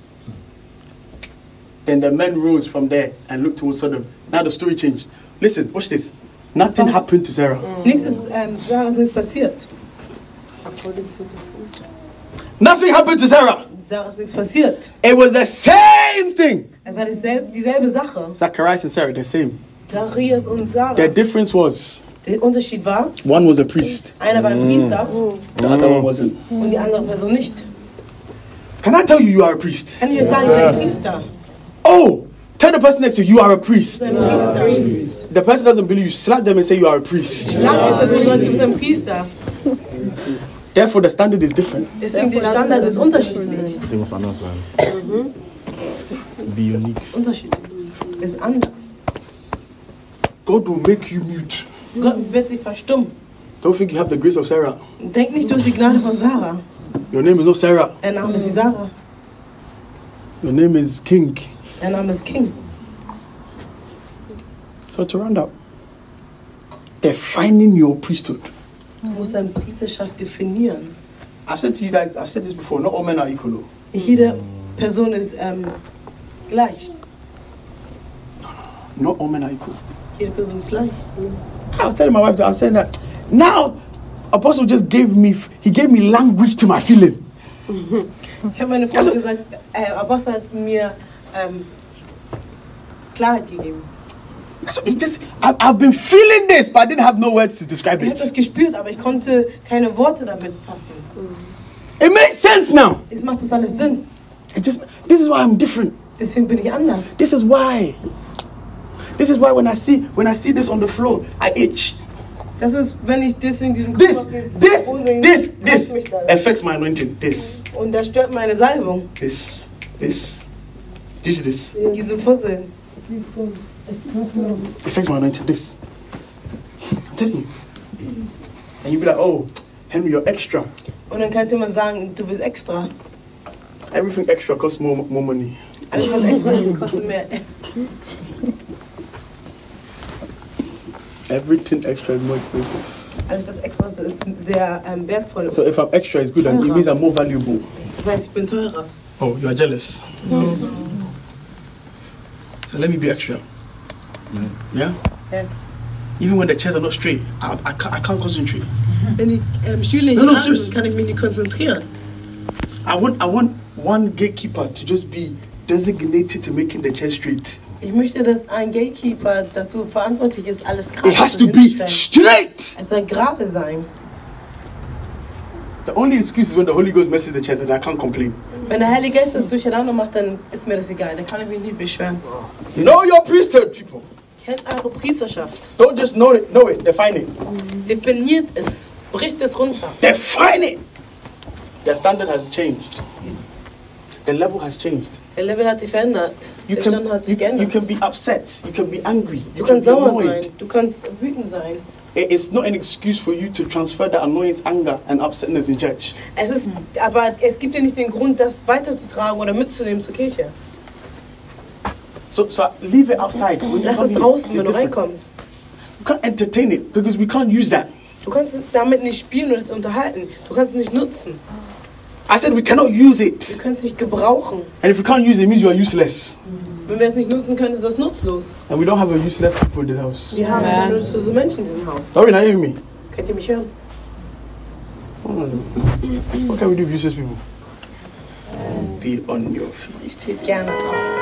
[SPEAKER 2] Then the men rose from there and looked towards Sodom. Now the story changed. Listen, watch this. Nothing happened to Sarah.
[SPEAKER 3] Nichts ist, ähm, Sarah ist nichts passiert.
[SPEAKER 2] Nothing happened to Sarah.
[SPEAKER 3] Sarah ist nichts passiert.
[SPEAKER 2] It was the same thing.
[SPEAKER 3] Es war dieselbe, dieselbe Sache.
[SPEAKER 2] Zacharias and Sarah, the same.
[SPEAKER 3] Zacharias und Sarah.
[SPEAKER 2] The difference was
[SPEAKER 3] Der Unterschied war,
[SPEAKER 2] one was a priest,
[SPEAKER 3] einer war ein Priester
[SPEAKER 2] the other one wasn't.
[SPEAKER 3] und die andere Person nicht.
[SPEAKER 2] Can I tell you you are a priest?
[SPEAKER 3] Kann ich jetzt sagen, ich bin ein Priester?
[SPEAKER 2] Oh, tell the person next to you you are a priest.
[SPEAKER 3] Ich bin ein Priester.
[SPEAKER 2] The person doesn't believe you, slap them and say you are a priest.
[SPEAKER 3] Lange Person sagt, ich bin ein Priester.
[SPEAKER 2] Therefore, the standard is different.
[SPEAKER 3] Deswegen der Standard ist unterschiedlich.
[SPEAKER 8] Deswegen muss anders sein. Be unique.
[SPEAKER 3] Unterschiedlich. Ist anders.
[SPEAKER 2] God will make you mute.
[SPEAKER 3] Gott wird sie verstummen.
[SPEAKER 2] Don't think you have the grace of Sarah.
[SPEAKER 3] Denk nicht durch die Gnade von Sarah.
[SPEAKER 2] Your name is not Sarah.
[SPEAKER 3] Der Name ist die Sarah.
[SPEAKER 2] Your name is King.
[SPEAKER 3] Der Name ist King.
[SPEAKER 2] So to round up, defining your priesthood.
[SPEAKER 3] Du musst deine Priesterschaft definieren.
[SPEAKER 2] I've said to you guys, I've said this before, not all men are equal. though.
[SPEAKER 3] Nicht jede Person ist ähm, gleich.
[SPEAKER 2] Not all men are equal.
[SPEAKER 3] Jede Person ist gleich.
[SPEAKER 2] I was telling my wife that I was saying that now Apostle just gave me he gave me language to my feeling.
[SPEAKER 3] Ich habe meine Frau
[SPEAKER 2] Also-
[SPEAKER 3] gesagt, äh, Apostel hat mir ähm, Klarheit gegeben.
[SPEAKER 2] That's what it just I, I've been feeling this, but I didn't have no words to describe
[SPEAKER 3] Ich habe
[SPEAKER 2] it.
[SPEAKER 3] das gespürt, aber ich konnte keine Worte damit fassen.
[SPEAKER 2] It makes sense now.
[SPEAKER 3] Jetzt macht das alles Sinn.
[SPEAKER 2] It just this is why I'm different.
[SPEAKER 3] Deswegen bin ich anders.
[SPEAKER 2] This is why. This is why when I see when I see this on the floor, I itch.
[SPEAKER 3] Das ist, wenn ich deswegen diesen Kopf oh
[SPEAKER 2] This,
[SPEAKER 3] auf den-
[SPEAKER 2] this,
[SPEAKER 3] und den-
[SPEAKER 2] this,
[SPEAKER 3] kratzt
[SPEAKER 2] this
[SPEAKER 3] mich da.
[SPEAKER 2] affects my anointing. This,
[SPEAKER 3] Und das stört meine Salbung.
[SPEAKER 2] this, this. Do you see this?
[SPEAKER 3] Diese Fussel.
[SPEAKER 2] affects my anointing. This. I'm telling you. And you be like, oh, Henry, you're extra.
[SPEAKER 3] Und dann könnte man sagen, du bist extra.
[SPEAKER 2] Everything extra costs more, more money.
[SPEAKER 3] Alles, was extra ist, kostet mehr.
[SPEAKER 2] Everything extra is more expensive.
[SPEAKER 3] Alles, was extra ist, ist sehr ähm, wertvoll.
[SPEAKER 2] So if I'm extra, it's good, and it means I'm more valuable.
[SPEAKER 3] Das heißt, ich bin teurer.
[SPEAKER 2] Oh, you are jealous. No. So let me be extra. Yeah?
[SPEAKER 3] Ja.
[SPEAKER 2] Even when the chairs are not straight, I, I, can't, I can't concentrate.
[SPEAKER 3] Wenn die ähm, Schüler
[SPEAKER 2] No,
[SPEAKER 3] hier
[SPEAKER 2] no,
[SPEAKER 3] no,
[SPEAKER 2] serious.
[SPEAKER 3] kann ich mich nicht konzentrieren.
[SPEAKER 2] I want, I want one gatekeeper to just be designated to making the church straight.
[SPEAKER 3] Ich möchte, dass ein Gatekeeper dazu verantwortlich ist, alles gerade
[SPEAKER 2] It has
[SPEAKER 3] zu
[SPEAKER 2] to be
[SPEAKER 3] hinstellen.
[SPEAKER 2] straight.
[SPEAKER 3] Es soll gerade sein.
[SPEAKER 2] The only excuse is when the Holy Ghost messes the church, and I can't complain.
[SPEAKER 3] Wenn der Heilige Geist das durcheinander macht, dann ist mir das egal. Dann kann ich mich nicht beschweren.
[SPEAKER 2] Know your priesthood, people.
[SPEAKER 3] Kennt eure Priesterschaft.
[SPEAKER 2] Don't just know it, know it, define it.
[SPEAKER 3] Definiert es. Bricht es runter.
[SPEAKER 2] Define it. The standard has changed. The level has changed.
[SPEAKER 3] Der Level hat sich verändert.
[SPEAKER 2] You
[SPEAKER 3] der
[SPEAKER 2] can,
[SPEAKER 3] Stand hat
[SPEAKER 2] you,
[SPEAKER 3] sich
[SPEAKER 2] you
[SPEAKER 3] geändert.
[SPEAKER 2] can be upset. You can be angry. You,
[SPEAKER 3] Du kannst
[SPEAKER 2] be
[SPEAKER 3] sauer
[SPEAKER 2] annoyed.
[SPEAKER 3] sein. Du kannst wütend sein.
[SPEAKER 2] It is not an excuse for you to transfer the annoyance, anger, and upsetness in church.
[SPEAKER 3] Es ist, aber es gibt dir nicht den Grund, das weiterzutragen oder mitzunehmen zur Kirche.
[SPEAKER 2] So, so leave it outside. When you
[SPEAKER 3] Lass
[SPEAKER 2] come
[SPEAKER 3] es
[SPEAKER 2] here,
[SPEAKER 3] draußen,
[SPEAKER 2] it's
[SPEAKER 3] wenn du
[SPEAKER 2] different.
[SPEAKER 3] reinkommst.
[SPEAKER 2] You can't entertain it because we can't use that.
[SPEAKER 3] Du kannst damit nicht spielen oder es unterhalten. Du kannst es nicht nutzen.
[SPEAKER 2] I said we cannot use
[SPEAKER 3] Wir
[SPEAKER 2] it.
[SPEAKER 3] können es nicht gebrauchen.
[SPEAKER 2] And if you can't use it, it means you are useless.
[SPEAKER 3] Wenn wir es nicht nutzen können, ist das nutzlos.
[SPEAKER 2] And we don't have a useless people in this house.
[SPEAKER 3] Wir haben nur nutzlose Menschen in diesem Haus.
[SPEAKER 2] Sorry, now you hear me.
[SPEAKER 3] Könnt ihr mich hören?
[SPEAKER 2] What can we do with useless people? Be on your feet.
[SPEAKER 3] Ich trete gerne drauf.